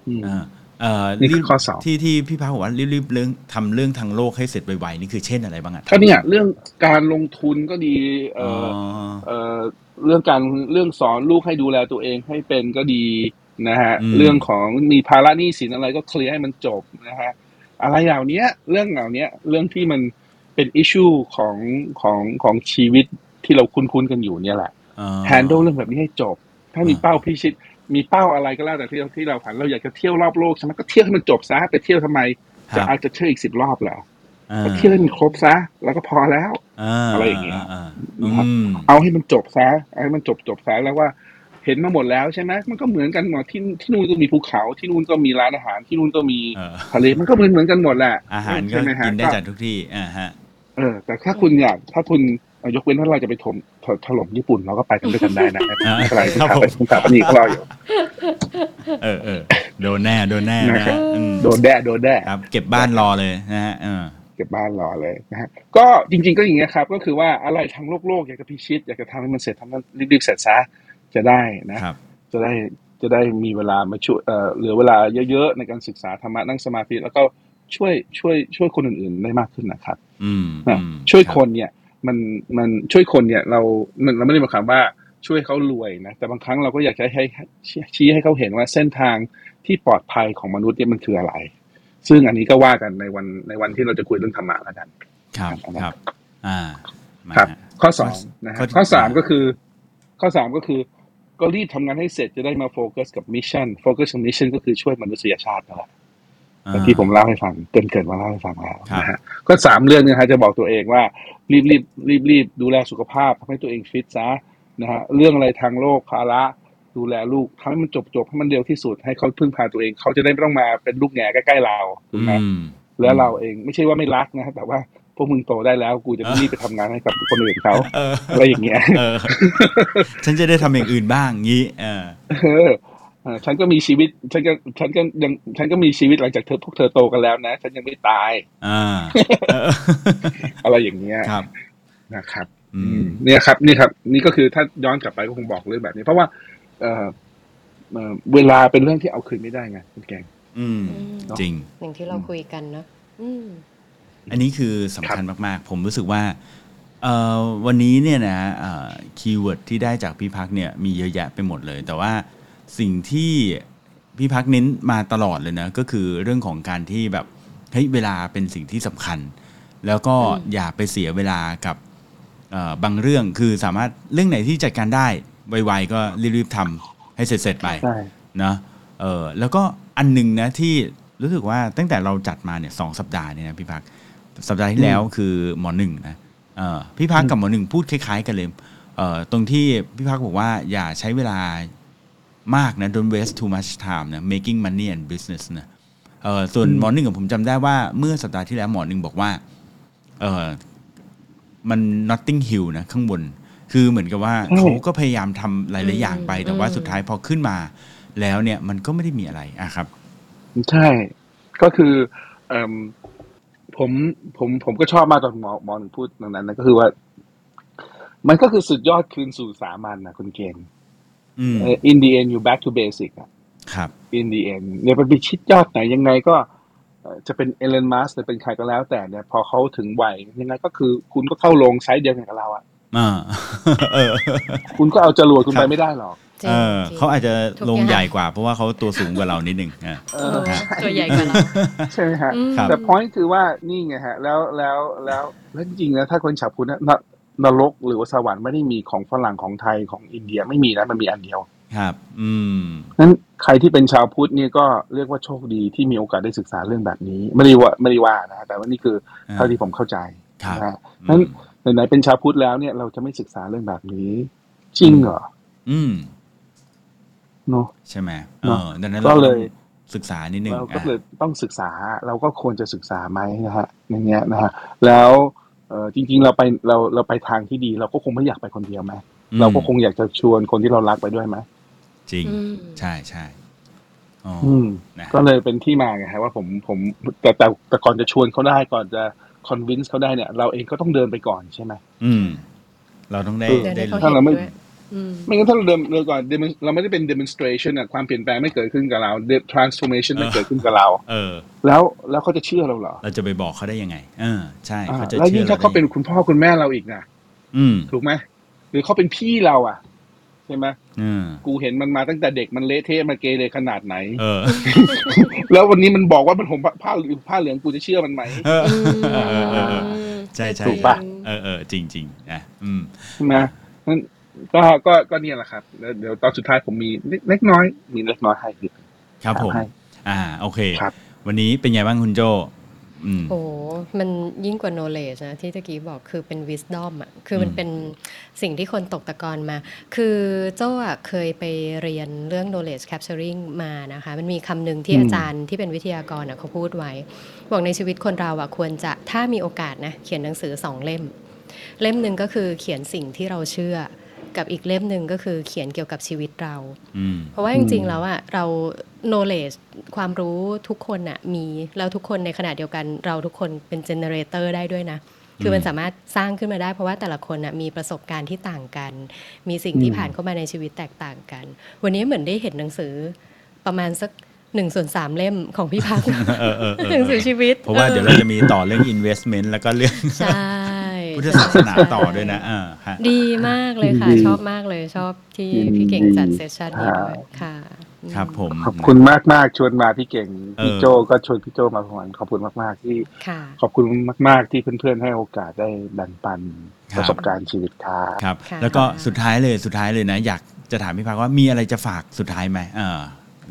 Speaker 4: อืม
Speaker 2: อ่าเอ่อ
Speaker 4: นี่คือข้อสอง
Speaker 2: ที่ที่พี่พาบอกว่ารีบๆเรื่องทำเรื่องทางโลกให้เสร็จไวๆนี่คือเช่นอะไรบ้างอ่ะ
Speaker 4: ก็เนี่ยเรื่องการลงทุนก็ดีเอ
Speaker 2: อ๋อ
Speaker 4: ออเออเรื่องการเรื่องสอนลูกให้ดูแลตัวเองให้เป็นก็ดีนะฮะเรื่องของมีภาระหนี้สินอะไรก็เคลียร์ให้มันจบนะฮะ อะไรเหล่าเนี้ย เรื่องเหล่าเนี้ย เรื่องที่มันเป็นอิชชูของของของชีวิตที่เราคุ้นๆกันอยู่เนี่ยแหละ
Speaker 2: อ๋อ
Speaker 4: แฮนด์ลเรื่องแบบนี้ให้จบ ถ้ามี
Speaker 2: อ่า
Speaker 4: เป้าพิชิต มีเป้าอะไรก็แล้วแต่ที่เราที่เราฝันเราอยากจะเที่ยวรอบโลกใช่ไหมก็เที่ยวให้มันจบซะไปเที่ยวทำไม
Speaker 2: ค
Speaker 4: จะ
Speaker 2: รับ
Speaker 4: อาจจะเที่ยวอีกสิบรอบเหรอ
Speaker 2: อ่า
Speaker 4: ก็เที่ยวให้มันครบซะแล้วก็พอแล้ว อะไรอย่างเงี้ย
Speaker 2: าอืม
Speaker 4: เอาให้มันจบซะเอาให้มันจบจบซะแล้วว่า เห็นมาหมดแล้วใช่ไหมมันก็เหมือนกันหมดที่ที่นู่นก็มีภูเขาที่นู่นก็มีร้านอาหาร ที่นู่นก็มี
Speaker 2: เออ
Speaker 4: ทะเลมันก็เหมือนเหมือนกันหมดแหละ
Speaker 2: อาหารก็
Speaker 4: ใช่หมฮะ
Speaker 2: กินได้จากทุกที่อ่าฮะ
Speaker 4: เออแต่ถ้าคุณอยากถ้าคุณเอ่อยกเว้นว่าเราจะไปถมถถล่มญี่ปุ่นเราก็ไปกันด้วยกันได้นะ
Speaker 2: อ่า
Speaker 4: ไม่เป็นไรที่
Speaker 2: ครับ
Speaker 4: ขา
Speaker 2: ผม
Speaker 4: ไปสถาปนิกของเราอยู่
Speaker 2: เออเออโดนแน่โดนแน่นะ
Speaker 4: นะครับ
Speaker 2: อืม
Speaker 4: โดนแด้โดนแด้
Speaker 2: ครับ เก็บบ้านรอเลยนะฮะเออ
Speaker 4: เก็บบ้านรอเลยนะฮะก็จริง ๆ ก็อย่างเงี้ยครับ ก็คือว่าอะไรทั้งโลกโลกอยากจะพิชิต อยากจะทำให้มันเสร็จทำให้มันรีบๆเสร็จซะจะได้นะ
Speaker 2: ครับ
Speaker 4: จะได้จะได้มีเวลามาช่วยเอ่อเหลือเวลาเยอะๆในการศึกษาธรรมะนั่งสมาธิแล้วก็ช่วยช่วยช่วยคนอื่นๆได้มากขึ้นนะครับ
Speaker 2: อืม
Speaker 4: นะ
Speaker 2: อืม
Speaker 4: ช่วย
Speaker 2: รับ
Speaker 4: คนเนี่ยมันมันช่วยคนเนี่ยเรามันเราไม่ได้หมายความว่าช่วยเขารวยนะแต่บางครั้งเราก็อยากจะให้ชี้ชี้ให้เขาเห็นว่าเส้นทางที่ปลอดภัยของมนุษย์เนี่ยมันคืออะไร ซึ่งอันนี้ก็ว่ากันในวันในวันที่เราจะคุยเรื่องธรรมะแล้วกัน
Speaker 2: ครับ
Speaker 4: ค
Speaker 2: ค
Speaker 4: รั
Speaker 2: รับ บ อ่า มา
Speaker 4: ครับ
Speaker 2: ฮะ
Speaker 4: ข้อสองนะฮะ
Speaker 2: ข้อที่
Speaker 4: ข้อสาม
Speaker 2: สาม
Speaker 4: ก็คือ ข้อสามก็คือ ก็รีบทำงานให้เสร็จจะได้มาโฟกัสกับมิชชั่นโฟกัสกับมิชชั่นก็คือช่วยมนุษยชาตินั่นแหละ
Speaker 2: อ่า
Speaker 4: แต่ที่ผมเล่าให้ฟังเกินเกินมาเล่าให้ฟังแล้ว
Speaker 2: ครับ
Speaker 4: นะฮะก็สามเรื่องเนยนะฮะจะบอกตัวเองว่ารีบรีบรีบรีบดูแลสุขภาพทำให้ตัวเองฟิตซะนะฮะเรื่องอะไรทางโลกภาระดูแลลูกทำให้มันจบจบให้มันเร็วที่สุดให้เขาพึ่งพาตัวเอง เขาจะได้ไม่ต้องมาเป็นลูกแง่ใกล้ๆเราถูกไหม
Speaker 2: อืม
Speaker 4: แล้วเราเองไม่ใช่ว่าไม่รักนะฮะแต่ว่าพวกมึงโตได้แล้วกูจะไม่รีบไปทำงานให้กับคนอื่นเขา
Speaker 2: เอออ
Speaker 4: อะไรอย่างเงี้ย
Speaker 2: เออ ฉันจะได้ทำอย่างอื่นบ้างงี้ เออ
Speaker 4: เออเออฉันก็มีชีวิตฉันก็ฉันก็ยังฉันก็มีชีวิตหลังจากเธอพวกเธอโตกันแล้วนะ ฉันยังไม่ตาย
Speaker 2: อ่าเออ
Speaker 4: อะไรอย่างเงี้ย
Speaker 2: ครับ
Speaker 4: นะครับ
Speaker 2: อื
Speaker 4: อื
Speaker 2: ม
Speaker 4: มเนี่ยครับนี่ครับ นี่ก็คือถ้าย้อนกลับไปก็คงบอกเรื่องแบบนี้ เพราะว่าเอ่อเอ่อเวลาเป็นเรื่องที่เอาคืนไม่ได้ไงคุณแกง
Speaker 2: อืม
Speaker 3: อืม
Speaker 2: จริง
Speaker 3: อย่างที่เราคุยกันเนอะอืม
Speaker 2: อันนี้คือสำคัญมาก ๆ ผมรู้สึกว่าเอ่อวันนี้เนี่ยนะคีย์เวิร์ดที่ได้จากพี่พักเนี่ยมีเยอะแยะไปหมดเลย แต่ว่าสิ่งที่พี่พักเน้นมาตลอดเลยนะก็คือเรื่องของการที่แบบเฮ้ยเวลาเป็นสิ่งที่สำคัญ แล้วก็
Speaker 3: อืม
Speaker 2: อย่าไปเสียเวลากับเอ่อบางเรื่องคือสามารถเรื่องไหนที่จัดการได้ไวๆก็รีบๆทำให้เสร็จๆไป นะเออแล้วก็อันหนึ่งนะที่รู้สึกว่าตั้งแต่เราจัดมาเนี่ยสองสัปดาห์เนี่ยนะพี่พักสัปดาห์ที่แล้วคือหมอหนึ่งนะเออพี่พักกับหมอหนึ่งพูดคล้าย ๆ กันเลยเออตรงที่พี่พักบอกว่าอย่าใช้เวลามากนะ don't waste too much time นะ making money and business นะเออส่วนหมอหนึ่งกับผมจำได้ว่าเมื่อสัปดาห์ที่แล้วหมอหนึ่งบอกว่าเออมัน Notting Hill นะข้างบน คือเหมือนกับว่า
Speaker 4: ใช่
Speaker 2: เขาก็พยายามทำหลายๆอย่างไปแต่ว่า
Speaker 3: อืม
Speaker 2: สุดท้ายพอขึ้นมา แล้วเนี่ยมันก็ไม่ได้มีอะไรอะครับ
Speaker 4: ใช่ ก็คือเอิ่มผมผมผมก็ชอบมากตอนหมอหมอหนึ่งพูดตรงนั้นนะก็คือว่า มันก็คือสุดยอดคืนสู่สามัญนะคุณเกณฑ์
Speaker 2: อืม
Speaker 4: เอ่อ in the end you back to basic อะ
Speaker 2: ครับ
Speaker 4: in the end เนี่ยมันไปชิดยอดไหนยังไงก็เอ่อจะเป็นเอล n นมัสหรือเป็นใครก็แล้วแต่เนี่ย พอเขาถึงวัยยังไงก็คือคุณก็เข้าลงไซส์เดียวกันกับเราอะ
Speaker 2: อ่าเออ
Speaker 4: คุณก็เอาจรวดคุณไปไม่ได้หรอก
Speaker 3: จริง
Speaker 2: เออ
Speaker 3: จริง
Speaker 2: เขาอาจจะ
Speaker 3: ทุกอย่าง
Speaker 2: ลงใหญ่กว่า เพราะว่าเขาตัวสูงกว่าเรานิดนึงอ่ะ
Speaker 4: เอ
Speaker 3: เอ
Speaker 4: อ
Speaker 3: อตัวใหญ่กว่าเรา
Speaker 4: ใช่ไหมฮะ
Speaker 3: อืม
Speaker 2: ครับ
Speaker 4: แต่ point คือว่านี่ไงฮะ แล้วแล้วแล้วแล้วจริงๆนะถ้าคนฉับพลันนะนนรกหรือว่าสวรรค์ไม่ได้มีของฝรั่งของไทยของอินเดียไม่มีนะมันมีอันเดียว
Speaker 2: ครับ อืม
Speaker 4: นั้นใครที่เป็นชาวพุทธเนี่ยก็เรียกว่าโชคดีที่มีโอกาสได้ศึกษาเรื่องแบบนี้ ไม่ได้ว่าไม่ได้ว่านะฮะแต่ว่านี่คือเท่าที่ผมเข้าใจ
Speaker 2: ครับ
Speaker 4: นะฮะ
Speaker 2: อืม
Speaker 4: นั้นไหนๆเป็นชาวพุทธแล้วเนี่ยเราจะไม่ศึกษาเรื่องแบบนี้ จริงเหรอ
Speaker 2: อืม
Speaker 4: เนาะ
Speaker 2: ใช่ไหมเอ
Speaker 4: เนอะ
Speaker 2: อดังนั้น
Speaker 4: ก็
Speaker 2: เรา
Speaker 4: เลย
Speaker 2: ต้องศึกษานิดนึง
Speaker 4: เราก็
Speaker 2: อ่ะ
Speaker 4: เลยต้องศึกษาเราก็ควรจะศึกษาไหมนะฮะอย่างเงี้ยนะฮะแล้วเอ่อจริง ๆ เราไปเราเราไปทางที่ดี เราก็คงไม่อยากไปคนเดียวไหม
Speaker 2: อืม
Speaker 4: เราก็คงอยากจะชวนคนที่เรารักไปด้วยไหม
Speaker 2: จริง
Speaker 3: อืม
Speaker 2: ใช่ใช่อ๋อ
Speaker 4: อืม
Speaker 2: นะ
Speaker 4: ก็เลยเป็นที่มาไงฮะว่าผมผมแต่แต่แต่ก่อนจะชวนเขาได้ก่อนจะคอนวินส์เขาได้เนี่ย เราเองก็ต้องเดินไปก่อนใช่ไหม
Speaker 2: อืม เราต้องได้
Speaker 4: เออ
Speaker 3: เดิน
Speaker 2: ได้
Speaker 3: ให้เขา
Speaker 4: ถ้า
Speaker 3: เห็
Speaker 4: เรา
Speaker 3: น
Speaker 4: ไม่
Speaker 3: ด้วยอืม
Speaker 4: ไม่งั้นถ้าเราเดินเดินก่อน demon- เราไม่ได้เป็น demonstration อะความเปลี่ยนแปลงไม่เกิดขึ้นกับเรา The transformation ไม่เกิดขึ้นกับเรา
Speaker 2: เออ
Speaker 4: แล้วแล้วเขาจะเชื่อเราเหรอ
Speaker 2: เราจะไปบอกเขาได้ยังไง เออ ใช่
Speaker 4: อ่า
Speaker 2: เขาจะ
Speaker 4: แล้ว
Speaker 2: เชื่
Speaker 4: ยิ่ง
Speaker 2: อ
Speaker 4: ถ้า
Speaker 2: เรา
Speaker 4: เขา
Speaker 2: ได้
Speaker 4: เป็นคุณพ่อคุณแม่เราอีกนะ
Speaker 2: อืม
Speaker 4: ถูกไหมหรือเขาเป็นพี่เราอ่ะใช่ไหม
Speaker 2: เออ
Speaker 4: กูเห็นมันมาตั้งแต่เด็กมันเละเทะมันเกเรขนาดไหน
Speaker 2: เออ
Speaker 4: แล้ววันนี้มันบอกว่ามันห่มผ้าเหลืองผ้าเหลืองกูจะเชื่อมันไหม
Speaker 2: เออเออเออเออใช่ใช่
Speaker 4: ถูกปะ
Speaker 2: เออเออจริงจริงอ่ะอืม
Speaker 4: ใช่ไหมนั้นก็ก็ก็เนี่ยแหละครับแล้วเดี๋ยวตอนสุดท้ายผมมีเล็กเล็กน้อย มีเล็กน้อยให้ดิ
Speaker 2: ครับผม
Speaker 4: ให้
Speaker 2: อ่า โอเค
Speaker 4: ครับ
Speaker 2: วันนี้เป็นไงบ้างคุณโจ อืม
Speaker 3: โอ้มันยิ่งกว่า knowledge นะที่ตะกี้บอกคือเป็น wisdom อ่ะ คือมัน
Speaker 2: อืม
Speaker 3: เป็นสิ่งที่คนตกตะกอนมา คือเจ้าอะเคยไปเรียนเรื่อง knowledge capturing มานะคะ มันมีคำหนึ่งที่อาจารย์ที่เป็นวิทยากรอะเขาพูดไว้ บอกในชีวิตคนเราอะควรจะถ้ามีโอกาสนะ เขียนหนังสือสองเล่ม เล่มหนึ่งก็คือเขียนสิ่งที่เราเชื่อ กับอีกเล่มหนึ่งก็คือเขียนเกี่ยวกับชีวิตเรา
Speaker 2: อืม
Speaker 3: เพราะว่าจริงๆ แล้วอะเรา knowledge ความรู้ทุกคนอะมีแล้วทุกคนในขณะเดียวกัน เราทุกคนเป็น generator ได้ด้วยนะ คือมันสามารถสร้างขึ้นมาได้ เพราะว่าแต่ละคนอะมีประสบการณ์ที่ต่างกัน มีสิ่งที่ผ่านเข้ามาในชีวิตแตกต่างกัน วันนี้เหมือนได้เห็นหนังสือประมาณสักหนึ่งส่วนสามเล่มของพี่พัก
Speaker 2: เออเออเออ
Speaker 3: หนังสือชีวิต
Speaker 2: เพราะว่าเดี๋ยวเราจะมีต่อเรื่อง investment แล้วก็เรื่อง
Speaker 3: ใช่
Speaker 2: พุทธศาสนาต่อด้วยนะ เออฮะ
Speaker 3: ดีมากเลยค่ะ
Speaker 4: ดี
Speaker 3: ชอบมากเลยชอบที่
Speaker 4: ยินดี
Speaker 3: พี่เก่งจัดเซสชันนี้
Speaker 4: ค
Speaker 3: ด้
Speaker 4: รับ
Speaker 3: วยค่ะอืม
Speaker 2: ครับผม
Speaker 4: ขอบคุณมากมากๆชวนมาพี่เก่งพี่
Speaker 2: เออ
Speaker 4: โจก็ชวนพี่โจมาพอนขอบคุณมากมากๆที่
Speaker 3: ค่ะ
Speaker 4: ขอบคุณมาก ๆที่เพื่อนๆให้โอกาสได้แบ่งปันประสบการณ์ชีวิตครับ
Speaker 2: ครับ
Speaker 3: ค่ะ
Speaker 2: แล้วก็สุดท้ายเลยสุดท้ายเลยนะ อยากจะถามพี่พักว่ามีอะไรจะฝากสุดท้ายไหมเออ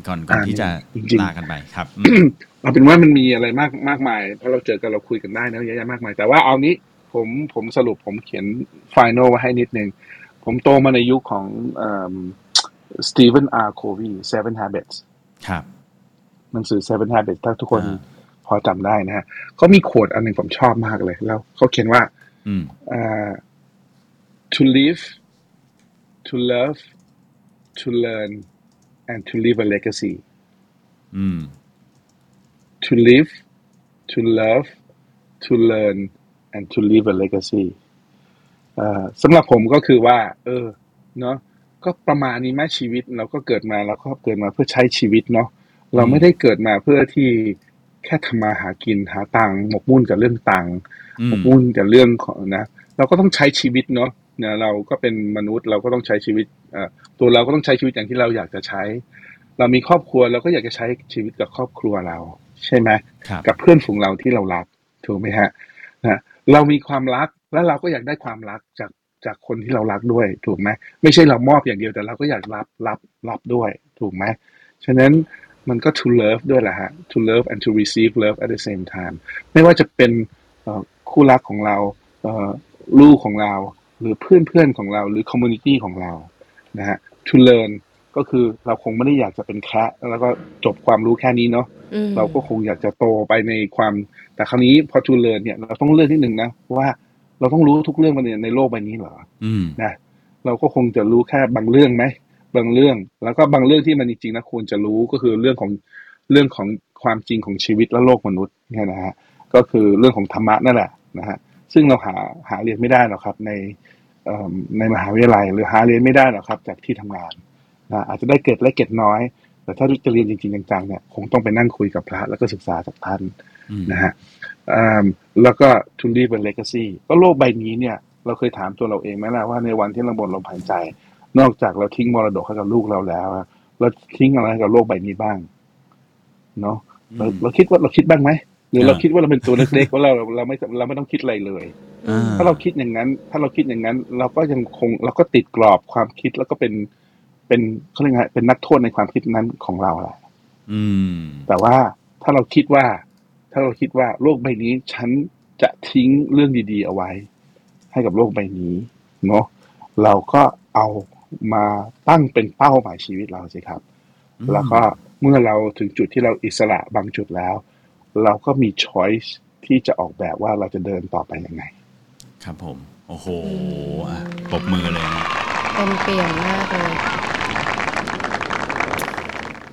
Speaker 2: ก่อนก่อน
Speaker 4: อ่า
Speaker 2: ที่จะ
Speaker 4: จริงๆ
Speaker 2: ลากันไปครับอืม
Speaker 4: เอาเป็นว่ามันมีอะไรมากมากมายเพราะเราเจอกันเราคุยกันได้นะเยอะแยะมากมาย แต่ว่าเอานี้ผมผมสรุปผมเขียนไฟนอลไว้ให้นิดนึง ผมโตมาในยุคของสตีเวนอาร์โควี Seven Habits
Speaker 2: ครับ
Speaker 4: หนังสือ Seven Habits ถ้าทุกคน
Speaker 2: อ่า
Speaker 4: พอจำได้นะฮะเขามีโควดอันหนึ่งผมชอบมากเลย แล้วเขาเขียนว่า
Speaker 2: อืม
Speaker 4: อ่า to live to love to learn and to leave a legacy
Speaker 2: อืม
Speaker 4: to live, to love, to learn, and to leave a legacy เอ่อสำหรับผมก็คือว่า เออ เนอะก็ประมาณนี้ไหมชีวิตเราก็เกิดมาเราก็เกิดมาเพื่อใช้ชีวิตเนาะเราไม่ได้เกิดมาเพื่อที่แค่ทำมาหากินหาตังค์หมกมุ่นกับเรื่องตังค์
Speaker 2: อื
Speaker 4: หม
Speaker 2: ม
Speaker 4: กมุ่นกับเรื่องของนะเราก็ต้องใช้ชีวิตเนาะนะเราก็เป็นมนุษย์เราก็ต้องใช้ชีวิตเอ่อตัวเราก็ต้องใช้ชีวิตอย่างที่เราอยากจะใช้ เรามีครอบครัวเราก็อยากจะใช้ชีวิตกับครอบครัวเรา ใช่ไหม
Speaker 2: ครับ
Speaker 4: กับเพื่อนฝูงเราที่เรารักถูกไหมฮะนะเรามีความรักแล้วเราก็อยากได้ความรักจากจากคนที่เรารักด้วย ถูกไหมไม่ใช่เรามอบอย่างเดียวแต่เราก็อยากรับรับรับด้วย ถูกไหมฉะนั้นมันก็ to love ด้วยแหละฮะ to love and to receive love at the same time ไม่ว่าจะเป็น เอ่อคู่รักของเราเอ่อลูกของเรา หรือเพื่อนเพื่อนๆของเรา หรือคอมมูนิตี้ของเรานะฮะ to learn ก็คือเราคงไม่ได้อยากจะเป็นแคะแล้วก็จบความรู้แค่นี้เนาะ
Speaker 3: อืม
Speaker 4: เราก็คงอยากจะโตไปในความ แต่ครั้งนี้พอ to learn เนี่ยเราต้องเลือกนิดหนึ่งนะ ว่าเราต้องรู้ทุกเรื่องบนในโลกใบนี้เหรอ
Speaker 2: อืม
Speaker 4: นะเราก็คงจะรู้แค่บางเรื่องไหมบางเรื่อง แล้วก็บางเรื่องที่มันจริงๆนะควรจะรู้ก็คือเรื่องของเรื่องของความจริงของชีวิตและโลกมนุษย์เนี่ยนะฮะก็คือเรื่องของธรรมะนั่นแหละนะฮะซึ่งเราหาหาเรียนไม่ได้หรอกครับในเอิ่มในมหาวิทยาลัย หรือหาเรียนไม่ได้หรอกครับ จากที่ทำงานนะอาจจะได้เกรดเล็กเกรดน้อย แต่ถ้าจะเรียนจริงๆจังๆเนี่ยคงต้องไปนั่งคุยกับพระแล้วก็ศึกษาจากท่าน
Speaker 2: อืม
Speaker 4: นะฮะอืมแล้วก็ to leave a legacy ก็โลกใบนี้เนี่ย เราเคยถามตัวเราเองไหมล่ะว่าในวันที่เราหมดลมหายใจ นอกจากเราทิ้งมรดกให้กับลูกเราแล้วอะเราทิ้งอะไรให้กับโลกใบนี้บ้างเนาะเราเราคิดว่าเราคิดบ้างไหมหรือเรา
Speaker 2: อ่า
Speaker 4: คิดว่าเราเป็นตัวเล็กๆว่าเราเราไม่เราไม่ต้องคิดอะไรเลย
Speaker 2: อ่
Speaker 4: ถ้าเราคิดอย่างนั้น ถ้าเราคิดอย่างนั้น เราก็ยังคงเราก็ติดกรอบความคิดแล้วก็เป็นเป็นเขาเรียกไงเป็นนักโทษในความคิดนั้นของเราแหละ
Speaker 2: อืม
Speaker 4: แต่ว่าถ้าเราคิดว่า ถ้าเราคิดว่าโลกใบนี้ฉันจะทิ้งเรื่องดี ๆ เอาไว้ ให้กับโลกใบนี้เนาะเราก็เอามาตั้งเป็นเป้าหมายชีวิตเราสิครับ
Speaker 2: อืม
Speaker 4: แล้วก็เมื่อเราถึงจุดที่เราอิสระบางจุดแล้ว เราก็มีช้อยส์ที่จะออกแบบว่าเราจะเดินต่อไปยังไง
Speaker 2: ครับผม โอ้โหอ่ะปรบมือเลยนะ
Speaker 3: เต็มเปี่ยมมากเลย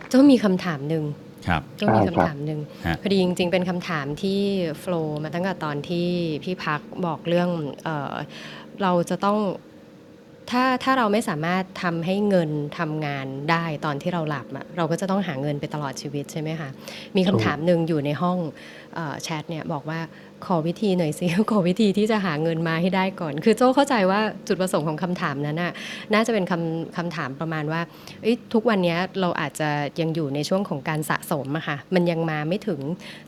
Speaker 3: เจ้ามีคำถามหนึ่ง
Speaker 2: ครับ
Speaker 3: ก็มี
Speaker 4: ใช่ครับ
Speaker 3: คำถามหนึ่ง
Speaker 2: ฮะ
Speaker 3: พอดีจริงๆ เป็นคำถามที่โฟลว์มาตั้งแต่ตอนที่พี่พักบอกเรื่องเออเราจะต้องถ้าถ้าเราไม่สามารถทำให้เงินทำงานได้ตอนที่เราหลับอะเราก็จะต้องหาเงินไปตลอดชีวิตใช่ไหมคะมีคำถามหนึ่งอยู่ในห้องเออแชทเนี่ยบอกว่าขอวิธีหน่อยสิ ขอวิธีที่จะหาเงินมาให้ได้ก่อน คือโจ้เข้าใจว่าจุดประสงค์ของคำถามนั้นน่ะน่าจะเป็นคำคำถามประมาณว่า เอ้ยทุกวันเนี้ยเราอาจจะยังอยู่ในช่วงของการสะสมอะค่ะ มันยังมาไม่ถึง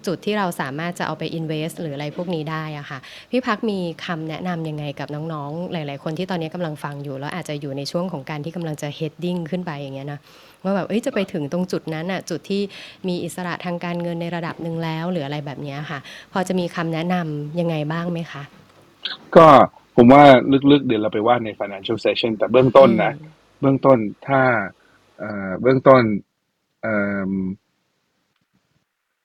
Speaker 3: จุดที่เราสามารถจะเอาไป invest หรืออะไรพวกนี้ได้อะค่ะ พี่พักมีคำแนะนำยังไงกับน้องๆ หลาย ๆ คนที่ตอนนี้กำลังฟังอยู่ แล้วอาจจะอยู่ในช่วงของการที่กำลังจะ heading ขึ้นไปอย่างเงี้ยนะว่าแบบเอ้ยจะไปถึงตรงจุดนั้นอะจุดที่มีอิสระทางการเงินในระดับหนึ่งแล้วหรืออะไรแบบเนี้ยค่ะ พอจะมีคำแนะนำยังไงบ้างไหมคะ
Speaker 4: ก็ผมว่าลึกๆเดี๋ยวเราไปว่าใน financial session แต่เบื้องต้นนะ เบื้องต้นถ้าเอ่อเบื้องต้นเอิ่ม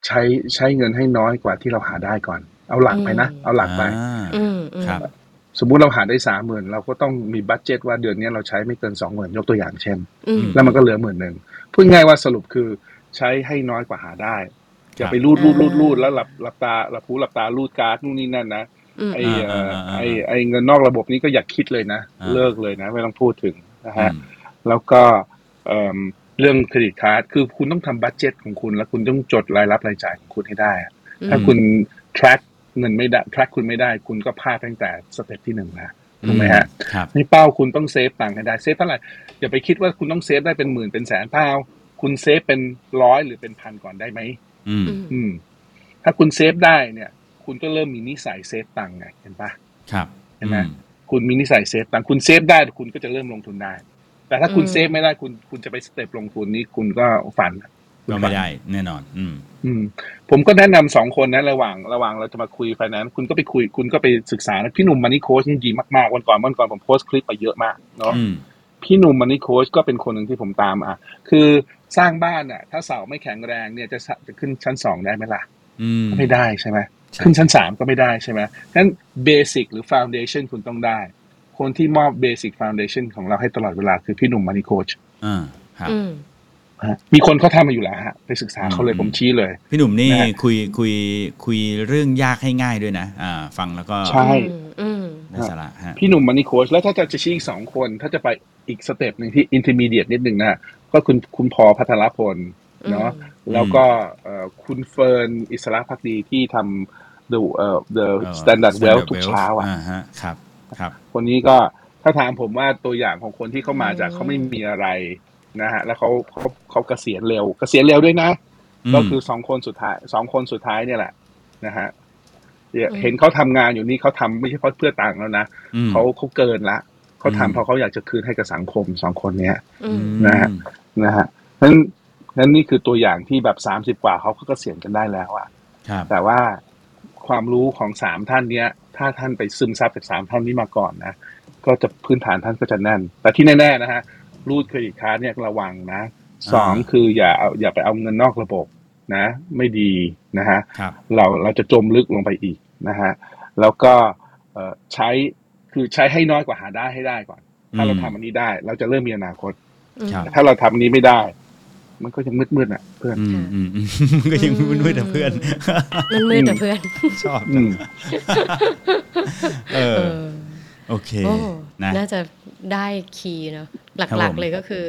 Speaker 4: ใช้ใช้เงินให้น้อยกว่าที่เราหาได้ก่อน เอาหลักไปนะ
Speaker 3: อืม
Speaker 4: เอาหลักไป
Speaker 2: อ่า
Speaker 3: อืมอืม
Speaker 2: ครับ
Speaker 4: สมมุติเราหาได้สามหมื่นเราก็ต้องมีบัตเจตว่าเดือนนี้เราใช้ไม่เกินสองหมื่นยกตัวอย่างเช่น
Speaker 3: อืม
Speaker 4: แล้วมันก็เหลือหมื่นหนึ่งพูดง่ายว่าสรุปคือใช้ให้น้อยกว่าหาได้ อย่าไปรูดรูดรูดรูดแล้วหลับหลับตาหลับหูหลับตารูดการ์ดนู่นนี่นั่นนะ
Speaker 3: อืม
Speaker 4: ไอ้เอ่อ
Speaker 2: อ่าอ่าอ่า
Speaker 4: ไอ้ไอ้เงินนอกระบบนี้ก็อย่าคิดเลยนะ
Speaker 2: อ่า
Speaker 4: เลิกเลยนะ ไม่ต้องพูดถึงนะ
Speaker 2: อื
Speaker 4: ฮะ
Speaker 2: ม
Speaker 4: แล้วก็เอิ่มเรื่องเครดิตการ์ดคือคุณต้องทำบัตเจตของคุณ แล้วคุณต้องจดรายรับรายจ่ายของคุณให้ได้ ถ้าคุณ track เงินไม่ได้ track คุณไม่ได้ คุณก็พลาดตั้งแต่สเต็ปที่หนึ่งแล้ว ถูกไหมฮะ
Speaker 2: ครับ
Speaker 4: นี่เป้าคุณต้องเซฟตังค์ให้ได้เซฟเท่าไหร่อย่าไปคิดว่าคุณต้องเซฟได้เป็นหมื่นเป็นแสนเปล่าคุณเซฟเป็นร้อยหรือเป็นพันก่อนได้ไหม
Speaker 2: อืม
Speaker 3: อืม
Speaker 4: อืม ถ้าคุณเซฟได้เนี่ย คุณก็เริ่มมีนิสัยเซฟตังค์ไงเห็นปะ
Speaker 2: ครับ
Speaker 4: เห็นไหม
Speaker 2: อืม
Speaker 4: คุณมีนิสัยเซฟตังค์คุณเซฟได้คุณก็จะเริ่มลงทุนได้ แต่ถ้าคุณ
Speaker 3: อืม
Speaker 4: เซฟไม่ได้คุณคุณจะไปสเต็ปลงทุนนี้คุณก็ฝันคุณ
Speaker 2: ก็
Speaker 4: ฝั
Speaker 2: ไม่
Speaker 4: น
Speaker 2: ได้แน่นอน อืม
Speaker 4: อืม ผมก็แนะนำสองคนนะระหว่างระหว่างเราจะมาคุยไฟแนนซ์คุณก็ไปคุยคุณก็ไปศึกษานะพี่หนุ่มมันนี่โค้ชนี่ดีมากๆวันก่อนวันก่อนผมโพสต์คลิปไปเยอะมากเนาะ
Speaker 2: อืม
Speaker 4: พี่หนุ่มมันนี่โค้ชก็เป็นคนหนึ่งที่ผมตามอ่ะคือสร้างบ้านอ่ะ ถ้าเสาไม่แข็งแรงเนี่ยจะสะจะขึ้นชั้นสองได้ไหมล่ะ
Speaker 2: อืม
Speaker 4: ไม่ได้ใช่ไหม
Speaker 2: ใช่
Speaker 4: ขึ้นชั้นสามก็ไม่ได้ใช่ไหมงั้นเบสิกหรือฟ u n เดชันคุณต้องได้ คนที่มอบเบสิกฟ u n เดชันของเราให้ตลอดเวลาคือพี่หนุ่มมานิโคช
Speaker 2: อ่าครับ
Speaker 3: อืม
Speaker 4: ฮะมีคนเขาทำมาอยู่แล้วฮะ ไปศึกษาเขาเลย
Speaker 2: อืม
Speaker 4: ผมชี้เลย
Speaker 2: พี่หนุ่มนี่
Speaker 4: นะฮะ
Speaker 2: คุยคุยคุยเรื่องยากให้ง่ายด้วยนะ อ่า ฟังแล้วก็
Speaker 4: ใช่
Speaker 3: อืม
Speaker 2: ได้สาระฮะ
Speaker 4: พี่หนุ่มมานิโคชแล้วถ้าจะจะชี้อีกสองคน ถ้าจะไปอีกสเต็ปหนึ่งที่อิน e r m e d เดียนิดหนึ่งนะก็คุณคุณพอพัทรพลเนาะ
Speaker 3: อืม
Speaker 4: แล้วก็เอ่อคุณเฟิร์นอิสระพักดีที่ทำ the เอ่อ the
Speaker 2: เอ่อ
Speaker 4: standard well ทุก
Speaker 2: Wealth
Speaker 4: เช้าอ่ะ
Speaker 2: ฮะครับครับ
Speaker 4: คนนี้ก็ถ้าถามผมว่าตัวอย่างของคนที่เขามาจาก
Speaker 3: อืม
Speaker 4: เขาไม่มีอะไรนะฮะแล้วเขาเขาเขาเกษียณเร็วเกษียณเร็วด้วยนะ
Speaker 2: อืม
Speaker 4: ก็คือสองคนสุดท้ายสองคนสุดท้ายเนี่ยแหละนะฮะเดี๋ยวเห็นเขาทำงานอยู่นี่เขาทำไม่ใช่เพราะเพื่อตังค์แล้วนะ
Speaker 2: อืม
Speaker 4: เขาเขาเกินละเขา
Speaker 2: อืม
Speaker 4: ทำเพราะเขาอยากจะคืนให้กับสังคมสองคนเนี้ย
Speaker 3: อืม
Speaker 4: นะฮะ นะฮะนั้นนั้นนี่คือตัวอย่างที่แบบสามสิบ30 กว่าเขาก็เกษียณกันได้แล้วอะ
Speaker 2: ครับ
Speaker 4: แต่ว่าความรู้ของสามท่านเนี้ย ถ้าท่านไปซึมซับจากสามท่านนี้มาก่อนนะ ก็จะพื้นฐานท่านก็จะแน่น แต่ที่แน่ๆนะฮะรูดเครดิตการ์ดเนี่ยระวังนะสอง
Speaker 2: อ่า
Speaker 4: คืออย่าเอาอย่าไปเอาเงินนอกระบบนะ ไม่ดีนะฮะ
Speaker 2: ครับ
Speaker 4: เราเราจะจมลึกลงไปอีกนะฮะ แล้วก็เอ่อใช้คือใช้ให้น้อยกว่าหาได้ให้ได้ก่อน ถ้าเรา
Speaker 2: อืม
Speaker 4: ทำอันนี้ได้ เราจะเริ่มมีอนาคต
Speaker 2: ครับ
Speaker 4: แต่ถ้าเราทำอันนี้ไม่ได้ มันก็ยังมืดๆอ่ะเพื่อน
Speaker 2: อืมอืมอืม ก็ยังมืดๆนะเพื่อน
Speaker 3: มันมืดแต่เพื่อน
Speaker 2: ชอบ
Speaker 4: อื
Speaker 2: จัง
Speaker 4: ม
Speaker 2: เอ
Speaker 3: เอ
Speaker 2: อ
Speaker 3: อ
Speaker 2: โอเค
Speaker 3: โอ้
Speaker 2: นะ
Speaker 3: น่าจะได้คีย์เนาะ
Speaker 2: ครับ
Speaker 3: หลั
Speaker 2: ผ
Speaker 3: ก
Speaker 2: ม
Speaker 3: ๆเลยก็คือ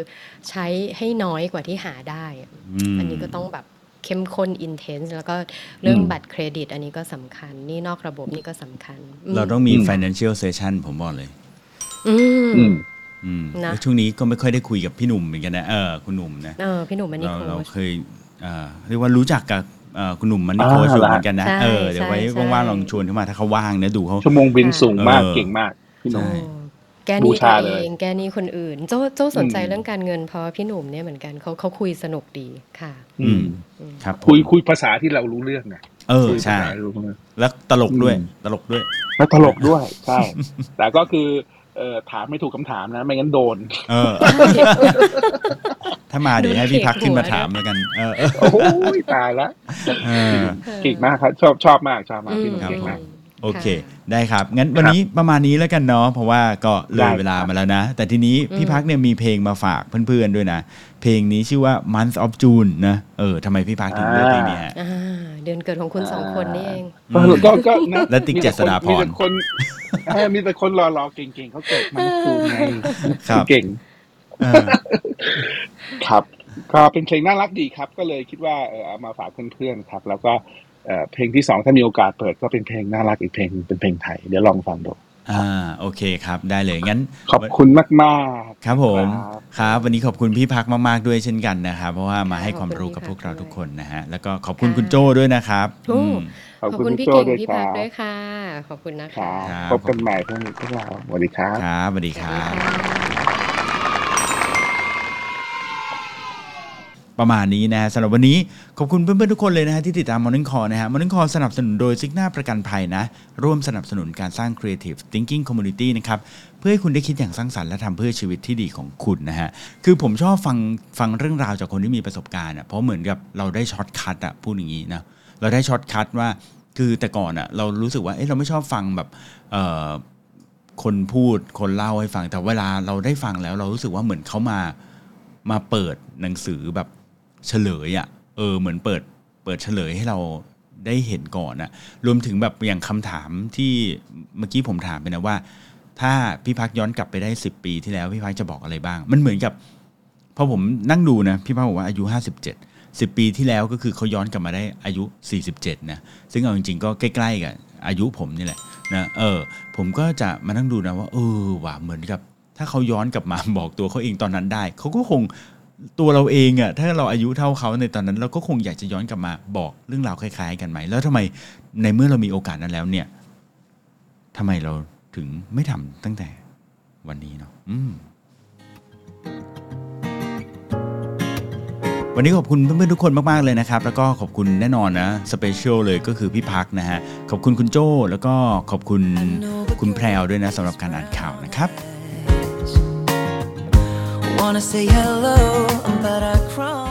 Speaker 3: ใช้ให้น้อยกว่าที่หาได้อะ
Speaker 2: ม
Speaker 3: อันนี้ก็ต้องแบบ เข้มข้นอินเทนส์แล้วก็เรื่อง
Speaker 4: อืม
Speaker 3: บัตรเครดิต อันนี้ก็สำคัญหนี่นอกระบบนี่ก็สำคัญม
Speaker 2: เราต้องมี
Speaker 4: อืม
Speaker 2: financial session ผมบอกเลย
Speaker 3: อื
Speaker 4: อื
Speaker 3: ม
Speaker 4: ม
Speaker 2: อืม
Speaker 3: นะ
Speaker 2: ช่วงนี้ก็ไม่ค่อยได้คุยกับพี่หนุ่มเหมือนกันนะเออคุณหนุ่มนะ
Speaker 3: เออพี่หนุ่มอันนี้
Speaker 2: เรา
Speaker 3: คง
Speaker 2: เราเคยเอ่อเรียกว่ารู้จักกับเอ่อคุณหนุ่มมันนี่
Speaker 4: อ่า
Speaker 2: โค้ชอยู่
Speaker 4: ละ
Speaker 2: เหมือนกันนะ
Speaker 3: ใช่
Speaker 2: เออเดี๋ยวไว้
Speaker 3: ใช่ใช่
Speaker 2: ว่างๆลองชวนเข้ามาถ้าเขาว่างนะดูเขา
Speaker 4: ชั่วโมงบินสูงมาก
Speaker 2: เออ
Speaker 4: เก่งมากพี่หนุ่ม
Speaker 2: ใช่
Speaker 3: แก้หนี้
Speaker 4: บูชา
Speaker 3: ตัวเองแก้หนี้คนอื่น โจ้โจ้สนใจ
Speaker 4: อืม
Speaker 3: เรื่องการเงินเพราะว่าพี่หนุ่มเนี่ยเหมือนกันเขาเขาคุยสนุกดีค่ะ
Speaker 2: อืมครับผม
Speaker 4: คุยคุยภาษาที่เรารู้เรื่องไง
Speaker 2: เออ
Speaker 4: คุยภา
Speaker 2: ใช่
Speaker 4: ษาที่เรารู้เรื่อง
Speaker 2: แล้วตลกด้วย
Speaker 4: อืม
Speaker 2: ตลกด้วย
Speaker 4: แล้วตลกด้วย ใช่ แต่ก็คือเอ่อถามไม่ถูกคำถามนะ ไม่งั้นโดน
Speaker 2: เออ ถ้ามาเดี๋ยวให้พี่พักขึ้นมาถามแล้วกัน เออเออ
Speaker 4: โอ้ยตายละ
Speaker 2: เออ
Speaker 4: เก่งมากครับ ชอบชอบมากชอบมากพี่หนุ่ม
Speaker 2: ครับ
Speaker 4: เก่งมาก
Speaker 2: โอเค ได้ครับ งั้นวันนี้ประมาณนี้แล้วกันเนาะเพราะว่าก็เล
Speaker 4: ได้
Speaker 2: ย
Speaker 4: ครับ
Speaker 2: เวลามาแล้วนะ แต่ทีนี้พี่พักเนี่ยมีเพลงมาฝากเพื่อนๆด้วยนะ เพลงนี้ชื่อว่า Month of June นะเออทำไมพี่พักถึงเลือกเพลงนี้ฮะ
Speaker 3: อ่าเดือนเกิดของคุณสองคนนี่เอง
Speaker 2: อื
Speaker 4: ก็
Speaker 2: ม
Speaker 4: ก็ก็นะ
Speaker 2: และติ๊กเจษฎาพร
Speaker 4: มีแต่คนเออมีแต่คนรอรอๆเก่งๆเขาเกิดมาสูงไง
Speaker 2: ครับ
Speaker 4: เก่ง
Speaker 2: เออ
Speaker 4: ครับก็เป็นเพลงน่ารักดีครับ ก็เลยคิดว่าเออเอามาฝากเพื่อนๆครับ แล้วก็เอ่อเพลงที่สองถ้ามีโอกาสเปิดก็เป็นเพลงน่ารักอีกเพลงหนึ่งเป็นเพลงไทย เดี๋ยวลองฟังดู
Speaker 2: อ่าโอเคครับได้เลยงั้น
Speaker 4: ขอบคุณมากๆ
Speaker 2: ครับผม
Speaker 4: ครับ
Speaker 2: ครับ วันนี้ขอบคุณพี่พักมากๆด้วยเช่นกันนะครับเพราะว่ามาให้
Speaker 3: ค่ะ
Speaker 2: ความรู้กับ
Speaker 3: ข
Speaker 2: พ
Speaker 3: อบ
Speaker 2: วก
Speaker 3: คุณ
Speaker 2: เราทุก
Speaker 3: พี่
Speaker 2: ค
Speaker 3: พั
Speaker 2: น
Speaker 3: ก
Speaker 2: นะฮะแล้วก็ขอบคุณ
Speaker 3: ค่ะ
Speaker 2: คุณโจด้วยนะครับอืม
Speaker 4: ขอบ
Speaker 3: ขอบ
Speaker 4: คุณ
Speaker 3: คุณ
Speaker 4: พี่
Speaker 3: พี่
Speaker 4: โจ
Speaker 3: เก่ง
Speaker 4: ด้วย
Speaker 3: พี่
Speaker 4: ค
Speaker 3: พั
Speaker 4: รั
Speaker 3: ก
Speaker 4: บ
Speaker 3: ด้วยค่ะ ขอบคุณนะ
Speaker 4: ค
Speaker 3: คะ
Speaker 4: รับ
Speaker 2: ครับ
Speaker 4: พบกันใหม่พรุ่งนี้พวกเราสวัสดีครับ
Speaker 2: ครับสวัสดี
Speaker 3: ส
Speaker 2: ค
Speaker 3: วัส
Speaker 2: รั
Speaker 3: ดี
Speaker 2: บ
Speaker 3: ค่ะ
Speaker 2: ประมาณนี้นะฮะสำหรับวันนี้ขอบคุณเพื่อนๆทุกคนเลยนะฮะที่ติดตาม Morning Call นะฮะ Morning Call สนับสนุนโดยซิกหน้าประกันภัยนะ ร่วมสนับสนุนการสร้าง Creative Thinking Community นะครับ เพื่อให้คุณได้คิดอย่างสร้างสรรค์และทำเพื่อชีวิตที่ดีของคุณนะฮะ คือผมชอบฟังฟังเรื่องราวจากคนที่มีประสบการณ์อ่ะเพราะเหมือนกับเราได้ช็อตคัทอ่ะพูดอย่างนี้นะ เราได้ช็อตคัทว่าคือแต่ก่อนอ่ะเรารู้สึกว่าเอ๊ะเราไม่ชอบฟังแบบเอ่อ คนพูดคนเล่าให้ฟังแต่เวลาเราได้ฟังแล้ว เรารู้สึกว่าเหมือนเขามามาเปิดหนังสือแบบเฉลยอะ่ะเออเหมือนเปิดเปิดเฉลยให้เราได้เห็นก่อนอะรวมถึงแบบอย่างคำถามที่เมื่อกี้ผมถามไปนะว่า ถ้าพี่พักย้อนกลับไปได้ 10 ปีที่แล้วพี่พักจะบอกอะไรบ้าง มันเหมือนกับพอผมนั่งดูนะพี่พักบอกว่าอายุ 57 10 ปีที่แล้วก็คือเขาย้อนกลับมาได้อายุ 47 นะ ซึ่งเอาจริงๆก็ใกล้ๆกับอายุผมนี่แหละนะเออ ผมก็จะมานั่งดูนะว่า เออว่ะเหมือนกับ ถ้าเขาย้อนกลับมา บอกตัวเขาเองตอนนั้นได้ เขาก็คงตัวเราเองอะถ้าเราอายุเท่าเขาในตอนนั้น เราก็คงอยากจะย้อนกลับมาบอกเรื่องราวคล้ายๆ กันไหม แล้วทำไมในเมื่อเรามีโอกาสนั้นแล้วเนี่ยทำไมเราถึงไม่ทำตั้งแต่วันนี้เนาะอืม วันนี้ขอบคุณเพื่อนๆทุกคนมากๆเลยนะครับ แล้วก็ขอบคุณแน่นอนนะสเปเชียลเลยก็คือพี่พักนะฮะ ขอบคุณคุณโจ้แล้วก็ขอบคุณคุณแพรวด้วยนะสำหรับการอ่านข่าวนะครับ
Speaker 5: Wanna say hello, but I cry.